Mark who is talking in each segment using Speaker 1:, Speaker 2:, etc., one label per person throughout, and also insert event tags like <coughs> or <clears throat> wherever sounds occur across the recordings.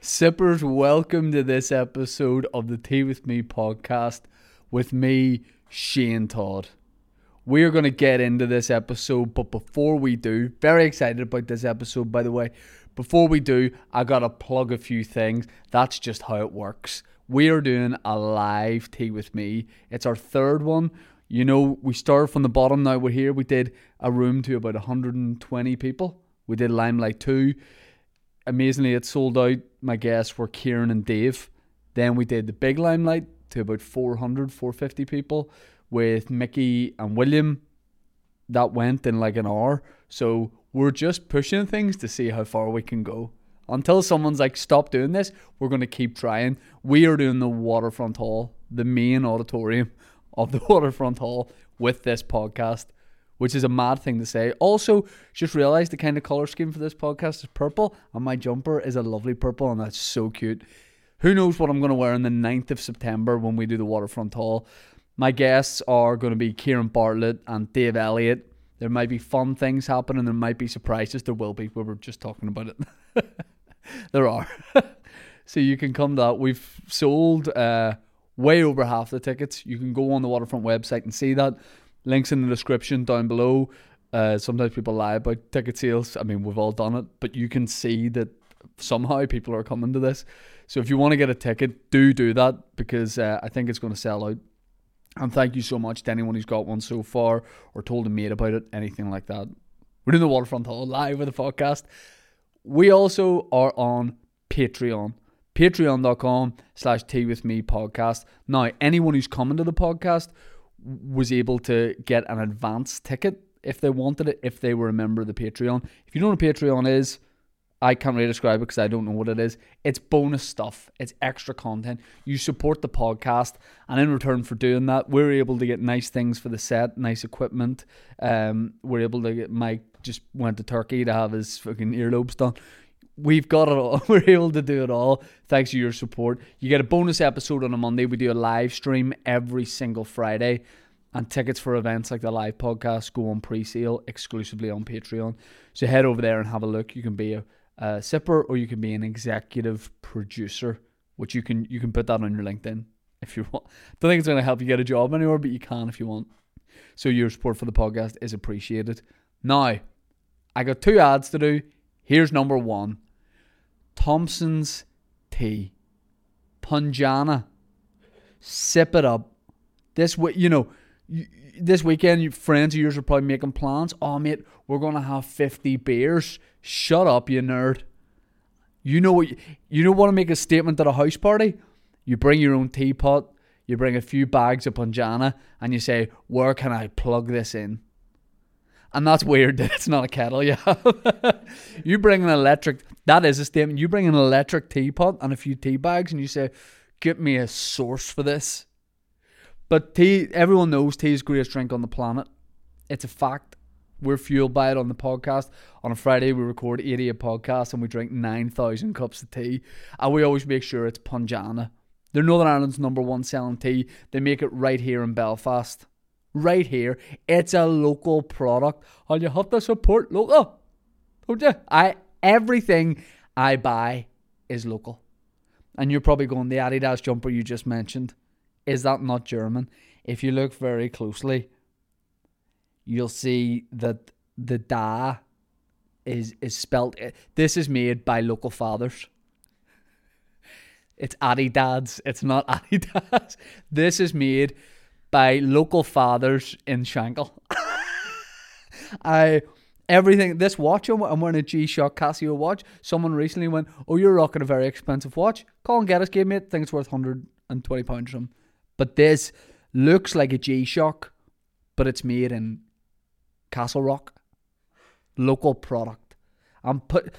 Speaker 1: Sippers, welcome to this episode of the Tea With Me podcast with me, Shane Todd. We are going to get into this episode, but before we do, very excited about this episode, by the way. Before we do, I got to plug a few things. That's just how it works. We are doing a live Tea With Me, it's our third one. You know, we started from the bottom, now we're here. We did a room to about 120 people. We did Limelight 2 amazingly it sold out my guests were kieran and dave then we did the big limelight to about 400 450 people with mickey and william that went in like an hour so we're just pushing things to see how far we can go until someone's like stop doing this we're going to keep trying we are doing the waterfront hall the main auditorium of the <laughs> waterfront hall with this podcast which is a mad thing to say. Also, just realized the kind of color scheme for this podcast is purple, and my jumper is a lovely purple, and that's so cute. Who knows what I'm going to wear on the 9th of September when we do the Waterfront Hall? My guests are going to be Kieran Bartlett and Dave Elliott. There might be fun things happening, there might be surprises, there will be. We were just talking about it. <laughs> there are. <laughs> so you can come to that. We've sold uh, way over half the tickets. You can go on the Waterfront website and see that. Links in the description down below. Uh, sometimes people lie about ticket sales. I mean, we've all done it, but you can see that somehow people are coming to this. So if you want to get a ticket, do do that because uh, I think it's going to sell out. And thank you so much to anyone who's got one so far or told a mate about it, anything like that. We're doing the Waterfront Hall live with the podcast. We also are on Patreon patreon.com slash tea with me podcast now anyone who's coming to the podcast was able to get an advance ticket if they wanted it if they were a member of the patreon if you don't know what patreon is i can't really describe it because i don't know what it is it's bonus stuff it's extra content you support the podcast and in return for doing that we're able to get nice things for the set nice equipment um, we're able to get mike just went to turkey to have his fucking earlobes done we've got it all. <laughs> We're able to do it all thanks to your support. You get a bonus episode on a Monday. We do a live stream every single Friday. And tickets for events like the live podcast go on pre sale exclusively on Patreon. So head over there and have a look. You can be a, a sipper or you can be an executive producer, which you can you can put that on your LinkedIn if you <laughs> want. Don't think it's going to help you get a job anywhere, but you can if you want. So your support for the podcast is appreciated. Now, I got two ads to do. Here's number one Thompson's tea. Punjana. Sip it up. This week, you know, you, this weekend, your friends of yours are probably making plans. Oh, mate, we're going to have 50 beers. Shut up, you nerd. You know what? You, you don't want to make a statement at a house party? You bring your own teapot, you bring a few bags of Punjana, and you say, Where can I plug this in? And that's weird <laughs> that it's not a kettle you have. <laughs> you bring an electric, that is a statement. You bring an electric teapot and a few tea bags and you say, get me a source for this. But tea, everyone knows tea is the greatest drink on the planet. It's a fact. We're fueled by it on the podcast. On a Friday, we record 80 a podcast and we drink 9,000 cups of tea. And we always make sure it's Punjana. They're Northern Ireland's number one selling tea. They make it right here in Belfast right here. It's a local product, and you have to support local, don't you? I everything I buy is local, and you're probably going the Adidas jumper you just mentioned. Is that not German? If you look very closely, you'll see that the da is is spelt. eh, This is made by local fathers. It's Adidas. It's not <laughs> Adidas. This is made by local fathers in Shankill. <laughs> I everything this watch I'm I'm wearing a G-Shock Casio watch. Someone recently went, "Oh, you're rocking a very expensive watch." Colin Geddes gave me it. Think it's worth hundred and twenty pounds or something. But this looks like a G-Shock, but it's made in Castle Rock, local product. I'm put.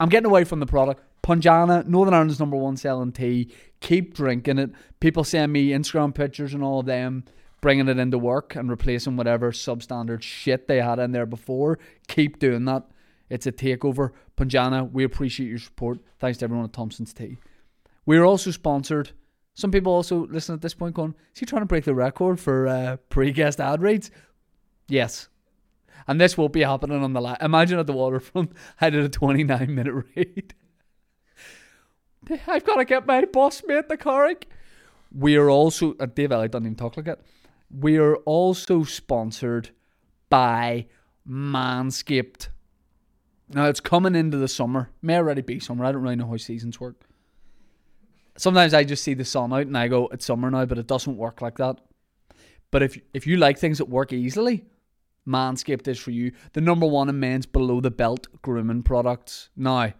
Speaker 1: I'm getting away from the product. Punjana, Northern Ireland's number one selling tea. Keep drinking it. People send me Instagram pictures and all of them bringing it into work and replacing whatever substandard shit they had in there before. Keep doing that. It's a takeover. Punjana, we appreciate your support. Thanks to everyone at Thompson's Tea. We're also sponsored. Some people also listen at this point going, is he trying to break the record for uh, pre guest ad rates? Yes. And this will be happening <laughs> on the live. Imagine at the waterfront, I did a 29 minute read. I've got to get my boss mate the Carrick. We are also, uh, Dave Elliott doesn't even talk like it. We are also sponsored by Manscaped. Now it's coming into the summer. May already be summer. I don't really know how seasons work. Sometimes I just see the sun out and I go, it's summer now, but it doesn't work like that. But if if you like things that work easily, Manscaped is for you. The number one in men's below the belt grooming products. Now,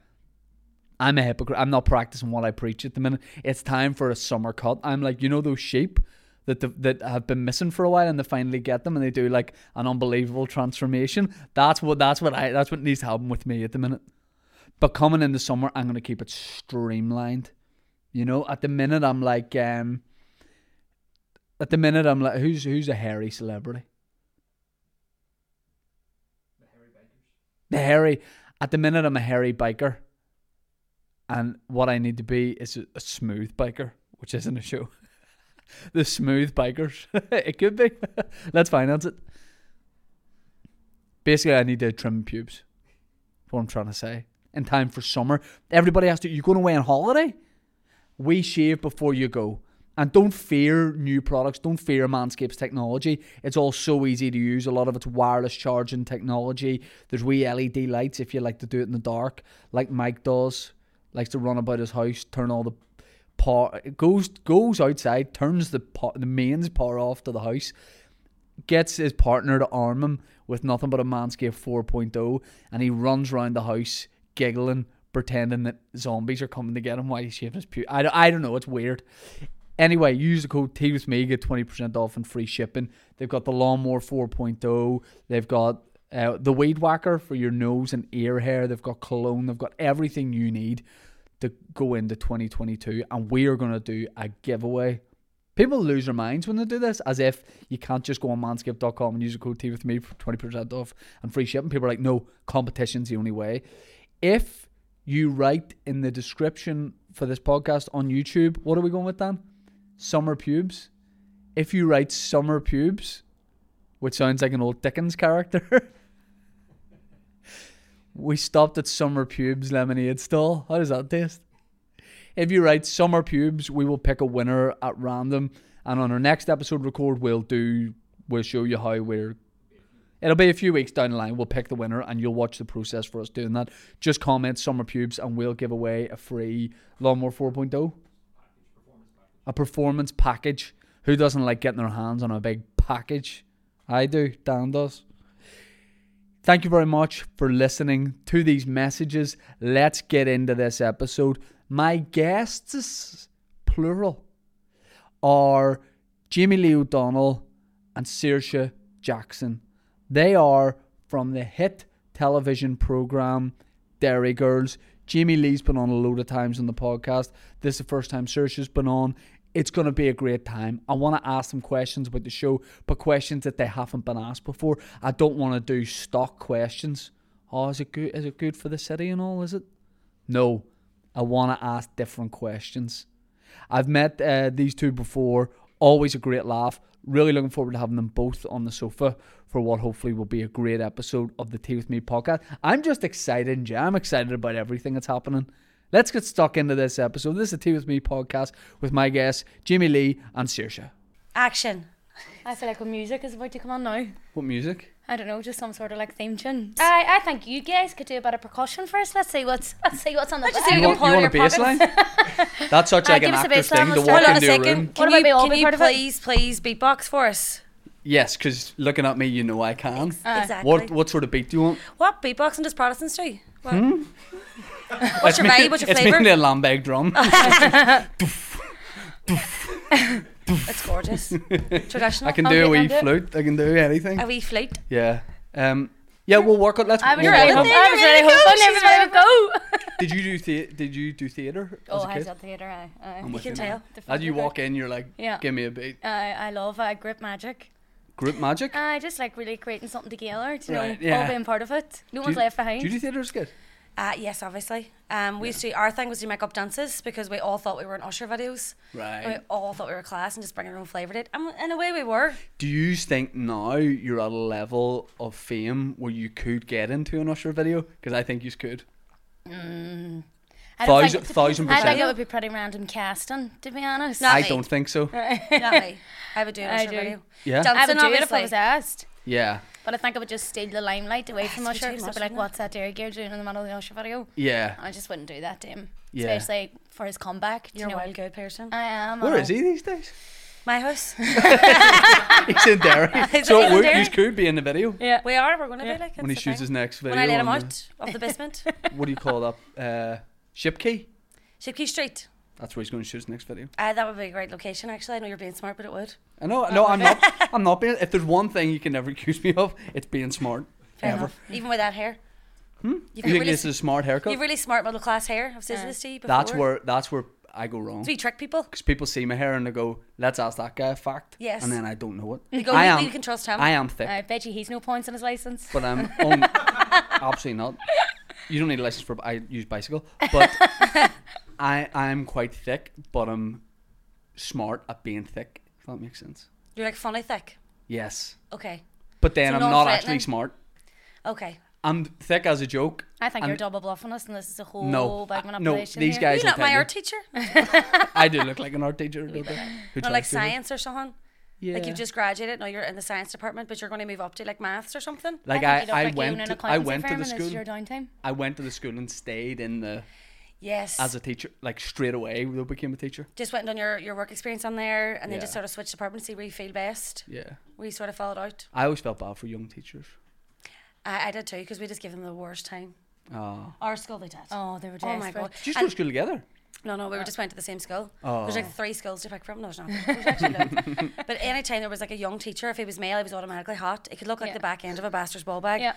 Speaker 1: I'm a hypocrite. I'm not practicing what I preach at the minute. It's time for a summer cut. I'm like, you know, those sheep that the, that have been missing for a while, and they finally get them, and they do like an unbelievable transformation. That's what that's what I that's what needs to happen with me at the minute. But coming in the summer, I'm gonna keep it streamlined. You know, at the minute, I'm like, um, at the minute, I'm like, who's who's a hairy celebrity? The hairy. At the minute, I'm a hairy biker, and what I need to be is a, a smooth biker, which isn't a show. <laughs> the smooth bikers. <laughs> it could be. Let's finance it. Basically, I need to trim pubes. What I'm trying to say. In time for summer, everybody has to. You're going away on holiday. We shave before you go. And don't fear new products. Don't fear Manscaped's technology. It's all so easy to use. A lot of it's wireless charging technology. There's wee LED lights if you like to do it in the dark, like Mike does. Likes to run about his house, turn all the power goes goes outside, turns the po- the mains power off to the house, gets his partner to arm him with nothing but a Manscaped 4.0, and he runs round the house giggling, pretending that zombies are coming to get him while he's shaving his pew. I, don't- I don't know. It's weird. Anyway, use the code T with me, get 20% off and free shipping. They've got the Lawnmower 4.0, they've got uh, the Weed Whacker for your nose and ear hair, they've got cologne, they've got everything you need to go into 2022. And we are going to do a giveaway. People lose their minds when they do this, as if you can't just go on manscaped.com and use the code T with me for 20% off and free shipping. People are like, no, competition's the only way. If you write in the description for this podcast on YouTube, what are we going with, Dan? Summer pubes. If you write summer pubes, which sounds like an old Dickens character, <laughs> we stopped at summer pubes lemonade stall. How does that taste? If you write summer pubes, we will pick a winner at random, and on our next episode record, we'll do we'll show you how we're. It'll be a few weeks down the line. We'll pick the winner, and you'll watch the process for us doing that. Just comment summer pubes, and we'll give away a free lawnmower oh. 4.0, a performance package. Who doesn't like getting their hands on a big package? I do. Dan does. Thank you very much for listening to these messages. Let's get into this episode. My guests, plural, are Jamie Lee O'Donnell and Saoirse Jackson. They are from the hit television program Dairy Girls. Jamie Lee's been on a load of times on the podcast. This is the first time Saoirse's been on. It's going to be a great time. I want to ask them questions about the show, but questions that they haven't been asked before. I don't want to do stock questions. Oh, is it good? Is it good for the city and all? Is it? No, I want to ask different questions. I've met uh, these two before. Always a great laugh. Really looking forward to having them both on the sofa for what hopefully will be a great episode of the Tea with Me podcast. I'm just excited, yeah. I'm excited about everything that's happening. Let's get stuck into this episode. This is the Tea with Me podcast with my guests Jimmy Lee and Saoirse.
Speaker 2: Action.
Speaker 3: I feel like when music is about to come on now.
Speaker 1: What music?
Speaker 3: I don't know, just some sort of like theme tune. I I think you guys could do a bit of percussion first. Let's see what's let's see what's on the.
Speaker 2: just
Speaker 3: bit.
Speaker 2: do
Speaker 1: You want, you want a bass line?
Speaker 2: <laughs>
Speaker 1: That's such like
Speaker 3: give
Speaker 1: an
Speaker 3: us a
Speaker 1: actor's
Speaker 3: bass line,
Speaker 1: thing to
Speaker 3: let's do
Speaker 1: walk
Speaker 2: Hold
Speaker 3: it.
Speaker 2: on a
Speaker 1: into a
Speaker 2: second.
Speaker 1: room.
Speaker 3: What
Speaker 2: Can
Speaker 3: about we
Speaker 2: you,
Speaker 3: all
Speaker 2: can
Speaker 3: be
Speaker 2: you
Speaker 3: part of it?
Speaker 2: please, please beatbox for us?
Speaker 1: Yes, because looking at me, you know I can.
Speaker 3: Uh,
Speaker 2: exactly.
Speaker 1: What what sort of beat do you want?
Speaker 2: What beatboxing does Protestants do? What?
Speaker 1: Hmm? What's
Speaker 2: your vibe? What's your
Speaker 1: it's
Speaker 2: flavour?
Speaker 1: mainly a lambeg
Speaker 2: <laughs>
Speaker 1: drum. <laughs>
Speaker 2: It's gorgeous. Traditional.
Speaker 1: I can
Speaker 3: I'll
Speaker 1: do
Speaker 3: do-
Speaker 1: a
Speaker 3: I'll
Speaker 1: wee
Speaker 3: do it.
Speaker 1: flute. I can do anything.
Speaker 2: A wee flute.
Speaker 1: Yeah. Um. Yeah, we'll work on. Let's.
Speaker 3: I was
Speaker 1: we'll
Speaker 3: really
Speaker 1: work on-
Speaker 3: hoping. I was really <laughs> hoping everybody would <laughs> go.
Speaker 1: Did you do the- Did you do theater as
Speaker 3: Oh,
Speaker 1: a
Speaker 3: I was
Speaker 1: kid?
Speaker 3: at theatre. I
Speaker 1: I'm
Speaker 3: I,
Speaker 1: with
Speaker 2: can
Speaker 1: now.
Speaker 2: tell.
Speaker 1: As you
Speaker 3: Definitely.
Speaker 1: walk in, you're like,
Speaker 2: Oh.
Speaker 3: Yeah.
Speaker 1: "Give me a beat."
Speaker 3: I, I love uh, grip magic.
Speaker 1: Group magic.
Speaker 3: I just like really creating something together. You know,
Speaker 1: Right, yeah.
Speaker 3: all being part of it. No
Speaker 1: Do
Speaker 3: one's
Speaker 1: you-
Speaker 3: left behind.
Speaker 1: Do you do theater as a kid?
Speaker 2: Uh, yes, obviously. Um, we used to. Our thing was to make up dances because we all thought we were in usher videos. And
Speaker 1: Right.
Speaker 2: we all thought we were class and just bring our own flavour to it. And in a way, we
Speaker 3: <laughs>
Speaker 2: were.
Speaker 1: Do you think now you're at a level of fame where you could get into an Usher video? Because I think you could.
Speaker 3: Mm. I don't
Speaker 1: Thousand-
Speaker 3: think-
Speaker 1: thousand
Speaker 3: I think
Speaker 1: percent.
Speaker 3: it would be pretty random casting, to be honest.
Speaker 2: No.
Speaker 1: I
Speaker 2: me.
Speaker 1: don't think so.
Speaker 2: Not me. I would do an
Speaker 3: I
Speaker 2: Usher
Speaker 3: do.
Speaker 2: video.
Speaker 1: Yeah.
Speaker 3: I
Speaker 2: Dancing,
Speaker 3: would do it if
Speaker 2: obviously.
Speaker 3: I was asked,
Speaker 1: Yeah.
Speaker 3: but I think I would just steal the limelight away from
Speaker 2: It's
Speaker 3: Usher
Speaker 2: too
Speaker 3: because I'd
Speaker 2: much,
Speaker 3: be like,
Speaker 2: isn't it?
Speaker 3: "What's that dear girl doing in the middle of the Usher video?"
Speaker 1: Yeah.
Speaker 3: And I just wouldn't do that to him,
Speaker 1: Yeah.
Speaker 3: especially for his comeback. Do
Speaker 2: You're
Speaker 3: you
Speaker 2: a
Speaker 3: know, Uh,
Speaker 2: wild good person.
Speaker 3: I am.
Speaker 2: Oh,
Speaker 1: Where
Speaker 3: I
Speaker 1: is he these days? <laughs>
Speaker 2: My
Speaker 3: <laughs>
Speaker 2: house.
Speaker 1: He's in
Speaker 2: <laughs>
Speaker 1: Derry.
Speaker 2: He's
Speaker 1: so
Speaker 2: in
Speaker 1: it would,
Speaker 2: Derry.
Speaker 1: you could be in the video
Speaker 3: Yeah.
Speaker 2: we are. We're going to be like.
Speaker 1: when he
Speaker 2: it's the
Speaker 1: shoots
Speaker 2: thing.
Speaker 1: his next video.
Speaker 2: When I let him
Speaker 1: on the-
Speaker 2: out of
Speaker 1: <laughs>
Speaker 2: the basement.
Speaker 1: what do you call that? Uh, ship key.
Speaker 2: Shipkey Street.
Speaker 1: That's where he's going to shoot his next video.
Speaker 2: Uh, that would be a great location, actually. I know you're being smart, but it would.
Speaker 1: I know. No, I'm not. I'm not being. If there's one thing you can never <laughs> accuse me of, it's being smart.
Speaker 2: Fair
Speaker 1: ever.
Speaker 2: enough. Even with that hair. Hmm? You've
Speaker 1: You
Speaker 2: got
Speaker 1: think
Speaker 2: really,
Speaker 1: this
Speaker 2: s-
Speaker 1: is a smart haircut?
Speaker 2: you've really smart middle class hair. I've said this to you before.
Speaker 1: That's where. That's where I go wrong.
Speaker 2: So you trick people.
Speaker 1: Because people see my hair and they go, "Let's ask that guy a fact."
Speaker 2: Yes.
Speaker 1: And then I don't know it.
Speaker 2: You go,
Speaker 1: I
Speaker 2: "You-
Speaker 1: am.
Speaker 2: you can trust him."
Speaker 1: I am thick,
Speaker 3: I bet you he's no points on his license.
Speaker 1: but
Speaker 2: <laughs>
Speaker 1: I'm on, absolutely not. You don't need a license for. I use bicycle,
Speaker 2: <laughs>
Speaker 1: but I I'm quite thick, but I'm smart at being thick. If that makes sense.
Speaker 2: You're like funny thick.
Speaker 1: Yes,
Speaker 2: Okay.
Speaker 1: but then
Speaker 2: So
Speaker 1: I'm not
Speaker 2: non-threatening?
Speaker 1: actually smart.
Speaker 2: Okay.
Speaker 1: I'm thick as a joke.
Speaker 3: I think
Speaker 1: and
Speaker 3: you're double bluffing us, and this is a
Speaker 2: Oh,
Speaker 3: whole
Speaker 1: No,
Speaker 3: big
Speaker 1: uh, no,
Speaker 3: manipulation.
Speaker 1: these
Speaker 3: here.
Speaker 1: guys-
Speaker 2: Are you
Speaker 1: will
Speaker 2: not
Speaker 1: tell
Speaker 2: my
Speaker 1: you.
Speaker 2: art teacher? <laughs>
Speaker 1: I do look like an art teacher, don't I? Who
Speaker 2: Or
Speaker 1: tries
Speaker 2: like
Speaker 1: to do that?
Speaker 2: science or something?
Speaker 1: Yeah.
Speaker 2: Like you've just graduated, now you're in the science department, but you're going to move up to like maths or something?
Speaker 1: like
Speaker 3: think
Speaker 1: I,
Speaker 3: you don't
Speaker 1: I,
Speaker 3: like you own
Speaker 1: went
Speaker 3: an
Speaker 1: to, I
Speaker 3: accountancy
Speaker 1: went to
Speaker 3: firm
Speaker 1: the
Speaker 3: and this is
Speaker 1: school
Speaker 3: Your downtime.
Speaker 1: I went to the school and stayed in the
Speaker 2: Yes.
Speaker 1: as a teacher like straight away we became a teacher.
Speaker 2: just went on your, your work experience on there and then just
Speaker 1: Yeah.
Speaker 2: sort of switched departments, see where you feel best,
Speaker 1: Yeah.
Speaker 2: where you sort of fell out.
Speaker 1: I always felt bad for young teachers.
Speaker 2: I, I did too, because we just gave them the worst time.
Speaker 1: Oh.
Speaker 2: Our school, they did.
Speaker 3: Oh, they were
Speaker 2: Oh
Speaker 3: desperate.
Speaker 2: my god!
Speaker 1: Did you go
Speaker 2: And- Uh,
Speaker 1: to school together?
Speaker 2: no, no, we were just went to the same school.
Speaker 1: Oh.
Speaker 2: There's like three schools to pick from. No, there's not. There's actually
Speaker 3: <laughs>
Speaker 2: loads. but any time there was like a young teacher, if he was male, he was automatically hot. It could look like
Speaker 3: Yeah.
Speaker 2: the back end of a bastard's ball bag.
Speaker 3: Yeah.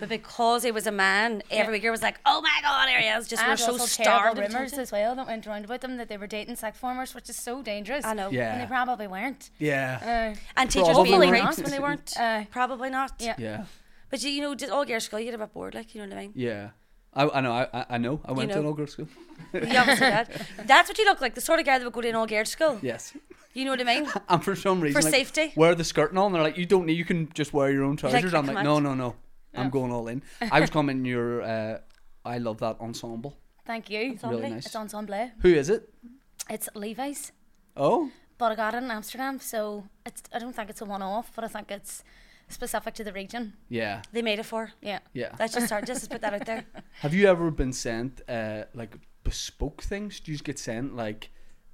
Speaker 2: But because he was a man, every year was like, oh my god, here he is. Just
Speaker 3: And
Speaker 2: we're so
Speaker 3: also
Speaker 2: starved. of
Speaker 3: rumors
Speaker 2: attention.
Speaker 3: as well that went around about them that they were dating sex farmers, which is so dangerous.
Speaker 2: I know.
Speaker 1: Yeah.
Speaker 3: And they probably weren't.
Speaker 1: Yeah.
Speaker 3: Uh,
Speaker 2: And teachers
Speaker 1: Probably
Speaker 2: being
Speaker 1: not.
Speaker 2: creeps when they <laughs> weren't.
Speaker 3: Uh,
Speaker 2: Probably not.
Speaker 3: Yeah.
Speaker 1: yeah.
Speaker 2: But you, you know, just all year school, you get a bit bored, like you know what I mean.
Speaker 1: Yeah. I, I know I, I- I know. I went to
Speaker 2: know.
Speaker 1: an all girl school.
Speaker 2: You obviously
Speaker 3: <laughs>
Speaker 2: did. That's what you look like, the sort of guy that would go to an all geared school.
Speaker 1: Yes.
Speaker 2: You know what I mean?
Speaker 1: <laughs> And for some reason
Speaker 2: For
Speaker 1: like,
Speaker 2: safety.
Speaker 1: Wear the skirt and all and they're like, You don't need you can just wear your own
Speaker 2: like,
Speaker 1: trousers. I'm
Speaker 2: "Come Oh.
Speaker 1: like,
Speaker 2: on."
Speaker 1: No, no, no. I'm going all
Speaker 2: <laughs>
Speaker 1: in. I was commenting your uh, I love that ensemble.
Speaker 3: thank you. It's
Speaker 1: Really nice.
Speaker 3: It's ensemble.
Speaker 1: Who is it?
Speaker 3: It's Levi's,
Speaker 1: Oh,
Speaker 3: but I got it in Amsterdam, so it's. I don't think it's a one-off, but I think it's specific to the region.
Speaker 1: yeah,
Speaker 2: They made it for.
Speaker 3: Yeah.
Speaker 1: yeah.
Speaker 2: Let's just start. Just to put that out there.
Speaker 1: Have you ever been sent uh, like bespoke things? Do you just get sent like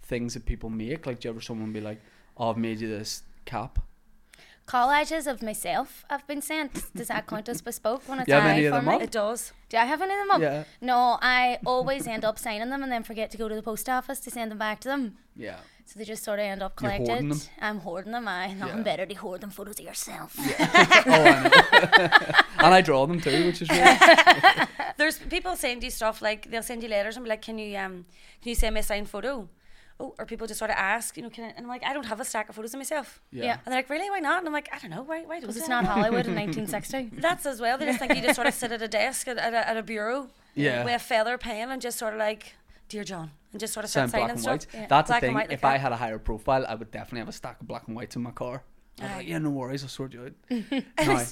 Speaker 1: things that people make? Like, do you ever someone be like, oh, "I've made you this cap"?
Speaker 3: Collages of myself I've been sent. Does that count as bespoke when it's
Speaker 1: You have
Speaker 3: I
Speaker 1: any of
Speaker 3: for
Speaker 1: them
Speaker 3: me?
Speaker 1: up?
Speaker 2: It does.
Speaker 3: Do I have any of them
Speaker 2: Oh.
Speaker 3: up?
Speaker 2: <laughs>
Speaker 1: Yeah.
Speaker 3: No, I always end up signing them and then forget to go to the post office to send them back to them.
Speaker 1: Yeah,
Speaker 3: So they just sort of end up
Speaker 1: You're
Speaker 3: collected.
Speaker 1: hoarding them?
Speaker 3: I'm hoarding them. I nothing
Speaker 1: Yeah.
Speaker 3: better to hoard them photos of yourself.
Speaker 1: Oh, <laughs> and I draw them too, which is
Speaker 2: <laughs>
Speaker 1: really
Speaker 2: There's people send you stuff like they'll send you letters and be like, "Can you um, can you send me a signed photo?" Oh, or people just sort of ask, you know, can I? And I'm like, I don't have a stack of photos of myself.
Speaker 1: yeah.
Speaker 3: Yeah.
Speaker 2: And they're like, really? Why not? And I'm like, I don't know. Why? Why do
Speaker 3: Because
Speaker 2: it?
Speaker 3: it's not Hollywood
Speaker 1: <laughs>
Speaker 3: in 1960.
Speaker 2: That's as well. They just think you just sort of sit at a desk at, at, a, at a bureau,
Speaker 1: Yeah.
Speaker 2: with a feather pen and just sort of like, dear John, and just sort of start
Speaker 1: Sound black
Speaker 2: signing
Speaker 1: and
Speaker 2: stuff.
Speaker 1: white. That's
Speaker 2: Black
Speaker 1: the
Speaker 2: and
Speaker 1: thing.
Speaker 2: white, like
Speaker 1: if I
Speaker 2: that.
Speaker 1: had a higher profile, I would definitely have a stack of black and whites in my car. I'd be
Speaker 2: Aye.
Speaker 1: like, yeah, no worries, I'll sort you out.
Speaker 2: <laughs>
Speaker 1: now,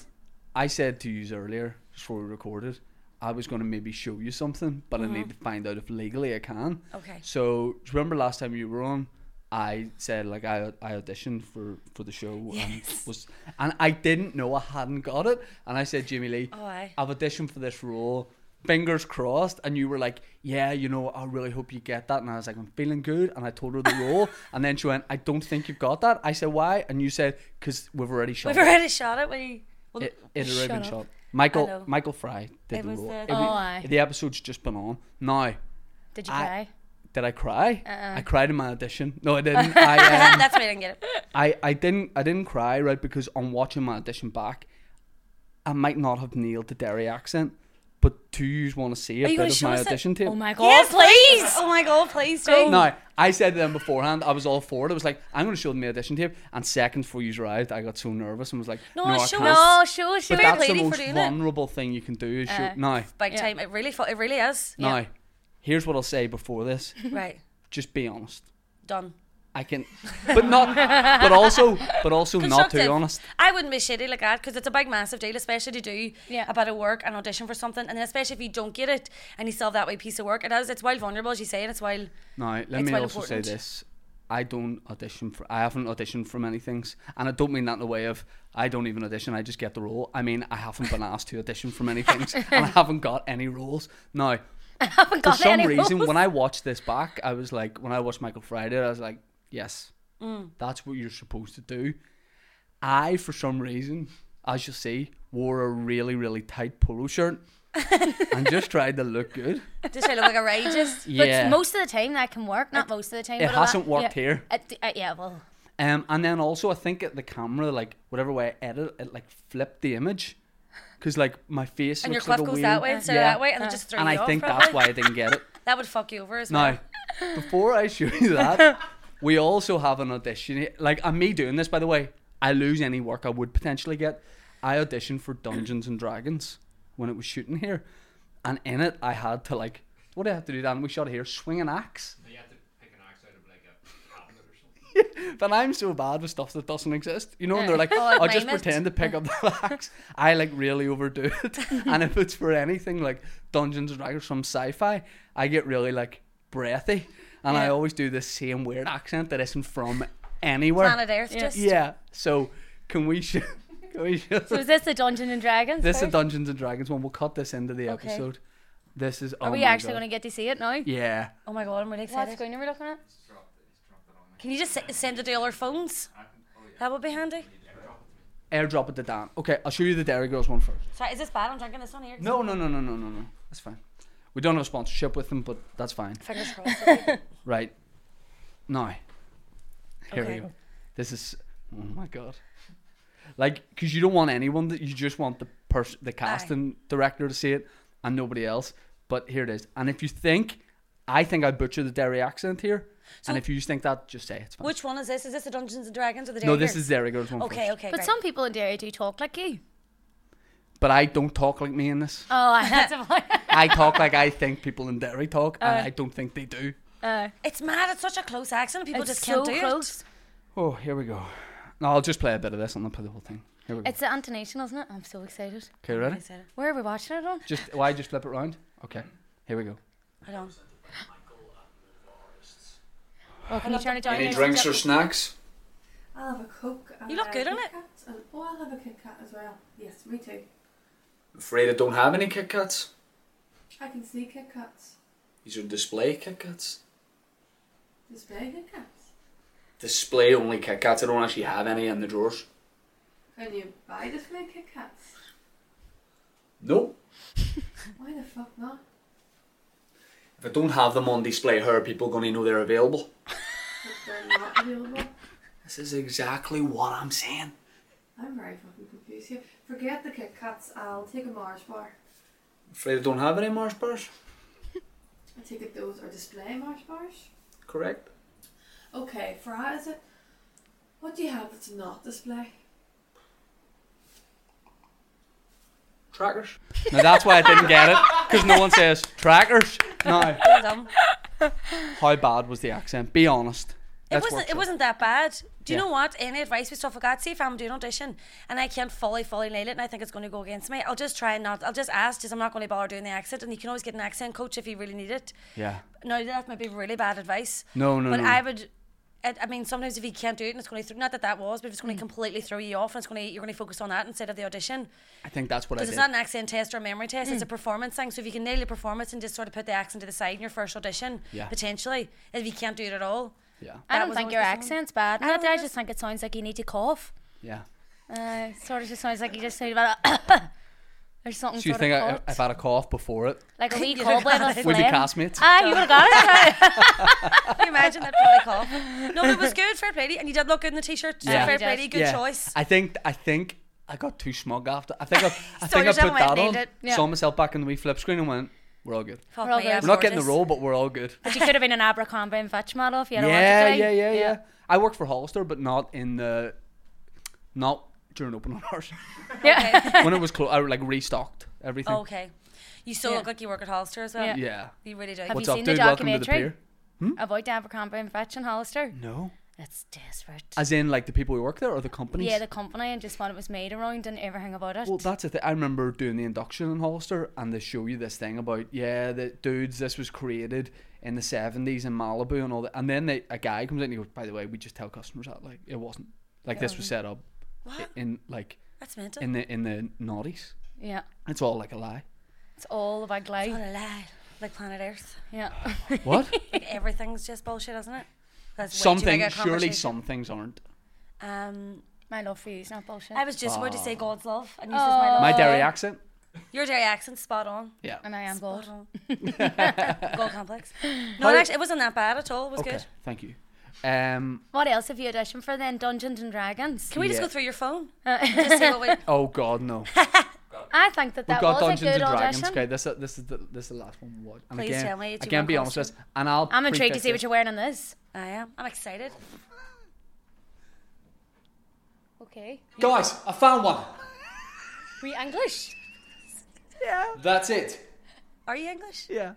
Speaker 1: I said to you earlier, before we recorded, I was going to maybe show you something, but I need to find out if legally I can.
Speaker 2: Mm-hmm. Okay.
Speaker 1: So do you remember last time you were on, I said like I I auditioned for for the show and was and I didn't know I hadn't got it, and I said Jimmy Lee,
Speaker 2: Oh, aye.
Speaker 1: I've auditioned for this role. Fingers crossed, and you were like, "Yeah, you know, I really hope you get that." And I was like, "I'm feeling good," and I told
Speaker 2: <laughs>
Speaker 1: her the role, and then she went, "I don't think you've got that." I said, "Why?" And you said, "Cause we've already shot
Speaker 2: We've
Speaker 1: it.
Speaker 2: already shot it. We. Well,
Speaker 1: it, it already
Speaker 3: Shut
Speaker 1: been
Speaker 3: up.
Speaker 1: shot."
Speaker 2: I know.
Speaker 1: Michael Michael Fry did
Speaker 2: It
Speaker 1: the
Speaker 2: was
Speaker 1: role.
Speaker 2: the-
Speaker 1: It
Speaker 2: Oh,
Speaker 1: was-
Speaker 3: aye.
Speaker 1: the episode's just been on now.
Speaker 3: Did you
Speaker 1: I-
Speaker 3: cry?
Speaker 1: Did I cry?
Speaker 3: Uh-uh.
Speaker 1: I cried in my audition. No, I
Speaker 2: <laughs>
Speaker 1: didn't. I, um,
Speaker 2: <laughs> That's why I didn't get it. <laughs>
Speaker 1: I, I didn't I didn't cry right because on watching my audition back, I might not have nailed the Derry accent, but do you want to see a
Speaker 2: Are
Speaker 1: bit
Speaker 2: you gonna
Speaker 1: of
Speaker 2: show
Speaker 1: my
Speaker 2: us it?
Speaker 1: audition tape?
Speaker 3: Oh my god,
Speaker 2: Yes,
Speaker 3: please!
Speaker 2: Oh my god, please do.
Speaker 1: No, I said to them beforehand, I was all for it. I was like, I'm going to show them the audition tape. And seconds before you arrived, I got so nervous and was like,
Speaker 2: No,
Speaker 1: No, I
Speaker 2: show
Speaker 1: can't.
Speaker 3: No, sure, sure.
Speaker 1: But that's the
Speaker 2: lady for
Speaker 1: most
Speaker 2: doing it.
Speaker 1: vulnerable thing you can do. Is show.
Speaker 3: Uh,
Speaker 1: now,
Speaker 2: Big
Speaker 3: Yeah.
Speaker 2: time. It really, fu- it <laughs> really is. <laughs>
Speaker 1: now, here's what I'll say before this.
Speaker 2: Right.
Speaker 1: Just be honest.
Speaker 2: Done.
Speaker 1: I can, but not, but also, but also not too
Speaker 2: Constructive.
Speaker 1: honest.
Speaker 2: I wouldn't be shitty like that because it's a big, massive deal, especially to do
Speaker 3: Yeah.
Speaker 2: a bit of work and audition for something, and then especially if you don't get it and you still have that way piece of work. It is. It's while vulnerable, as you say, and it's while.
Speaker 1: Now, let
Speaker 2: It's
Speaker 1: me
Speaker 2: well
Speaker 1: also
Speaker 2: important.
Speaker 1: say this. I don't audition for I haven't auditioned for many things. And I don't mean that in the way of I don't even audition, I just get the role. I mean I haven't been asked to audition for many
Speaker 3: <laughs>
Speaker 1: things and I haven't got any roles. Now
Speaker 3: haven't
Speaker 1: for
Speaker 3: got
Speaker 1: some
Speaker 3: any
Speaker 1: reason
Speaker 3: roles.
Speaker 1: when I watched this back, I was like when I watched Michael Friday, I was like, Yes.
Speaker 3: Mm.
Speaker 1: That's what you're supposed to do. I, for some reason, as you'll see, wore a really, really tight polo
Speaker 3: <laughs>
Speaker 1: shirt and just tried to look good.
Speaker 2: Just I look like
Speaker 1: <laughs>
Speaker 2: a rageous.
Speaker 1: Yeah.
Speaker 3: But most of the time that can work. Not most of the time.
Speaker 1: it
Speaker 3: but a lot-
Speaker 1: hasn't worked
Speaker 3: yeah.
Speaker 1: here.
Speaker 3: It- uh, yeah, well,
Speaker 1: Um, and then also, I think at the camera, like whatever way I edit, it like flipped the image, because like my face
Speaker 2: And your
Speaker 1: looks like
Speaker 2: clef
Speaker 1: a
Speaker 2: goes
Speaker 1: weird-
Speaker 2: that way instead
Speaker 1: Yeah.
Speaker 2: of that way, and it just threw
Speaker 1: And
Speaker 2: you
Speaker 1: I
Speaker 2: off.
Speaker 1: think
Speaker 2: probably.
Speaker 1: that's why I didn't
Speaker 2: <laughs>
Speaker 1: get it.
Speaker 2: that would fuck you over as well.
Speaker 1: Now, before I show you that, we also have an audition. here. Like, and me doing this, by the way, I lose any work I would potentially get. I auditioned for Dungeons and Dragons when it was shooting here, and in it, I had to like, what do I have to do? Dan, we shot it here, swing an axe.
Speaker 4: You have to pick an axe out of like a cabinet or something.
Speaker 1: But I'm so bad with stuff that doesn't exist. You know, and they're like,
Speaker 2: Oh, I
Speaker 1: I'll just
Speaker 2: blame it.
Speaker 1: pretend to pick up
Speaker 3: <laughs>
Speaker 1: the axe. I like really overdo it. and if it's for anything like Dungeons and Dragons from sci fi, I get really like breathy. And I
Speaker 3: Yeah.
Speaker 1: always do the same weird accent that isn't from anywhere.
Speaker 2: Planet Earth just.
Speaker 1: Yeah. So can we sh- <laughs> can we sh-
Speaker 3: so is this the Dungeon and Dragons?
Speaker 1: This is
Speaker 3: first?
Speaker 1: Dungeons and Dragons one. We'll cut this into the
Speaker 2: Okay.
Speaker 1: episode. This is
Speaker 3: Are
Speaker 1: oh
Speaker 3: we
Speaker 1: my
Speaker 3: actually
Speaker 1: God.
Speaker 3: going to get to see it now?
Speaker 1: Yeah.
Speaker 2: Oh my god, I'm really excited.
Speaker 3: What screen are we looking at?
Speaker 4: Just <laughs> drop it, just drop it on me.
Speaker 2: Can you just s- send it to all our phones?
Speaker 4: I can, oh yeah.
Speaker 2: That would be handy.
Speaker 4: Drop it to me.
Speaker 1: Airdrop it to Dan. Okay, I'll show you the Dairy Girls one first.
Speaker 2: Sorry, is this bad? I'm drinking this one here.
Speaker 1: No, no, no, no, no, no, no. That's fine. We don't have a sponsorship with them, but that's fine. <laughs>
Speaker 2: Fingers crossed.
Speaker 1: Right. Now, here
Speaker 2: Okay.
Speaker 1: we go. This is. Oh my god. Like, because you don't want anyone that you just want the person, the casting director to see it, and nobody else. But here it is. And if you think, I think I butchered the Derry accent here. and
Speaker 2: So-
Speaker 1: if you just think that, just say it's fine.
Speaker 2: Which one is this? Is this the Dungeons and Dragons or the
Speaker 1: no,
Speaker 2: Dagger?
Speaker 1: this is Derry Girls one
Speaker 2: Okay,
Speaker 1: first.
Speaker 2: okay,
Speaker 3: But
Speaker 2: great.
Speaker 3: some people in Derry do talk like you.
Speaker 1: But I don't talk like me in this.
Speaker 3: Oh, <laughs> that's a point.
Speaker 1: I talk like I think people in Derry talk, and I don't think they do.
Speaker 3: Uh,
Speaker 2: It's mad. It's such a close accent. People
Speaker 3: it's
Speaker 2: just
Speaker 3: so
Speaker 2: can't do
Speaker 3: close.
Speaker 1: Oh, here we go. No, I'll just play a bit of this and I'll play the whole thing. Here we go.
Speaker 3: It's the intonation, isn't it? I'm so excited.
Speaker 1: okay,
Speaker 2: it.
Speaker 1: ready?
Speaker 3: Where are we watching it on?
Speaker 1: Just why just flip it round? Okay. Here we go.
Speaker 2: Hold on.
Speaker 3: Oh, can you turn it down?
Speaker 1: Any
Speaker 3: here?
Speaker 1: drinks or snacks?
Speaker 5: I'll have a Coke. And
Speaker 2: You look
Speaker 5: a
Speaker 2: good on
Speaker 5: Kit
Speaker 2: it.
Speaker 5: Kat, And, oh, I'll have a Kit Kat as well. Yes, me too.
Speaker 1: Afraid I don't have any Kit Kats.
Speaker 5: I can see Kit Kats.
Speaker 1: These are display Kit Kats.
Speaker 5: Display Kit Kats.
Speaker 1: Display only Kit Kats. I don't actually have any in the drawers.
Speaker 5: Can you buy display Kit Kats?
Speaker 1: No.
Speaker 5: Why the fuck not?
Speaker 1: If I don't have them on display, how are people going to know they're available?
Speaker 5: If they're not available.
Speaker 1: This is exactly what I'm saying.
Speaker 5: I'm very fucking confused here. Forget the Kit Kats. I'll take a Mars bar.
Speaker 1: Afraid I don't have any Mars bars.
Speaker 5: I take it those are display Mars bars.
Speaker 1: Correct.
Speaker 5: Okay, for that is it. What do you have that's not display?
Speaker 1: Trackers. Now that's why I didn't get it because no one says <laughs> trackers. Now,
Speaker 2: Well
Speaker 1: <laughs>
Speaker 2: done.
Speaker 1: how bad was the accent? Be honest.
Speaker 2: It
Speaker 1: Let's
Speaker 2: wasn't.
Speaker 1: workshop.
Speaker 2: It wasn't that bad. Do you
Speaker 1: Yeah.
Speaker 2: know what? Any advice with stuff like that? See if I'm doing audition and I can't fully, fully nail it, and I think it's going to go against me. I'll just try and not. I'll just ask. Just I'm not going to bother doing the accent, and you can always get an accent coach if you really need it.
Speaker 1: Yeah.
Speaker 2: No, that might be really bad advice.
Speaker 1: No, no,
Speaker 2: But
Speaker 1: no.
Speaker 2: I would. It, I mean, sometimes if you can't do it, and it's going to throw, not that that was, but if it's going to
Speaker 1: Mm.
Speaker 2: completely throw you off, and it's going to you're going to focus on that instead of the audition
Speaker 1: I think that's what I
Speaker 2: because
Speaker 1: did. Mm.
Speaker 2: it's not an accent test or a memory test; it's a performance thing. So if you can nail your performance and just sort of put the accent to the side in your first audition,
Speaker 1: Yeah.
Speaker 2: potentially, if you can't do it at all,
Speaker 1: yeah.
Speaker 2: That
Speaker 3: I don't
Speaker 2: was
Speaker 3: think
Speaker 2: always
Speaker 3: your
Speaker 2: the same.
Speaker 3: accent's bad.
Speaker 2: I
Speaker 3: I,
Speaker 2: don't
Speaker 3: I
Speaker 2: know.
Speaker 3: just think it sounds like you need to cough.
Speaker 1: Yeah.
Speaker 3: Uh, sort of just sounds like you just need about a <coughs> There's something
Speaker 1: So you
Speaker 3: sort
Speaker 1: think
Speaker 3: of
Speaker 1: I,
Speaker 3: caught.
Speaker 1: I've had a cough before it?
Speaker 3: like a wee
Speaker 2: You'd
Speaker 3: cold
Speaker 2: have
Speaker 3: with
Speaker 2: had
Speaker 3: a
Speaker 2: it.
Speaker 1: We'd be
Speaker 3: phlegm.
Speaker 1: castmates.
Speaker 3: Ah, you would have got it.
Speaker 2: Can you imagine that bloody cough? No,
Speaker 1: <laughs>
Speaker 2: but it was good, fair play. to you, And you did look good in the t-shirt. so
Speaker 1: Yeah.
Speaker 2: fair
Speaker 1: You
Speaker 2: play.
Speaker 3: did.
Speaker 2: to you, Good choice.
Speaker 1: I think I think I got too smug after. I
Speaker 2: <laughs>
Speaker 1: think I, I
Speaker 2: Saw
Speaker 1: think I
Speaker 2: yourself
Speaker 1: put
Speaker 2: and
Speaker 1: that
Speaker 2: went,
Speaker 1: on.
Speaker 2: "Need it."
Speaker 3: Yeah.
Speaker 1: Saw myself back in the wee flip screen and went, "We're all good.
Speaker 2: Fuck
Speaker 3: We're all
Speaker 2: me,
Speaker 3: good.
Speaker 2: I'm
Speaker 3: We're
Speaker 1: We're not getting the
Speaker 2: gorgeous.
Speaker 1: role, but we're all good."
Speaker 3: But you could have been an Abercrombie and Fitch model if you had
Speaker 1: Yeah,
Speaker 3: wanted to.
Speaker 1: yeah, yeah, yeah. I work for Hollister, but not in the, not during open <laughs> hours.
Speaker 3: Yeah.
Speaker 2: Okay.
Speaker 1: when it was closed, I like restocked everything.
Speaker 2: Oh, okay. You still
Speaker 3: Yeah.
Speaker 2: look like you work at Hollister as well.
Speaker 3: Yeah.
Speaker 1: Yeah.
Speaker 2: You really do.
Speaker 3: Have
Speaker 1: What's
Speaker 3: you
Speaker 1: up,
Speaker 3: seen the
Speaker 1: dude? Welcome to the
Speaker 3: <laughs> documentary?
Speaker 1: pier.
Speaker 3: Avoid the Abercrombie and Fitch and Hollister.
Speaker 1: No.
Speaker 3: That's desperate.
Speaker 1: As in, like the people who work there or the companies?
Speaker 3: yeah, the company and just what it was made around and everything about it.
Speaker 1: Mm. Well, that's the thing. I remember doing the induction in Hollister, and they show you this thing about yeah, the dudes, this was created in the seventies in Malibu and all that. And then they, a guy comes in and he goes, "By the way, we just tell customers that like it wasn't like this
Speaker 2: Oh.
Speaker 1: was set up i-
Speaker 2: What?
Speaker 1: in like
Speaker 2: That's mental.
Speaker 1: in the in the noughties.
Speaker 3: yeah,
Speaker 1: It's all like a
Speaker 2: <laughs>
Speaker 1: lie.
Speaker 3: it's all a
Speaker 2: what
Speaker 3: big lie.
Speaker 2: a lie. Like planet Earth.
Speaker 3: Yeah, <laughs>
Speaker 1: What? <laughs>
Speaker 2: Like everything's just bullshit, isn't it? That's way
Speaker 1: some
Speaker 2: too big a
Speaker 1: things, surely
Speaker 2: conversation.
Speaker 1: some things aren't.
Speaker 2: Um,
Speaker 3: my love for you is not bullshit.
Speaker 2: I was just about to say God's love, and you says my love.
Speaker 1: Ah. My
Speaker 3: Oh.
Speaker 1: dairy accent.
Speaker 2: Your dairy accent, spot on.
Speaker 1: Yeah.
Speaker 3: and I am
Speaker 2: Spot
Speaker 1: <laughs>
Speaker 3: God.
Speaker 2: on. Gold complex. No,
Speaker 1: How
Speaker 2: it
Speaker 1: did-
Speaker 2: actually, it wasn't that bad at all. It was
Speaker 1: Okay.
Speaker 2: good.
Speaker 1: Thank you. Um.
Speaker 3: What else have you auditioned for then? Dungeons and Dragons.
Speaker 2: Can we just
Speaker 1: Yeah.
Speaker 2: go through
Speaker 1: <laughs>
Speaker 2: your phone? Just see what we.
Speaker 1: Oh God, no.
Speaker 3: I think that
Speaker 1: We've
Speaker 3: that
Speaker 1: got
Speaker 3: was
Speaker 1: Dungeons
Speaker 3: a good
Speaker 1: and Dragons.
Speaker 3: audition.
Speaker 1: Okay, this this is the this is the last one. we watch. And
Speaker 2: Please
Speaker 1: again,
Speaker 2: tell me it's
Speaker 1: I can't
Speaker 2: your
Speaker 1: be honest with
Speaker 2: costume.
Speaker 1: us, and I'll.
Speaker 3: I'm intrigued to
Speaker 1: preface
Speaker 3: see what
Speaker 1: this.
Speaker 3: you're wearing in this.
Speaker 2: I am. I'm excited.
Speaker 3: Okay.
Speaker 1: Guys, I found one.
Speaker 3: We English.
Speaker 1: That's it.
Speaker 2: Are you English?
Speaker 1: Yeah.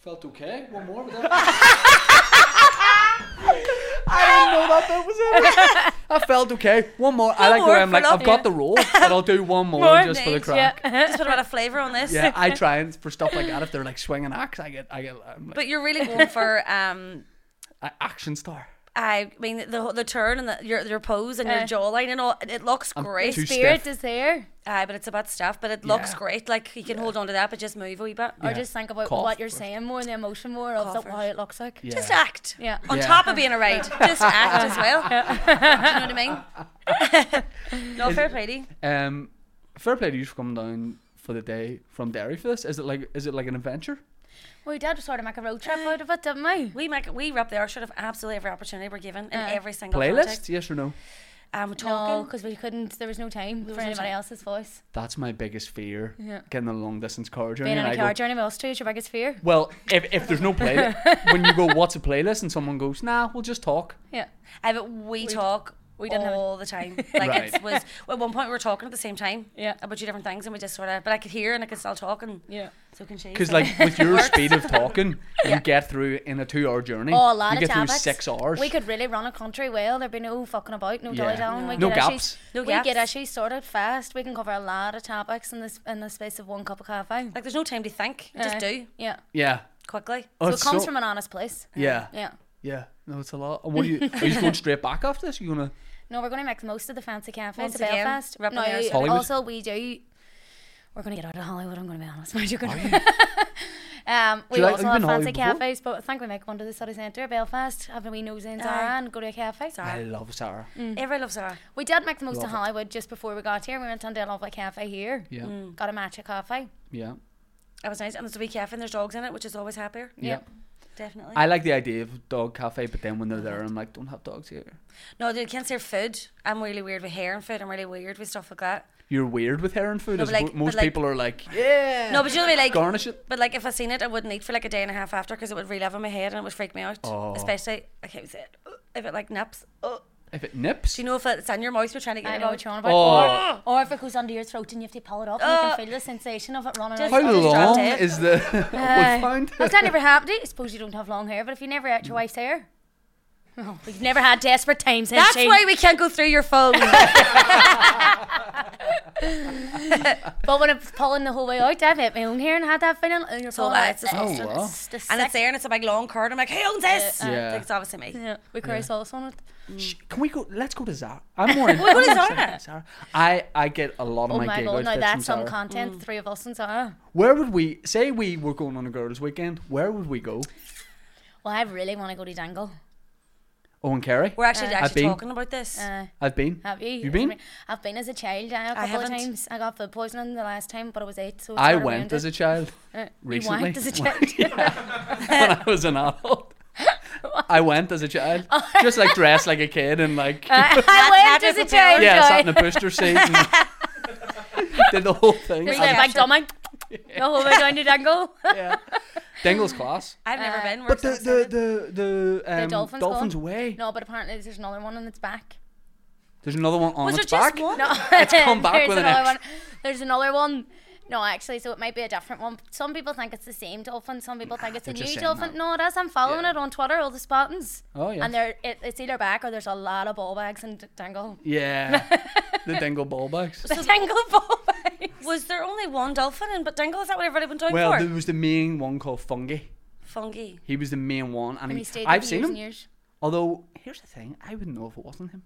Speaker 1: Felt okay. One more. But that... I didn't know that that was it. <laughs> I felt okay. One more. I like the
Speaker 2: more
Speaker 1: way I'm
Speaker 2: for
Speaker 1: like,
Speaker 2: love.
Speaker 1: I've got the role, but I'll do one more,
Speaker 3: More
Speaker 1: just for the
Speaker 2: names,
Speaker 1: crack.
Speaker 3: <laughs>
Speaker 2: Just put a bit of flavour on this.
Speaker 1: Yeah. I try and for stuff like that. If they're like swinging axe, I get, I get, I'm like,
Speaker 2: But you're really going for um.
Speaker 1: a- action star.
Speaker 2: I mean the the turn and the, your your pose and
Speaker 3: Uh.
Speaker 2: your jawline and all. It looks great.
Speaker 1: too-
Speaker 3: Spirit
Speaker 1: stiff.
Speaker 3: is there.
Speaker 2: Aye, but it's about stuff. But it looks
Speaker 1: Yeah.
Speaker 2: great. Like you can hold on to that, but just move a wee bit.
Speaker 3: Or
Speaker 1: Yeah.
Speaker 3: just think about
Speaker 1: Cough
Speaker 3: what you're
Speaker 1: first.
Speaker 3: saying more and the emotion more of
Speaker 2: Cough
Speaker 3: the, how it looks like.
Speaker 1: Yeah.
Speaker 2: Just act.
Speaker 3: Yeah.
Speaker 2: On
Speaker 1: Yeah.
Speaker 2: top of being a right, just act as
Speaker 3: <laughs>
Speaker 2: well. Do you know what I mean? no fair play. to you.
Speaker 1: Um, fair play to you for coming down for the day from Derry for this. Is it like, is it like an adventure?
Speaker 3: We did sort of make a
Speaker 2: <gasps>
Speaker 3: road trip out of it, didn't we?
Speaker 2: We make we rip the Ayrshire of absolutely every opportunity we're given in
Speaker 3: Aye.
Speaker 2: every single
Speaker 1: Playlist?
Speaker 2: Project.
Speaker 1: Yes or no?
Speaker 2: Um,
Speaker 3: No,
Speaker 2: talking.
Speaker 3: because we couldn't. There was no time
Speaker 2: was
Speaker 3: for
Speaker 2: no
Speaker 3: anybody
Speaker 2: time.
Speaker 3: else's voice.
Speaker 1: That's my biggest fear.
Speaker 3: Yeah.
Speaker 1: Getting on a long distance car journey.
Speaker 3: Being on
Speaker 1: and
Speaker 3: a
Speaker 1: I
Speaker 3: car
Speaker 1: go,
Speaker 3: journey with us two is your biggest fear.
Speaker 1: Well, if, if there's no
Speaker 3: <laughs>
Speaker 1: play, when you go, what's a playlist? And someone goes, nah, we'll just talk.
Speaker 3: Yeah.
Speaker 2: I but we talk. We
Speaker 3: didn't have-
Speaker 2: all the
Speaker 3: <laughs>
Speaker 2: time. Like
Speaker 1: Right.
Speaker 2: it was at one point we were talking at the same time.
Speaker 3: Yeah.
Speaker 2: About two different things, and we just sort of. But I could hear and I could still talk, and
Speaker 3: Yeah.
Speaker 2: so can she.
Speaker 1: Because,
Speaker 2: so-
Speaker 1: like, with
Speaker 3: <laughs>
Speaker 1: your speed of talking, you get through in a two hour journey.
Speaker 3: Oh, a lot
Speaker 1: you
Speaker 3: of
Speaker 1: get through
Speaker 3: topics.
Speaker 1: six hours.
Speaker 3: We could really run a country well. There'd be no fucking about, no
Speaker 1: Yeah.
Speaker 3: dilly dallying. We
Speaker 1: No
Speaker 3: get
Speaker 1: gaps.
Speaker 3: Issues,
Speaker 2: No
Speaker 3: we
Speaker 2: gaps.
Speaker 3: get issues sorted fast. We can cover a lot of topics in this in the space of one cup of coffee.
Speaker 2: like there's no time to think. You
Speaker 3: Aye.
Speaker 2: Just do
Speaker 3: Yeah.
Speaker 1: yeah.
Speaker 2: quickly.
Speaker 1: Oh,
Speaker 3: So it
Speaker 1: it's
Speaker 3: comes from an honest place.
Speaker 1: Yeah. yeah.
Speaker 3: Yeah.
Speaker 1: No, it's a lot. And what are you, are you just
Speaker 3: <laughs>
Speaker 1: going straight back after this? You're going to.
Speaker 3: No, we're going to make the most of the fancy cafes
Speaker 2: Once
Speaker 3: in
Speaker 2: again,
Speaker 3: Belfast.
Speaker 2: wrapping
Speaker 3: No,
Speaker 2: the arse-
Speaker 1: Hollywood?
Speaker 3: also we do. We're going to get out of Hollywood. I'm going to be honest. <laughs> We're going to. <laughs> um, we
Speaker 1: you like-
Speaker 3: also
Speaker 1: have
Speaker 3: have
Speaker 1: you been
Speaker 3: fancy
Speaker 1: Hollywood before?
Speaker 3: cafes, but I think we make one to the city centre, of Belfast. Have a wee nose in
Speaker 2: Aye.
Speaker 3: Zara and go to a cafe.
Speaker 1: I
Speaker 2: Sarah.
Speaker 1: love Sarah.
Speaker 3: Mm.
Speaker 2: Everyone loves Sarah.
Speaker 3: We did make the most of
Speaker 1: Love it.
Speaker 3: Hollywood just before we got here. We went into a lovely cafe here.
Speaker 1: Yeah.
Speaker 3: Got a matcha coffee.
Speaker 1: Yeah.
Speaker 2: That was nice. And there's a wee cafe and there's dogs in it, which is always happier.
Speaker 1: Yeah.
Speaker 2: Definitely.
Speaker 1: I like the idea of dog cafe, but then when they're there, I'm like, don't have dogs here.
Speaker 2: no, they can't serve food. I'm really weird with hair and food. I'm really weird with stuff like that.
Speaker 1: You're weird with hair and food.
Speaker 2: No,
Speaker 1: as
Speaker 2: but like-
Speaker 1: mo- most
Speaker 2: but like-
Speaker 1: people are like, yeah.
Speaker 2: No, but you know what I mean? Like,
Speaker 1: garnish it.
Speaker 2: But like, if I seen it, I wouldn't eat for like a day and a half after because it would relive in my head and it would freak me out.
Speaker 1: Oh.
Speaker 2: Especially, I can't say it. Ugh, If it like nips. Ugh.
Speaker 1: If it nips,
Speaker 2: Do you know if it's in your mouth? We're trying to get
Speaker 3: I
Speaker 2: it
Speaker 3: know
Speaker 2: out.
Speaker 3: what you're on about.
Speaker 1: Oh.
Speaker 3: Or, or if it goes under your throat and you have to pull it up, and you
Speaker 2: Oh.
Speaker 3: can feel the sensation of it running.
Speaker 2: Just-
Speaker 3: out.
Speaker 1: How
Speaker 2: I'll just drop
Speaker 1: long
Speaker 2: dead.
Speaker 1: is the <laughs> we
Speaker 2: Uh,
Speaker 3: Aye.
Speaker 1: found?
Speaker 3: Has Uh, that never happened to you? I suppose you don't have long hair, but if you never ate your wife's hair, oh, we've never had desperate times.
Speaker 2: That's why we can't go through your phone. I
Speaker 3: But when it's pulling the whole way out, I've ate my own hair and had that feeling. And you're
Speaker 2: So
Speaker 3: pulling
Speaker 2: bad,
Speaker 3: out,
Speaker 2: it's just-
Speaker 1: Oh, wow.
Speaker 2: and it's there and it's a big long card. I'm like, who owns this?
Speaker 1: Uh, uh. Yeah.
Speaker 2: Like, it's obviously me.
Speaker 3: yeah, we curry sauce on it.
Speaker 1: Shh, Can we go? Let's go to Zara.
Speaker 2: <laughs>
Speaker 1: I'm more.
Speaker 2: We'll go to Zara.
Speaker 1: Zara. I I get a lot of
Speaker 3: Oh
Speaker 1: my,
Speaker 3: my
Speaker 1: gig
Speaker 3: god,
Speaker 1: outfits
Speaker 3: now
Speaker 1: from
Speaker 3: that's some
Speaker 1: Zara.
Speaker 3: content. The three of us and Sarah.
Speaker 1: Where would we say we were going on a girls' weekend? Where would we go?
Speaker 3: Well, I really want to go to Dangle.
Speaker 1: Oh, and Kerry.
Speaker 2: We're actually
Speaker 1: I've
Speaker 2: actually
Speaker 1: been-
Speaker 2: talking about this.
Speaker 3: Uh,
Speaker 1: I've been.
Speaker 3: have you?
Speaker 1: You been?
Speaker 3: I've been as a child. I, a couple of
Speaker 2: haven't.
Speaker 3: times. I got food poisoning the last time, but I was eight, so it
Speaker 1: I
Speaker 3: sort of
Speaker 1: went
Speaker 3: ruined
Speaker 1: as
Speaker 3: it.
Speaker 1: a child.
Speaker 3: Uh, you
Speaker 1: recently.
Speaker 3: went
Speaker 1: <laughs>
Speaker 3: as a child. <laughs>
Speaker 1: when I was an adult. I went as a child, just like dressed like a kid and like
Speaker 3: Uh, I went as a
Speaker 2: Happy
Speaker 3: child.
Speaker 1: yeah,
Speaker 3: sorry.
Speaker 1: sat in a booster seat and did the whole thing.
Speaker 3: Just
Speaker 1: I
Speaker 3: like
Speaker 1: did-
Speaker 3: back down, the whole way
Speaker 1: <laughs>
Speaker 3: down to Dangle.
Speaker 1: yeah. Dingle's class.
Speaker 2: I've never
Speaker 3: uh,
Speaker 2: been. We're
Speaker 1: But
Speaker 2: so
Speaker 1: the
Speaker 2: excited.
Speaker 1: the the the, um,
Speaker 3: dolphins
Speaker 1: dolphins
Speaker 3: gone?
Speaker 1: away.
Speaker 3: No, but apparently there's another one on its back.
Speaker 1: There's another one on
Speaker 2: was there
Speaker 1: its
Speaker 2: just
Speaker 1: back.
Speaker 2: one?
Speaker 3: No,
Speaker 1: <laughs>
Speaker 3: <laughs>
Speaker 1: It's come back
Speaker 3: there's
Speaker 1: with an
Speaker 3: another
Speaker 1: extra.
Speaker 3: One. There's another one No, actually, so it might be a different one. Some people think it's the same dolphin. Some people think it's a
Speaker 1: they're just
Speaker 3: new
Speaker 1: saying
Speaker 3: dolphin.
Speaker 1: that.
Speaker 3: No, it is. I'm following
Speaker 1: Yeah.
Speaker 3: it on Twitter, all the spottings.
Speaker 1: Oh, yeah.
Speaker 3: And they're, it, it's either back or there's a lot of ball bags in D- Dingle.
Speaker 1: <laughs>
Speaker 3: <laughs>
Speaker 1: Yeah. the dingle ball bags.
Speaker 3: The Dingle ball bags.
Speaker 2: Was there only one dolphin in But Dingle? Is that what everybody went down
Speaker 1: Well,
Speaker 2: for?
Speaker 1: there was the main one called Fungi.
Speaker 2: Fungi.
Speaker 1: He was the main one, and,
Speaker 3: And
Speaker 1: he,
Speaker 3: he stayed there
Speaker 1: I've
Speaker 3: for
Speaker 1: seen
Speaker 3: years
Speaker 1: him.
Speaker 3: and years.
Speaker 1: Although here's the thing, I wouldn't know if it wasn't him.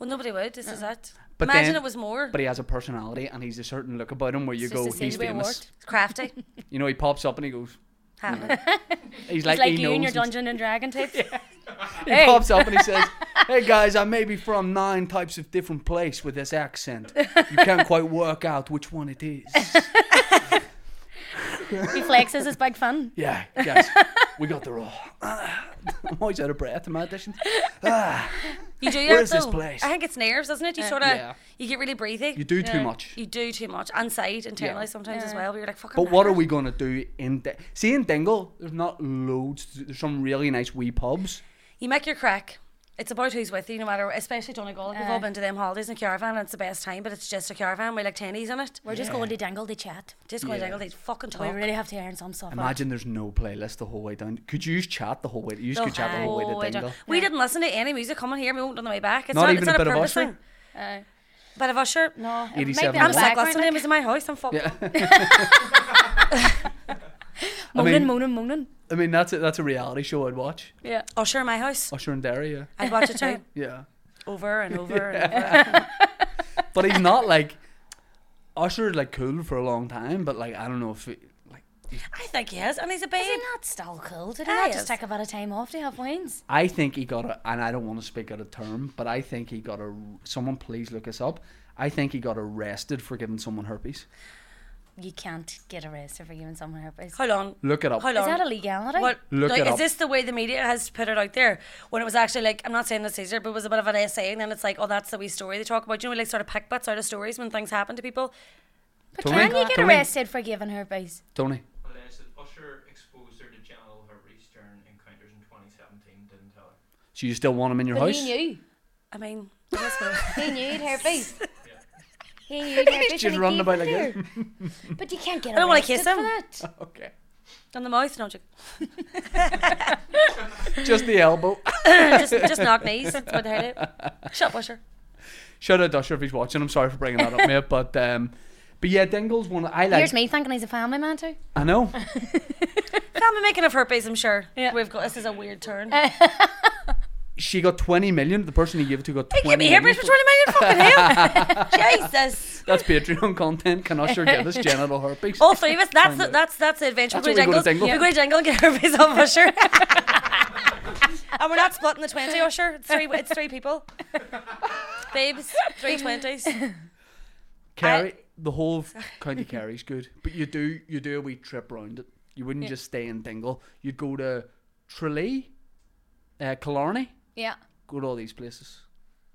Speaker 2: Well, nobody would. This is it.
Speaker 1: But
Speaker 2: Imagine
Speaker 1: then-
Speaker 2: it was more.
Speaker 1: But he has a personality, and he's a certain look about him where you
Speaker 3: It's
Speaker 1: go,
Speaker 3: just the
Speaker 1: he's
Speaker 3: Sainsbury
Speaker 1: famous.
Speaker 3: Award.
Speaker 2: crafty.
Speaker 1: You know, he pops up and he goes,
Speaker 2: Happening.
Speaker 1: he's <laughs>
Speaker 3: It's
Speaker 1: like,
Speaker 3: like
Speaker 1: he
Speaker 3: you
Speaker 1: knows.
Speaker 3: and your
Speaker 1: himself.
Speaker 3: Dungeon
Speaker 1: <laughs>
Speaker 3: and Dragon type.
Speaker 1: He
Speaker 3: Hey.
Speaker 1: pops up and he
Speaker 3: <laughs>
Speaker 1: says, "Hey guys, I may be from nine types of different place with this accent. You can't quite work out which one it
Speaker 3: <laughs>
Speaker 1: is."
Speaker 3: He flexes his big fun.
Speaker 1: Yeah, guys, we got the raw. <laughs> I'm always out of breath in my auditions. Ah,
Speaker 2: You do
Speaker 1: Where
Speaker 2: that
Speaker 1: is this
Speaker 2: though.
Speaker 1: place?
Speaker 2: I think it's nerves, isn't it? You sort of
Speaker 1: Yeah.
Speaker 2: you get really breathy.
Speaker 1: you do too
Speaker 3: Yeah.
Speaker 1: much.
Speaker 2: You do too much, and side internally
Speaker 1: Yeah.
Speaker 2: sometimes as
Speaker 3: Yeah.
Speaker 2: well. But you're like, fuck.
Speaker 1: But what are we gonna do in Di- see in Dingle? There's not loads. There's some really nice wee pubs.
Speaker 2: You make your crack. It's about who's with you, no matter. Especially Donegal. Like, We've all
Speaker 3: Aye.
Speaker 2: been to them holidays in a caravan, and it's the best time. But it's just a caravan. We like tennies in it.
Speaker 3: We're just going to Dingle to chat.
Speaker 2: Just going
Speaker 1: Yeah.
Speaker 2: yeah. Dingle. They fucking
Speaker 3: We
Speaker 2: talk.
Speaker 3: really have to earn some stuff.
Speaker 1: Imagine there's no playlist the whole way down. Could you use chat the whole way? You could chat the whole way
Speaker 2: whole
Speaker 1: to
Speaker 2: way down.
Speaker 1: Dingle.
Speaker 2: We didn't listen to any music coming here. We won't on the way back. It's
Speaker 1: Not
Speaker 2: not,
Speaker 1: even
Speaker 2: it's
Speaker 1: a
Speaker 2: not
Speaker 1: bit of
Speaker 2: purpose
Speaker 1: Usher?
Speaker 2: thing.
Speaker 3: Uh,
Speaker 2: Bit of Usher.
Speaker 3: no, it might be
Speaker 1: 87
Speaker 3: on
Speaker 2: I'm
Speaker 1: Black
Speaker 3: the
Speaker 2: sick
Speaker 3: background,
Speaker 2: listening to
Speaker 3: like,
Speaker 2: him. He's in my house. I'm fucked.
Speaker 1: Yeah. I
Speaker 3: Moaning,
Speaker 1: mean-
Speaker 3: moaning, moaning.
Speaker 1: I mean, that's a, that's a reality show I'd watch.
Speaker 3: Yeah.
Speaker 2: Usher in
Speaker 1: <laughs>
Speaker 2: my house.
Speaker 1: Usher and Derry, yeah.
Speaker 2: I watch it too.
Speaker 1: Yeah.
Speaker 2: Over and over and over.
Speaker 1: But he's not like <laughs> Usher like cool for a long time, but like I don't know if it, like
Speaker 2: I think he is, and he's a babe.
Speaker 3: Isn't that still cool? Did
Speaker 2: Aye,
Speaker 3: I
Speaker 2: is.
Speaker 3: just take a bit of time off to have wines?
Speaker 1: I think he got a and I don't want to speak out of term, but I think he got a someone please look us up. I think he got arrested for giving someone herpes.
Speaker 3: You can't get arrested for giving someone herpes.
Speaker 2: How long?
Speaker 1: Look it up.
Speaker 2: How long?
Speaker 3: Is that a legality?
Speaker 2: What,
Speaker 1: Look
Speaker 2: like,
Speaker 1: it
Speaker 2: is
Speaker 1: up.
Speaker 2: this the way the media has put it out there? When it was actually like, I'm not saying this either, but it was a bit of an essay, and then it's like, oh, that's the wee story they talk about. You know, we like sort of pick bits out of stories when things happen to people.
Speaker 3: But
Speaker 1: Tony?
Speaker 3: can you get
Speaker 1: Tony?
Speaker 3: arrested for giving herpes?
Speaker 1: Tony.
Speaker 4: Alleged Usher exposed her to genital herpes during encounters in 2017. Didn't tell her.
Speaker 1: So you still want him in your
Speaker 3: But
Speaker 1: house?
Speaker 3: he knew.
Speaker 2: I mean, I guess
Speaker 3: <laughs>
Speaker 2: so.
Speaker 3: He knew he'd herpes. He knew he'd herpes.
Speaker 1: He's
Speaker 3: and
Speaker 1: just
Speaker 3: he
Speaker 1: running
Speaker 3: gave
Speaker 1: about
Speaker 3: it
Speaker 1: like
Speaker 3: to
Speaker 1: this.
Speaker 3: her. But you can't get
Speaker 2: I don't wanna
Speaker 3: arrested
Speaker 2: kiss
Speaker 3: for
Speaker 2: him.
Speaker 3: that.
Speaker 1: <laughs> Okay.
Speaker 2: in the mouth, no joke.
Speaker 1: Just the elbow.
Speaker 2: <laughs> just, just knock knees. That's what they did. Shut up, Usher.
Speaker 1: Shout out to Usher if he's watching. I'm sorry for bringing that up,
Speaker 2: <laughs>
Speaker 1: mate. But um, but yeah, Dingle's one I like.
Speaker 3: Here's me thinking he's a family man too.
Speaker 1: I know.
Speaker 2: Family making of herpes, I'm sure.
Speaker 3: Yeah.
Speaker 2: We've got this is a weird turn.
Speaker 1: She got 20 million. The person he gave it to got
Speaker 2: Hey,
Speaker 1: 20
Speaker 2: give me
Speaker 1: million.
Speaker 2: herpes for 20 million fucking
Speaker 1: <laughs>
Speaker 2: hell. Jesus.
Speaker 1: That's Patreon content. Can Usher give us genital
Speaker 2: <laughs>
Speaker 1: herpes?
Speaker 2: All three of us.
Speaker 1: <laughs>
Speaker 2: That's
Speaker 1: Find
Speaker 2: the,
Speaker 1: out.
Speaker 2: that's that's the adventure.
Speaker 1: That's
Speaker 2: we
Speaker 1: what
Speaker 2: go
Speaker 1: we
Speaker 2: to
Speaker 1: go to
Speaker 2: Dingle.
Speaker 1: Dingle.
Speaker 2: We go to Dingle and get our face off Usher.
Speaker 1: <laughs>
Speaker 2: and we're not splitting the twenty Usher. It's three. It's three people. Babes,
Speaker 3: <laughs>
Speaker 2: three twenties.
Speaker 1: Kerry, the whole of County Kerry's good, but you do you do a wee trip round it. You wouldn't just stay in Dingle. You'd go to Tralee, uh, Killarney,
Speaker 3: Yeah.
Speaker 1: go to all these places.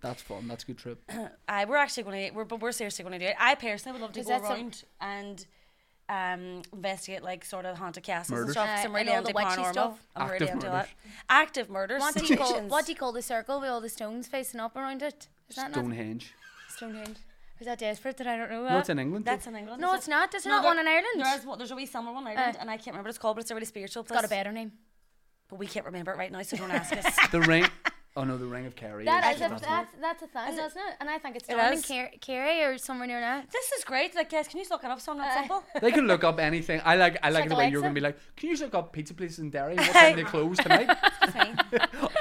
Speaker 1: That's fun. That's a good trip.
Speaker 2: I we're actually going to. We're but we're seriously going to do it. I personally would love to
Speaker 3: Is
Speaker 2: go
Speaker 3: that some-
Speaker 2: around and. Um, investigate like sort of haunted castles
Speaker 1: Murder.
Speaker 2: and stuff.
Speaker 3: Uh,
Speaker 2: i I'm really
Speaker 3: and all
Speaker 2: into
Speaker 3: the witchy
Speaker 2: paranormal.
Speaker 3: stuff.
Speaker 2: I'm
Speaker 1: Active
Speaker 2: really into
Speaker 1: murders.
Speaker 2: that. Active murders.
Speaker 3: What do you call
Speaker 2: situations.
Speaker 3: what do you call the circle with all the stones facing up around it? Is that not
Speaker 1: Stonehenge.
Speaker 3: Stonehenge? Is that desperate that I don't know?
Speaker 1: No,
Speaker 3: that?
Speaker 1: it's in England.
Speaker 2: That's
Speaker 1: That's
Speaker 2: in England.
Speaker 3: No,
Speaker 2: is
Speaker 3: it's
Speaker 2: it?
Speaker 3: not. There's
Speaker 2: No,
Speaker 3: not
Speaker 2: there-
Speaker 3: one in Ireland.
Speaker 2: There is, one- there's a wee summer one in Ireland, and I can't remember what it's called, but it's a really spiritual place.
Speaker 3: Got a better name.
Speaker 2: But we can't remember it right now, so don't
Speaker 3: <laughs>
Speaker 2: ask us.
Speaker 1: the
Speaker 2: <laughs>
Speaker 1: ring. Oh no, the ring of Kerry.
Speaker 3: That is
Speaker 1: is
Speaker 3: a, that's that's a thing, isn't it? And I think it's
Speaker 2: It
Speaker 3: down in
Speaker 2: is.
Speaker 3: Car- Kerry or somewhere near that.
Speaker 2: This is great. Like, guys, can you just look it up so I'm
Speaker 3: Uh,
Speaker 2: not
Speaker 3: <laughs>
Speaker 2: simple?
Speaker 1: They can look up anything. I like. I like
Speaker 3: like
Speaker 1: the way you're
Speaker 3: Alexa.
Speaker 1: gonna be like. Can you just look up pizza places in Derry? What
Speaker 2: <laughs>
Speaker 1: time they close tonight?
Speaker 2: That's me.